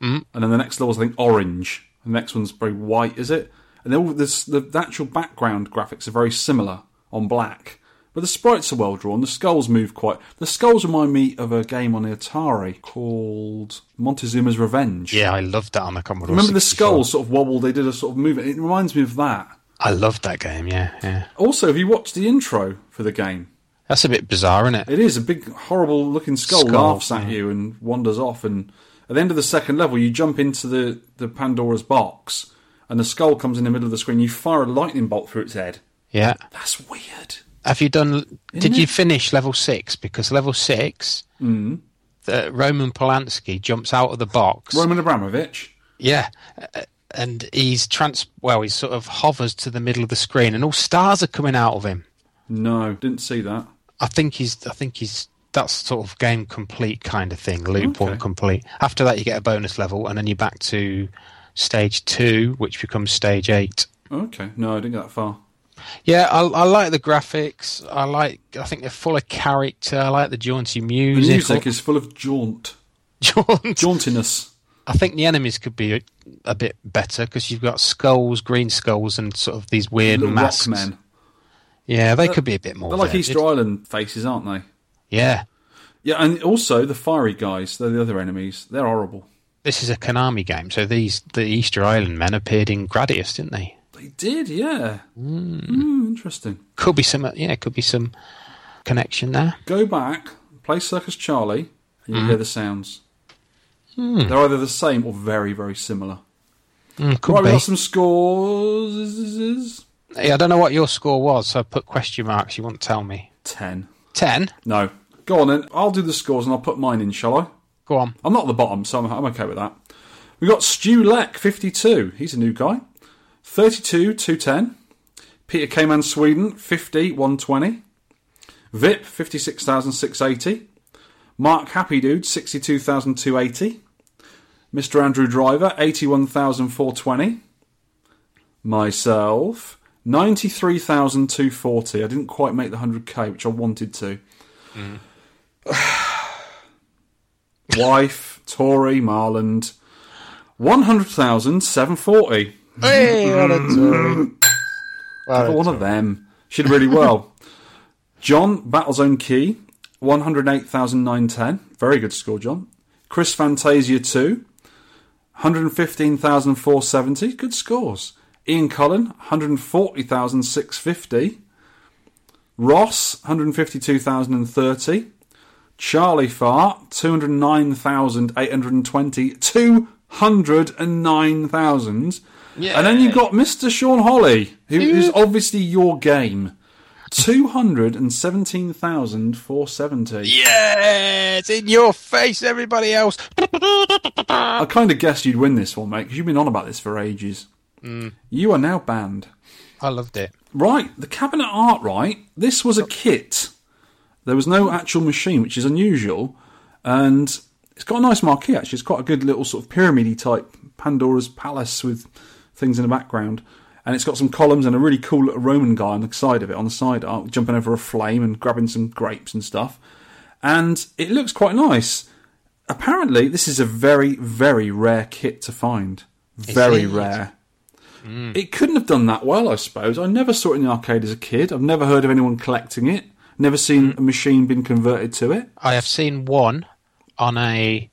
[SPEAKER 3] Mm-hmm.
[SPEAKER 2] mm. and then the next level's I think orange. And the next one's very white, is it? And they're all this, the, the actual background graphics are very similar on black, but the sprites are well drawn. The skulls move quite. The skulls remind me of a game on the Atari called Montezuma's Revenge.
[SPEAKER 3] Yeah, I loved that on the Commodore.
[SPEAKER 2] Remember the
[SPEAKER 3] 64.
[SPEAKER 2] skulls sort of wobbled? They did a sort of movement. It reminds me of that.
[SPEAKER 3] I loved that game. Yeah, yeah.
[SPEAKER 2] Also, have you watched the intro for the game?
[SPEAKER 3] That's a bit bizarre, isn't it?
[SPEAKER 2] It is a big, horrible looking skull,
[SPEAKER 3] Skull,
[SPEAKER 2] laughs at you and wanders off. And at the end of the second level, you jump into the, the Pandora's box, and the skull comes in the middle of the screen. You fire a lightning bolt through its head.
[SPEAKER 3] Yeah.
[SPEAKER 2] That's weird.
[SPEAKER 3] Have you done? did
[SPEAKER 2] Isn't
[SPEAKER 3] you
[SPEAKER 2] it?
[SPEAKER 3] finish level six? Because level six,
[SPEAKER 2] Mm.
[SPEAKER 3] the Roman Polanski jumps out of the box.
[SPEAKER 2] Roman Abramovich.
[SPEAKER 3] Yeah, uh, and he's trans. Well, he sort of hovers to the middle of the screen, and all stars are coming out of him.
[SPEAKER 2] No, didn't see that.
[SPEAKER 3] I think he's. I think he's. That's sort of game complete kind of thing. Loop one
[SPEAKER 2] Okay.
[SPEAKER 3] complete. After that, you get a bonus level, and then you're back to stage two, which becomes stage eight.
[SPEAKER 2] Okay, no, I didn't get that far.
[SPEAKER 3] Yeah, I, I like the graphics. I like. I think they're full of character. I like the jaunty
[SPEAKER 2] The
[SPEAKER 3] music.
[SPEAKER 2] music is full of jaunt.
[SPEAKER 3] Jaunt.
[SPEAKER 2] Jauntiness.
[SPEAKER 3] I think the enemies could be a, a bit better because you've got skulls, green skulls, and sort of these weird
[SPEAKER 2] Little
[SPEAKER 3] masks.
[SPEAKER 2] rock men.
[SPEAKER 3] Yeah, they could be a bit more.
[SPEAKER 2] They're like
[SPEAKER 3] varied.
[SPEAKER 2] Easter Island faces, aren't they?
[SPEAKER 3] Yeah,
[SPEAKER 2] Yeah, and also the fiery guys, they're the other enemies. They're horrible.
[SPEAKER 3] this is a Konami game, so these the Easter Island men appeared in Gradius, didn't they?
[SPEAKER 2] They did, yeah.
[SPEAKER 3] Hmm.
[SPEAKER 2] Mm. interesting.
[SPEAKER 3] Could be some. Yeah, could be some connection there.
[SPEAKER 2] Go back, play Circus Charlie, and you
[SPEAKER 3] Mhm.
[SPEAKER 2] hear the sounds.
[SPEAKER 3] Hmm.
[SPEAKER 2] They're either the same or very, very similar.
[SPEAKER 3] Mm, could
[SPEAKER 2] right,
[SPEAKER 3] be.
[SPEAKER 2] we got some scores.
[SPEAKER 3] Yeah, I don't know what your score was, so I put question marks. You won't tell me.
[SPEAKER 2] Ten.
[SPEAKER 3] Ten.
[SPEAKER 2] No. Go on then. I'll do the scores and I'll put mine in, shall I?
[SPEAKER 3] Go on.
[SPEAKER 2] I'm not at the bottom, so I'm, I'm okay with that. We got Stu Leck, 52. He's a new guy. 32, 210. Peter Kman, Sweden, 50, 120. Vip, 56,680. Mark Happy Dude, 62,280. Mr. Andrew Driver, 81,420. Myself, 93,240. I didn't quite make the 100k, which I wanted to. Wife, Tory, Marland, 100,740.
[SPEAKER 3] Hey, what a Tory.
[SPEAKER 2] Another one of them. She did really well. John, Battlezone Key, 108,910. Very good score, John. Chris Fantasia 2, 115,470. Good scores. Ian Cullen, 140,650. Ross, 152,030. Charlie Fart, 209,820. 209,000. hundred and nine thousand. And then you've got Mr. Sean Holly, who, who's obviously your game. Two hundred and seventeen thousand four seventy.
[SPEAKER 3] Yeah, it's in your face, everybody else.
[SPEAKER 2] I kind of guessed you'd win this one, mate, because you've been on about this for ages.
[SPEAKER 3] Mm.
[SPEAKER 2] You are now banned.
[SPEAKER 3] I loved it.
[SPEAKER 2] Right, the cabinet artwright. This
[SPEAKER 3] Oh.
[SPEAKER 2] was a kit. There was no actual machine, which is unusual, and it's got a nice marquee. Actually, it's quite a good little sort of pyramidy type Pandora's palace with things in the background, and it's got some columns and a really cool little Roman guy on the side of it, on the side art, jumping over a flame and grabbing some grapes and stuff, and it looks quite nice. Apparently, this is a very, very rare kit to find.
[SPEAKER 3] Is
[SPEAKER 2] Very
[SPEAKER 3] it?
[SPEAKER 2] rare. It couldn't have done that well, I suppose. I never saw it in the arcade as a kid. I've never heard of anyone collecting it. Never seen a machine being converted to it.
[SPEAKER 3] I have seen one on a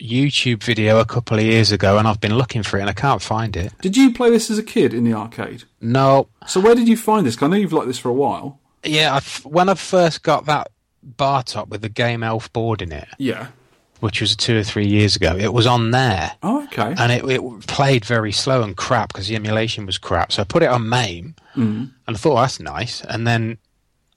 [SPEAKER 3] YouTube video a couple of years ago, and I've been looking for it and I can't find it.
[SPEAKER 2] Did you play this as a kid in the arcade?
[SPEAKER 3] No.
[SPEAKER 2] So where did you find this? 'Cause I know you've liked this for a while.
[SPEAKER 3] Yeah, I f- when I first got that bar top with the game elf board in it,
[SPEAKER 2] Yeah.
[SPEAKER 3] which was two or three years ago, it was on there.
[SPEAKER 2] Oh, okay.
[SPEAKER 3] And it, it played very slow and crap because the emulation was crap. So I put it on MAME
[SPEAKER 2] Mm.
[SPEAKER 3] and I thought, "Oh, that's nice. And then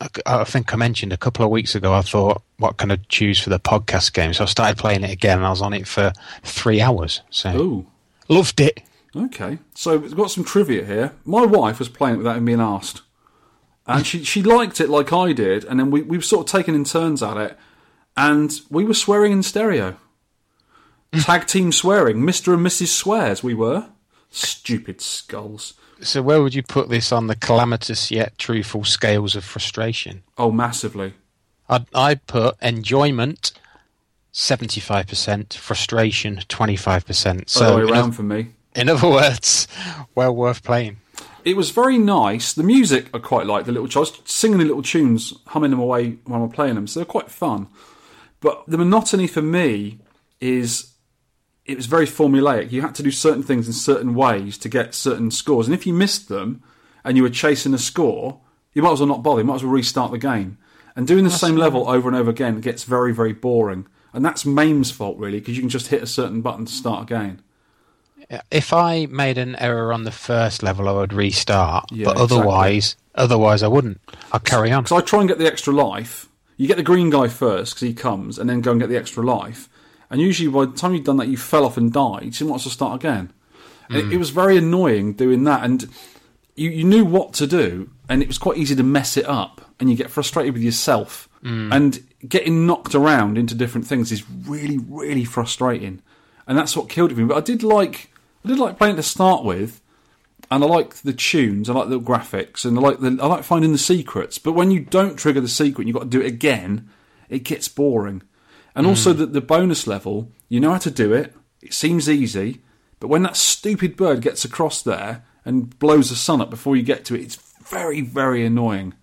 [SPEAKER 3] I, I think I mentioned a couple of weeks ago, I thought, what can I choose for the podcast game? So I started playing it again and I was on it for three hours. So
[SPEAKER 2] Ooh.
[SPEAKER 3] loved it.
[SPEAKER 2] Okay. So we've got some trivia here. My wife was playing it without even being asked. And she, she liked it like I did. And then we, we've sort of taken in turns at it. And we were swearing in stereo. Tag team swearing. Mr. and Mrs. Swears, we were. Stupid skulls.
[SPEAKER 3] So where would you put this on the calamitous yet truthful scales of frustration?
[SPEAKER 2] Oh, massively.
[SPEAKER 3] I'd, I'd put enjoyment 75%, frustration 25%. So
[SPEAKER 2] Other way
[SPEAKER 3] in
[SPEAKER 2] around
[SPEAKER 3] oth-
[SPEAKER 2] for me.
[SPEAKER 3] In other words, well worth playing.
[SPEAKER 2] It was very nice. The music I quite liked. The little I was singing the little tunes, humming them away while I'm playing them, so they're quite fun. But the monotony for me is it was very formulaic. You had to do certain things in certain ways to get certain scores, and if you missed them and you were chasing a score, you might as well not bother. You might as well restart the game. And doing the same level over and over again gets very, very boring. And that's MAME's fault, really, because you can just hit a certain button to start a game.
[SPEAKER 3] If I made an error on the first level, I would restart.
[SPEAKER 2] Yeah,
[SPEAKER 3] but
[SPEAKER 2] exactly.
[SPEAKER 3] otherwise, otherwise I wouldn't. I'd carry on.
[SPEAKER 2] Because I try and get the extra life. You get the green guy first because he comes, and then go and get the extra life. And usually, by the time you've done that, you fell off and died. So you might as well start again. And It,
[SPEAKER 3] Mm.
[SPEAKER 2] it was very annoying doing that, and you, you knew what to do, and it was quite easy to mess it up, and you get frustrated with yourself.
[SPEAKER 3] Mm.
[SPEAKER 2] And getting knocked around into different things is really, really frustrating, and that's what killed it for me. But I did like, I did like playing it to start with, and I like the tunes, I like the graphics, and I like the I like finding the secrets. But when you don't trigger the secret, and you've got to do it again. It gets boring, and also
[SPEAKER 3] Mm.
[SPEAKER 2] the, the bonus level. You know how to do it. It seems easy, but when that stupid bird gets across there and blows the sun up before you get to it, it's very very annoying.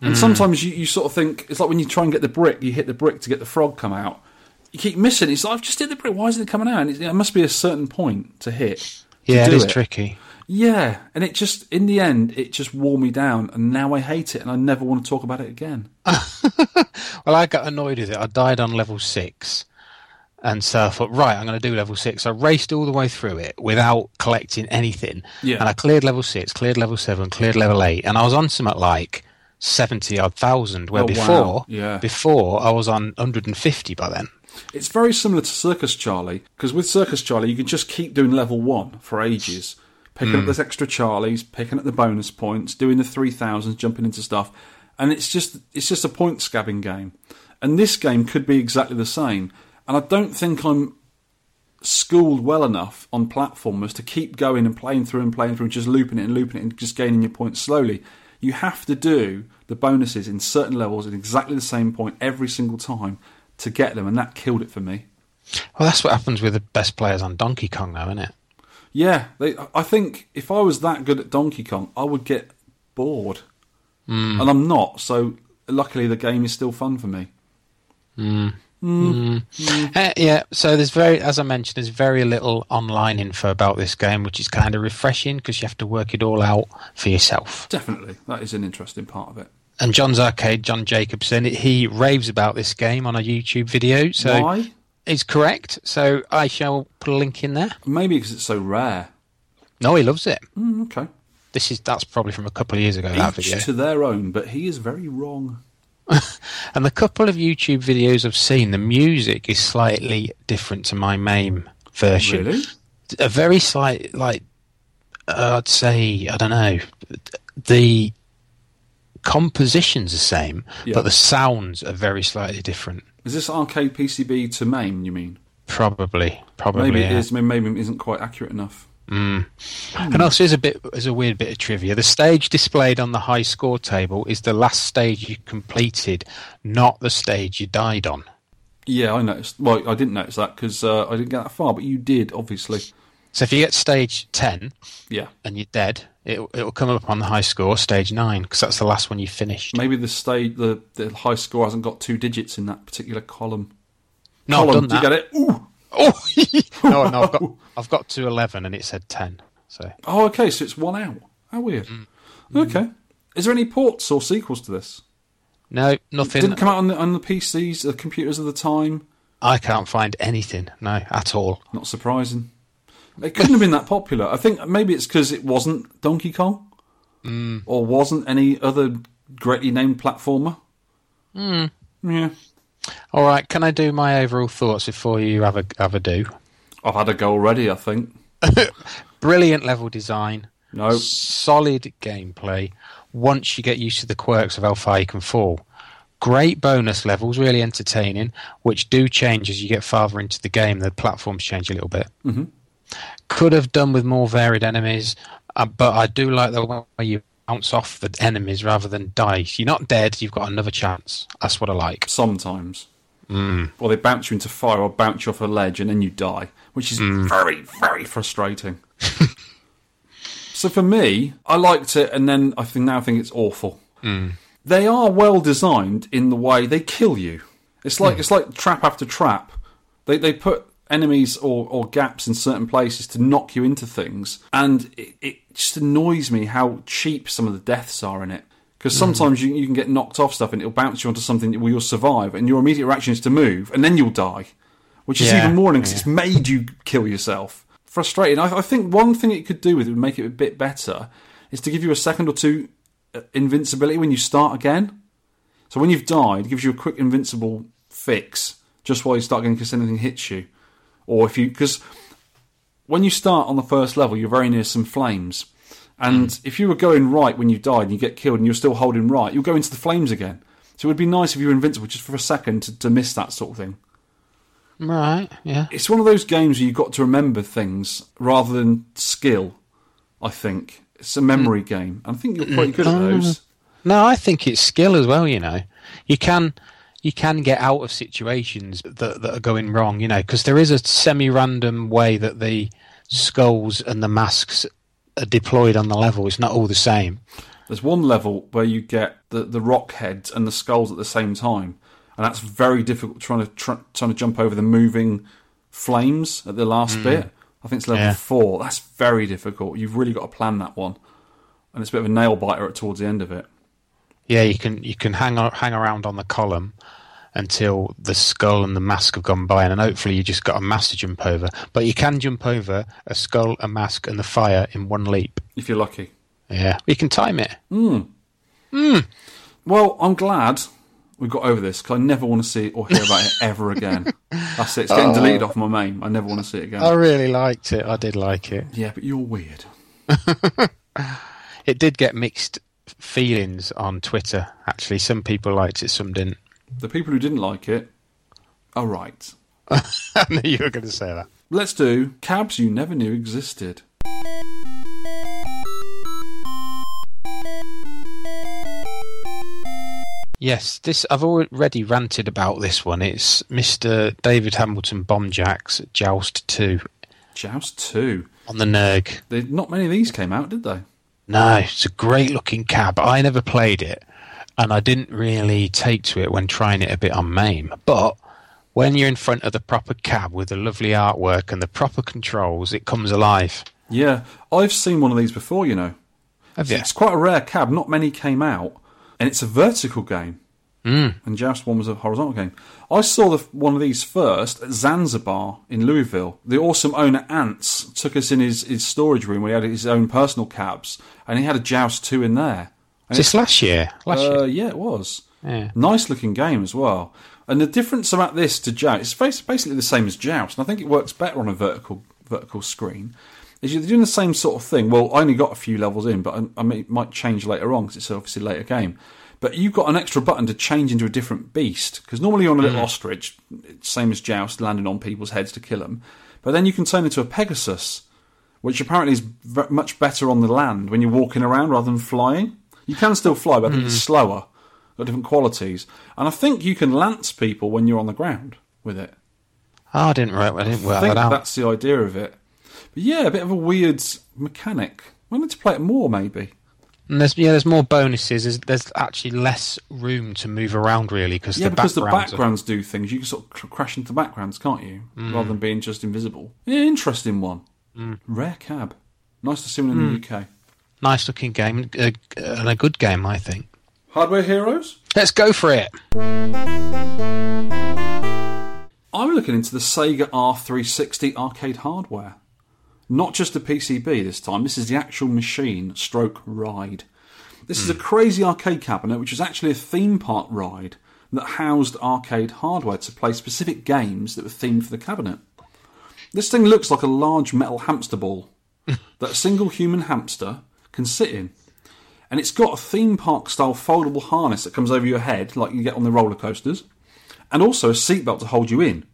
[SPEAKER 2] And
[SPEAKER 3] Mm.
[SPEAKER 2] sometimes you, you sort of think it's like when you try and get the brick, you hit the brick to get the frog come out. You keep missing. It's like I've just hit the brick. Why isn't it coming out? And it, it must be a certain point to hit. to
[SPEAKER 3] yeah, it
[SPEAKER 2] do
[SPEAKER 3] is tricky.
[SPEAKER 2] yeah, and it just in the end it just wore me down, and now I hate it, and I never want to talk about it again.
[SPEAKER 3] Well, I got annoyed with it. I died on level six. And so I thought, right, I'm going to do level six. I raced all the way through it without collecting anything.
[SPEAKER 2] Yeah.
[SPEAKER 3] And I cleared level six, cleared level seven, cleared level eight. And I was on something like 70 odd thousand, where
[SPEAKER 2] Oh, wow.
[SPEAKER 3] before,
[SPEAKER 2] Yeah.
[SPEAKER 3] before I was on 150 by then.
[SPEAKER 2] It's very similar to Circus Charlie because with Circus Charlie you can just keep doing level one for ages, picking up
[SPEAKER 3] Hmm.
[SPEAKER 2] those extra Charlies, picking up the bonus points, doing the three thousands, jumping into stuff, and it's just it's just a point scabbing game. And this game could be exactly the same. And I don't think I'm schooled well enough on platformers to keep going and playing through and playing through and just looping it and looping it and just gaining your points slowly. You have to do the bonuses in certain levels at exactly the same point every single time to get them, and that killed it for me.
[SPEAKER 3] Well, that's what happens with the best players on Donkey Kong, though, isn't it?
[SPEAKER 2] Yeah, they, I think if I was that good at Donkey Kong, I would get bored,
[SPEAKER 3] Mm.
[SPEAKER 2] and I'm not. So luckily, the game is still fun for me.
[SPEAKER 3] Mm.
[SPEAKER 2] Mm.
[SPEAKER 3] Uh, yeah, so there's very, as I mentioned, there's very little online info about this game, which is kind of refreshing because you have to work it all out for yourself.
[SPEAKER 2] Definitely, that is an interesting part of it.
[SPEAKER 3] And John's arcade, John Jacobson, he raves about this game on a YouTube video. So
[SPEAKER 2] Why?
[SPEAKER 3] is correct, so I shall put a link in there.
[SPEAKER 1] Maybe because it's so rare.
[SPEAKER 3] No, he loves it.
[SPEAKER 1] Mm, okay.
[SPEAKER 3] This is that's probably from a couple of years ago. that video.
[SPEAKER 1] Each to their own, but he is very wrong.
[SPEAKER 3] And the couple of YouTube videos I've seen, the music is slightly different to my MAME version.
[SPEAKER 1] Really?
[SPEAKER 3] A very slight, like, uh, I'd say, I don't know, the composition's the same,
[SPEAKER 1] Yeah.
[SPEAKER 3] but the sounds are very slightly different.
[SPEAKER 1] Is this arcade PCB to MAME, you mean?
[SPEAKER 3] Probably, probably.
[SPEAKER 1] maybe
[SPEAKER 3] yeah.
[SPEAKER 1] it is, maybe MAME isn't quite accurate enough.
[SPEAKER 3] Mm. And also, is a bit is a weird bit of trivia. The stage displayed on the high score table is the last stage you completed, not the stage you died on.
[SPEAKER 1] Yeah, I noticed. Well, I didn't notice that because uh, I didn't get that far, but you did, obviously.
[SPEAKER 3] So if you get stage ten,
[SPEAKER 1] Yeah.
[SPEAKER 3] and you're dead, it it'll come up on the high score stage nine because that's the last one you finished.
[SPEAKER 1] Maybe the state, the, the high score hasn't got two digits in that particular column.
[SPEAKER 3] No, Oh, I've
[SPEAKER 1] column,
[SPEAKER 3] done
[SPEAKER 1] do you
[SPEAKER 3] that.
[SPEAKER 1] get it? Ooh.
[SPEAKER 3] no, no, I've got I've got to eleven and it said ten. So
[SPEAKER 1] Oh, okay, so it's one out. How weird.
[SPEAKER 3] Mm.
[SPEAKER 1] Okay. Is there any ports or sequels to this?
[SPEAKER 3] no, nothing.
[SPEAKER 1] Didn't come out on the, on the PCs, the computers of the time.
[SPEAKER 3] I can't find anything. No, at all.
[SPEAKER 1] Not surprising. It couldn't have been that popular. I think maybe it's because it wasn't Donkey Kong,
[SPEAKER 3] Mm.
[SPEAKER 1] or wasn't any other greatly named platformer.
[SPEAKER 3] Mm.
[SPEAKER 1] Yeah.
[SPEAKER 3] All right. Can I do my overall thoughts before you have a have a do?
[SPEAKER 1] I've had a go already. I think.
[SPEAKER 3] Brilliant level design.
[SPEAKER 1] No.
[SPEAKER 3] Solid gameplay. Once you get used to the quirks of how far you can fall. Great bonus levels, really entertaining, which do change as you get farther into the game. The platforms change a little bit.
[SPEAKER 1] Mm-hmm.
[SPEAKER 3] Could have done with more varied enemies, uh, but I do like the way you bounce off the enemies rather than die. You're not dead, you've got another chance. That's what I like.
[SPEAKER 1] Sometimes.
[SPEAKER 3] Mm.
[SPEAKER 1] Or they bounce you into fire, or bounce you off a ledge, and then you die, which is
[SPEAKER 3] Mm.
[SPEAKER 1] very, very frustrating. so for me, I liked it, and then I think now I think it's awful.
[SPEAKER 3] Mm.
[SPEAKER 1] they are well designed in the way they kill you. It's like
[SPEAKER 3] Hmm.
[SPEAKER 1] it's like trap after trap. They they put enemies or, or gaps in certain places to knock you into things, and it, it just annoys me how cheap some of the deaths are in it. Because
[SPEAKER 16] Hmm.
[SPEAKER 1] sometimes you, you can get knocked off stuff and it'll bounce you onto something where you'll survive, and your immediate reaction is to move, and then you'll die, which is
[SPEAKER 16] Yeah.
[SPEAKER 1] even more annoying 'cause it's made you kill yourself. Frustrating. I, I think one thing it could do with it would make it a bit better is to give you a second or two uh, invincibility when you start again. So when you've died, it gives you a quick invincible fix just while you start again because anything hits you, or if you because when you start on the first level, you're very near some flames. And if you were going right when you died and you get killed and you're still holding right, you'll go into the flames again. So it would be nice if you were invincible just for a second to, to miss that sort of thing.
[SPEAKER 3] Right, yeah.
[SPEAKER 1] It's one of those games where you've got to remember things rather than skill, I think. It's a memory game. I think you're quite good at
[SPEAKER 3] No, no, no.
[SPEAKER 1] those.
[SPEAKER 3] No, I think it's skill as well. You know, you can you can get out of situations that that are going wrong. You know, because there is a semi-random way that the skulls and the masks are deployed on the level. It's not all the same.
[SPEAKER 1] There's one level where you get the, the rock heads and the skulls at the same time, and that's very difficult trying to tr- trying to jump over the moving flames at the last
[SPEAKER 16] Mm.
[SPEAKER 1] bit. I think it's level
[SPEAKER 16] Yeah.
[SPEAKER 1] four. That's very difficult. You've really got to plan that one, and it's a bit of a nail biter towards the end of it.
[SPEAKER 3] Yeah, you can you can hang ar- hang around on the column until the skull and the mask have gone by, and then hopefully you just got a mask to jump over. But you can jump over a skull, a mask, and the fire in one leap.
[SPEAKER 1] If you're lucky.
[SPEAKER 3] Yeah, you can time it.
[SPEAKER 1] Mm. Well, I'm glad we got over this because I never want to see or hear about it ever again. That's it. It's getting
[SPEAKER 3] Oh.
[SPEAKER 1] deleted off my main. I never want to see it again.
[SPEAKER 3] I really liked it. I did like it.
[SPEAKER 1] Yeah, but you're weird.
[SPEAKER 3] It did get mixed feelings on Twitter. Actually, some people liked it, some didn't.
[SPEAKER 1] The people who didn't like it are right.
[SPEAKER 3] I knew you were going to say that.
[SPEAKER 1] Let's do cabs you never knew existed.
[SPEAKER 3] Yes, this I've already ranted about this one. It's Mr. David Hamilton Bombjack's Joust Two.
[SPEAKER 1] Joust Two
[SPEAKER 3] on the Nerg.
[SPEAKER 1] There, not many of these came out, did they?
[SPEAKER 3] No, it's a great looking cab. I never played it, and I didn't really take to it when trying it a bit on MAME. But when you're in front of the proper cab with the lovely artwork and the proper controls, it comes alive.
[SPEAKER 1] Yeah, I've seen one of these before, you know.
[SPEAKER 3] Have you?
[SPEAKER 1] It's quite a rare cab. Not many came out, and it's a vertical game. and Joust one was a horizontal game. I saw the, one of these first at Zanzibar in Louisville. The awesome owner Ants took us in his, his storage room where he had his own personal cabs, and he had a Joust two in there.
[SPEAKER 3] Is
[SPEAKER 1] And
[SPEAKER 3] this last year? Last
[SPEAKER 1] uh,
[SPEAKER 3] year.
[SPEAKER 1] Yeah, it was.
[SPEAKER 3] Yeah.
[SPEAKER 1] Nice looking game as well. And the difference about this to Joust, it's bas- basically the same as Joust, and I think it works better on a vertical vertical screen. Is you're doing the same sort of thing. Well, I only got a few levels in, but I, I may, might change later on because it's obviously a later game. But you've got an extra button to change into a different beast because normally you're on a little
[SPEAKER 3] Mm.
[SPEAKER 1] ostrich, same as Joust, landing on people's heads to kill them. But then you can turn into a Pegasus, which apparently is v- much better on the land when you're walking around rather than flying. You can still fly, but I think it's
[SPEAKER 3] Mm.
[SPEAKER 1] slower, got different qualities, and I think you can lance people when you're on the ground with it.
[SPEAKER 3] Oh, I didn't work. I didn't work
[SPEAKER 1] I think
[SPEAKER 3] that out.
[SPEAKER 1] that's the idea of it. But yeah, a bit of a weird mechanic. I need to play it more, maybe.
[SPEAKER 3] And there's yeah, there's more bonuses. There's, there's actually less room to move around really because
[SPEAKER 1] yeah,
[SPEAKER 3] the
[SPEAKER 1] because
[SPEAKER 3] backgrounds
[SPEAKER 1] the
[SPEAKER 3] are-
[SPEAKER 1] backgrounds do things. You can sort of cr- crash into the backgrounds, can't you?
[SPEAKER 3] Mm.
[SPEAKER 1] Rather than being just invisible. Yeah, interesting one. Rare cab. Nice to see one
[SPEAKER 3] Mm.
[SPEAKER 1] in the UK.
[SPEAKER 3] nice looking game uh, and a good game, I think.
[SPEAKER 1] Hardware Heroes?
[SPEAKER 3] Let's go for it.
[SPEAKER 1] I'm looking into the Sega R360 arcade hardware. Not just a PCB this time, this is the actual machine stroke ride. This is a crazy arcade cabinet, which is actually a theme park ride that housed arcade hardware to play specific games that were themed for the cabinet. This thing looks like a large metal hamster ball that a single human hamster can sit in. And it's got a theme park style foldable harness that comes over your head, like you get on the roller coasters, and also a seatbelt to hold you in.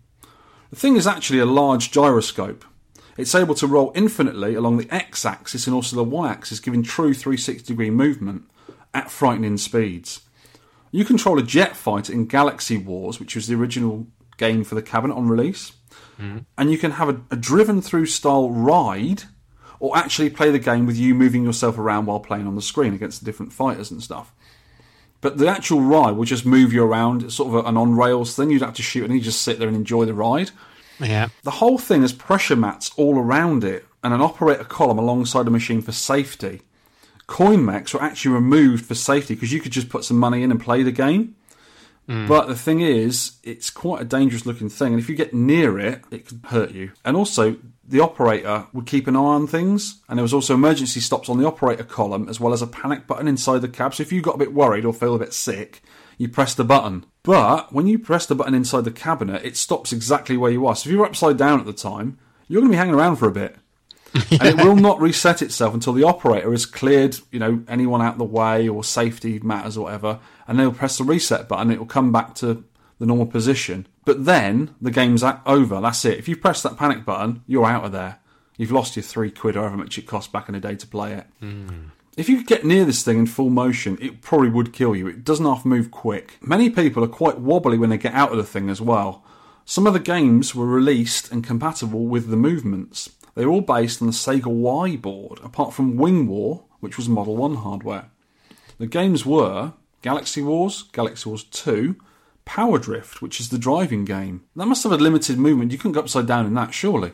[SPEAKER 1] The thing is actually a large gyroscope. It's able to roll infinitely along the x axis and also the y axis, giving true 360 degree movement at frightening speeds. You control a jet fighter in Galaxy Wars, which was the original game for the cabinet on release, and you can have a, a driven through style ride or actually play the game with you moving yourself around while playing on the screen against the different fighters and stuff. But the actual ride will just move you around. It's sort of a- an on rails thing. You'd have to shoot and you just sit there and enjoy the ride.
[SPEAKER 3] Yeah.
[SPEAKER 1] The whole thing has pressure mats all around it and an operator column alongside a machine for safety. Coin mechs were actually removed for safety because you could just put some money in and play the game. But the thing is, it's quite a dangerous looking thing, and if you get near it, it could hurt you. And also, the operator would keep an eye on things, and there was also emergency stops on the operator column, as well as a panic button inside the cab. So if you got a bit worried or feel a bit sick, you press the button. But when you press the button inside the cabinet, it stops exactly where you are. So if you're upside down at the time, you're going to be hanging around for a bit. and it will not reset itself until the operator has cleared, you know, anyone out of the way or safety matters or whatever, and they'll press the reset button. It will come back to the normal position. But then the game's a- over. That's it. If you press that panic button, you're out of there. You've lost your three quid or however much it cost back in the day to play it. If you could get near this thing in full motion, it probably would kill you. It doesn't half move quick. Many people are quite wobbly when they get out of the thing as well. Some of the games were released and compatible with the movements. They were all based on the Sega Y board, apart from Wing War, which was Model 1 hardware. The games were Galaxy Wars, Galaxy Wars 2, Power Drift, which is the driving game. That must have had limited movement. You couldn't go upside down in that, surely.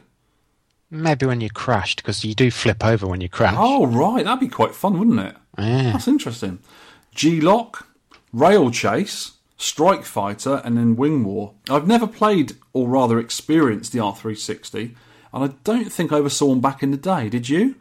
[SPEAKER 3] Maybe when you crashed because you do flip over when you crash.
[SPEAKER 1] Oh, right. That'd be quite fun, wouldn't it?
[SPEAKER 3] Yeah.
[SPEAKER 1] That's interesting. G Lock, Rail Chase, Strike Fighter, and then Wing War. I've never played or rather experienced the R360, and I don't think I ever saw one back in the day. Did you?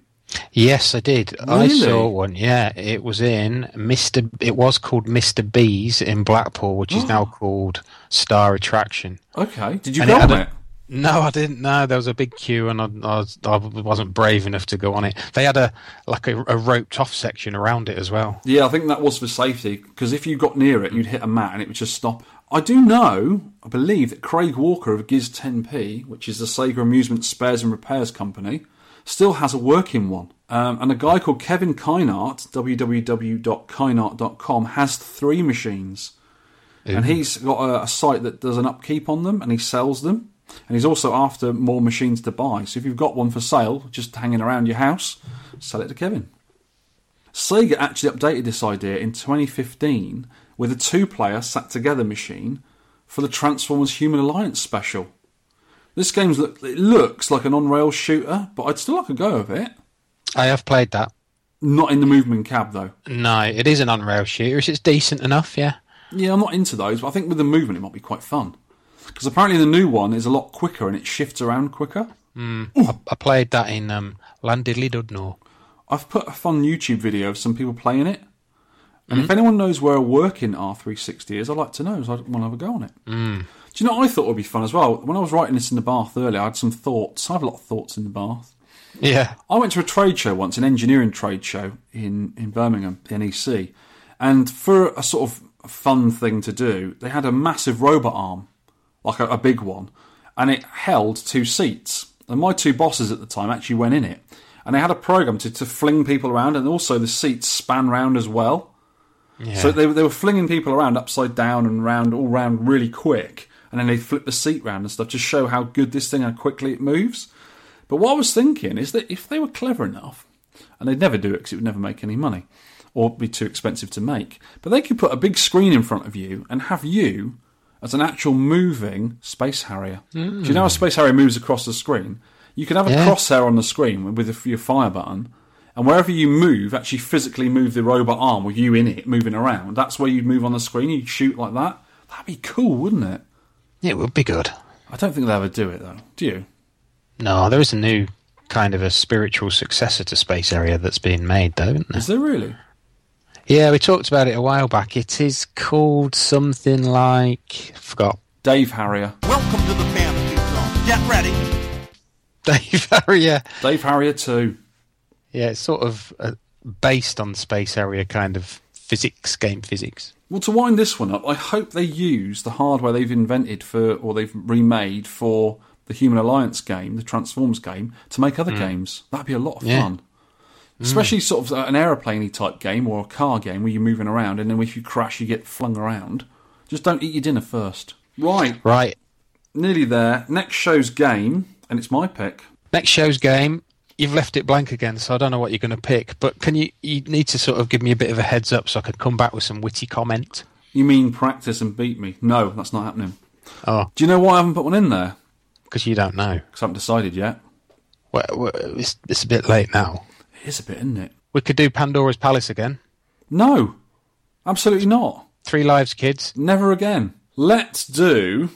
[SPEAKER 3] Yes, I did. I
[SPEAKER 1] Really?
[SPEAKER 3] saw one. Yeah, it was in Mr. It was called Mr. Bees in Blackpool, which is now called Star Attraction.
[SPEAKER 1] Oh. Okay. Did you
[SPEAKER 3] And
[SPEAKER 1] go
[SPEAKER 3] had
[SPEAKER 1] on
[SPEAKER 3] a-
[SPEAKER 1] it?
[SPEAKER 3] No, I didn't. No, there was a big queue, and I, I, was, I wasn't brave enough to go on it. They had a like a, a roped off section around it as well.
[SPEAKER 1] Yeah, I think that was for safety because if you got near it, you'd hit a mat and it would just stop. I do know, I believe that Craig Walker of Giz 10p, which is the Sega Amusement Spares and Repairs Company, still has a working one. Um, and a guy called Kevin Kynart, www.kynart.com, has three machines. And
[SPEAKER 3] Ooh.
[SPEAKER 1] he's got a, a site that does an upkeep on them and he sells them. And he's also after more machines to buy. So if you've got one for sale, just hanging around your house, sell it to Kevin. Sega actually updated this idea in 2015 with a two player sat together machine for the Transformers Human Alliance special. This game's look, it looks like an on rail shooter, but I'd still like a go of it.
[SPEAKER 3] I have played that.
[SPEAKER 1] Not in the movement cab though.
[SPEAKER 3] No, it is an on rail shooter. It's decent enough, yeah.
[SPEAKER 2] Yeah, I'm not into those, but I think with the movement it might be quite fun. Because apparently the new one is a lot quicker and it shifts around quicker.
[SPEAKER 3] Mm. I, I played that in um, Landidly Dudnor.
[SPEAKER 2] I've put a fun YouTube video of some people playing it. And if anyone knows where a working R360 is, I'd like to know, so I want to have a go on it.
[SPEAKER 3] Mm.
[SPEAKER 2] Do you know what I thought would be fun as well? When I was writing this in the bath earlier, I had some thoughts. I have a lot of thoughts in the bath.
[SPEAKER 3] Yeah.
[SPEAKER 1] Oh.
[SPEAKER 2] I went to a trade show once, an engineering trade show in, in Birmingham, the NEC. And for a sort of fun thing to do, they had a massive robot arm, like a, a big one, and it held two seats. And my two bosses at the time actually went in it. And they had a program to, to fling people around, and also the seats span round as well. So they, they were flinging people around upside down and round, all round really quick. And then they flip the seat round and stuff to show how good this thing, how quickly it moves. But what I was thinking is that if they were clever enough, and they'd never do it because it would never make any money or be too expensive to make, but they could put a big screen in front of you and have you as an actual moving Space Harrier.
[SPEAKER 3] Mm.
[SPEAKER 2] Do you know how Space Harrier moves across the screen? You can have a
[SPEAKER 3] Yeah.
[SPEAKER 2] crosshair on the screen with a- your fire button, and wherever you move, actually physically move the robot arm with you in it moving around. That's where you'd move on the screen. You'd shoot like that. That'd be cool, wouldn't it?
[SPEAKER 3] It would be good.
[SPEAKER 2] I don't think they'll ever do it though. Do you?
[SPEAKER 3] No, there is a new kind of a spiritual successor to Space Area that's being made, though, isn't there?
[SPEAKER 2] Is there really?
[SPEAKER 3] Yeah, we talked about it a while back. It is called something like forgot
[SPEAKER 2] Dave Harrier.
[SPEAKER 17] Welcome to the fantasy zone. Get ready.
[SPEAKER 3] Dave Harrier.
[SPEAKER 2] Dave Harrier too.
[SPEAKER 3] Yeah, it's sort of uh, based on Space Area kind of physics game physics.
[SPEAKER 2] Well, to wind this one up, I hope they use the hardware they've invented for, or they've remade for the Human Alliance game, the Transforms game, to make other
[SPEAKER 3] Mm.
[SPEAKER 2] games. That'd be a lot of
[SPEAKER 3] Yeah.
[SPEAKER 2] fun. Especially sort of uh, an aeroplaney type game or a car game where you're moving around and then if you crash, you get flung around. Just don't eat your dinner first. Right.
[SPEAKER 3] Right.
[SPEAKER 2] Nearly there. Next show's game, and it's my pick.
[SPEAKER 3] Next show's game, you've left it blank again, so I don't know what you're going to pick. But can you? You need to sort of give me a bit of a heads up so I can come back with some witty comment.
[SPEAKER 2] You mean practice and beat me? No, that's not happening.
[SPEAKER 3] Oh,
[SPEAKER 2] Do you know why I haven't put one in there?
[SPEAKER 3] because you don't know.
[SPEAKER 2] Because I haven't decided yet.
[SPEAKER 3] Well, well, it's, it's a bit late now.
[SPEAKER 2] It is a bit, isn't it?
[SPEAKER 3] We could do Pandora's Palace again.
[SPEAKER 2] No, absolutely not.
[SPEAKER 3] Three lives, kids.
[SPEAKER 2] Never again. Let's do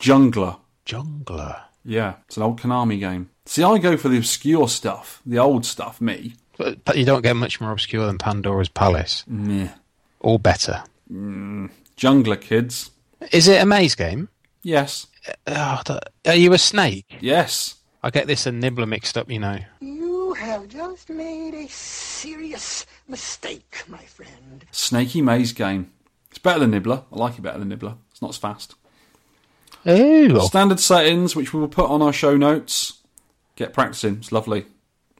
[SPEAKER 2] Jungler.
[SPEAKER 3] Jungler.
[SPEAKER 2] Yeah, it's an old Konami game. See, I go for the obscure stuff, the old stuff. Me,
[SPEAKER 3] But, but you don't get much more obscure than Pandora's Palace.
[SPEAKER 2] Yeah.
[SPEAKER 3] Or better.
[SPEAKER 2] mm, Jungler kids.
[SPEAKER 3] Is it a maze game?
[SPEAKER 2] Yes.
[SPEAKER 3] Oh, that- are you a snake?
[SPEAKER 2] Yes.
[SPEAKER 3] I get this and Nibbler mixed up, you know.
[SPEAKER 14] You have just made a serious mistake, my friend.
[SPEAKER 2] Snaky maze game. It's better than Nibbler. I like it better than Nibbler. It's not as fast.
[SPEAKER 3] Oh.
[SPEAKER 2] Standard settings, which we will put on our show notes. Get practicing. It's lovely.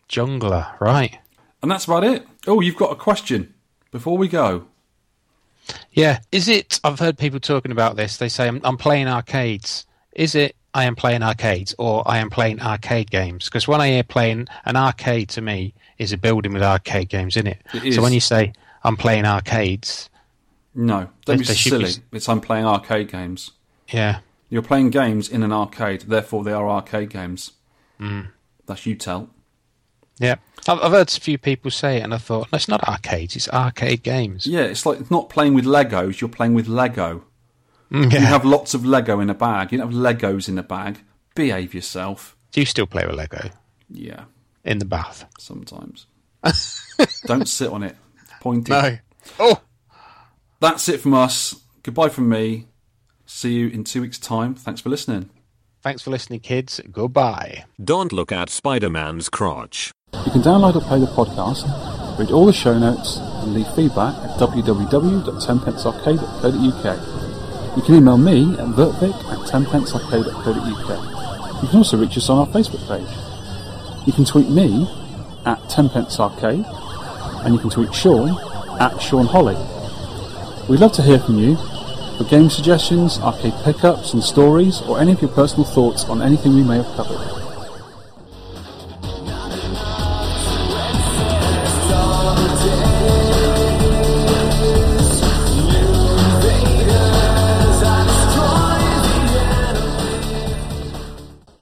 [SPEAKER 3] Jungler, right.
[SPEAKER 2] And that's about it. Oh, you've got a question before we go.
[SPEAKER 3] Yeah. Is it, I've heard people talking about this, they say, I'm, I'm playing arcades. Is it, I am playing arcades, or I am playing arcade games? Because when I hear playing, an arcade to me is a building with arcade games in it.
[SPEAKER 2] It
[SPEAKER 3] So
[SPEAKER 2] is.
[SPEAKER 3] when you say, I'm playing arcades,
[SPEAKER 2] No, don't be
[SPEAKER 3] They should
[SPEAKER 2] silly.
[SPEAKER 3] be-
[SPEAKER 2] It's I'm playing arcade games.
[SPEAKER 3] yeah.
[SPEAKER 2] You're playing games in an arcade, therefore they are arcade games.
[SPEAKER 3] Mm.
[SPEAKER 2] That's you tell.
[SPEAKER 3] Yeah. I've, I've heard a few people say it, and I thought, no, it's not arcades, it's arcade games.
[SPEAKER 2] Yeah, it's like it's not playing with Legos. You're playing with Lego.
[SPEAKER 3] Mm,
[SPEAKER 2] You
[SPEAKER 3] yeah.
[SPEAKER 2] have lots of Lego in a bag. You don't have Legos in a bag. Behave yourself.
[SPEAKER 3] Do you still play with Lego?
[SPEAKER 2] Yeah,
[SPEAKER 3] In the bath?
[SPEAKER 2] sometimes. don't sit on it. It's pointy.
[SPEAKER 3] No. Oh.
[SPEAKER 2] That's it from us. Goodbye from me. See you in two weeks' time. Thanks for listening.
[SPEAKER 3] Thanks for listening, kids. Goodbye.
[SPEAKER 11] Don't look at Spider Man's crotch.
[SPEAKER 2] You can download or play the podcast, read all the show notes, and leave feedback at www.tenpencearcade.co.uk. You can email me at vertvic at tenpencearcade.co.uk. You can also reach us on our Facebook page. You can tweet me at tenpencearcade, and you can tweet Sean at Sean Holly. We'd love to hear from you for game suggestions, arcade pickups and stories, or any of your personal thoughts on anything we may have covered.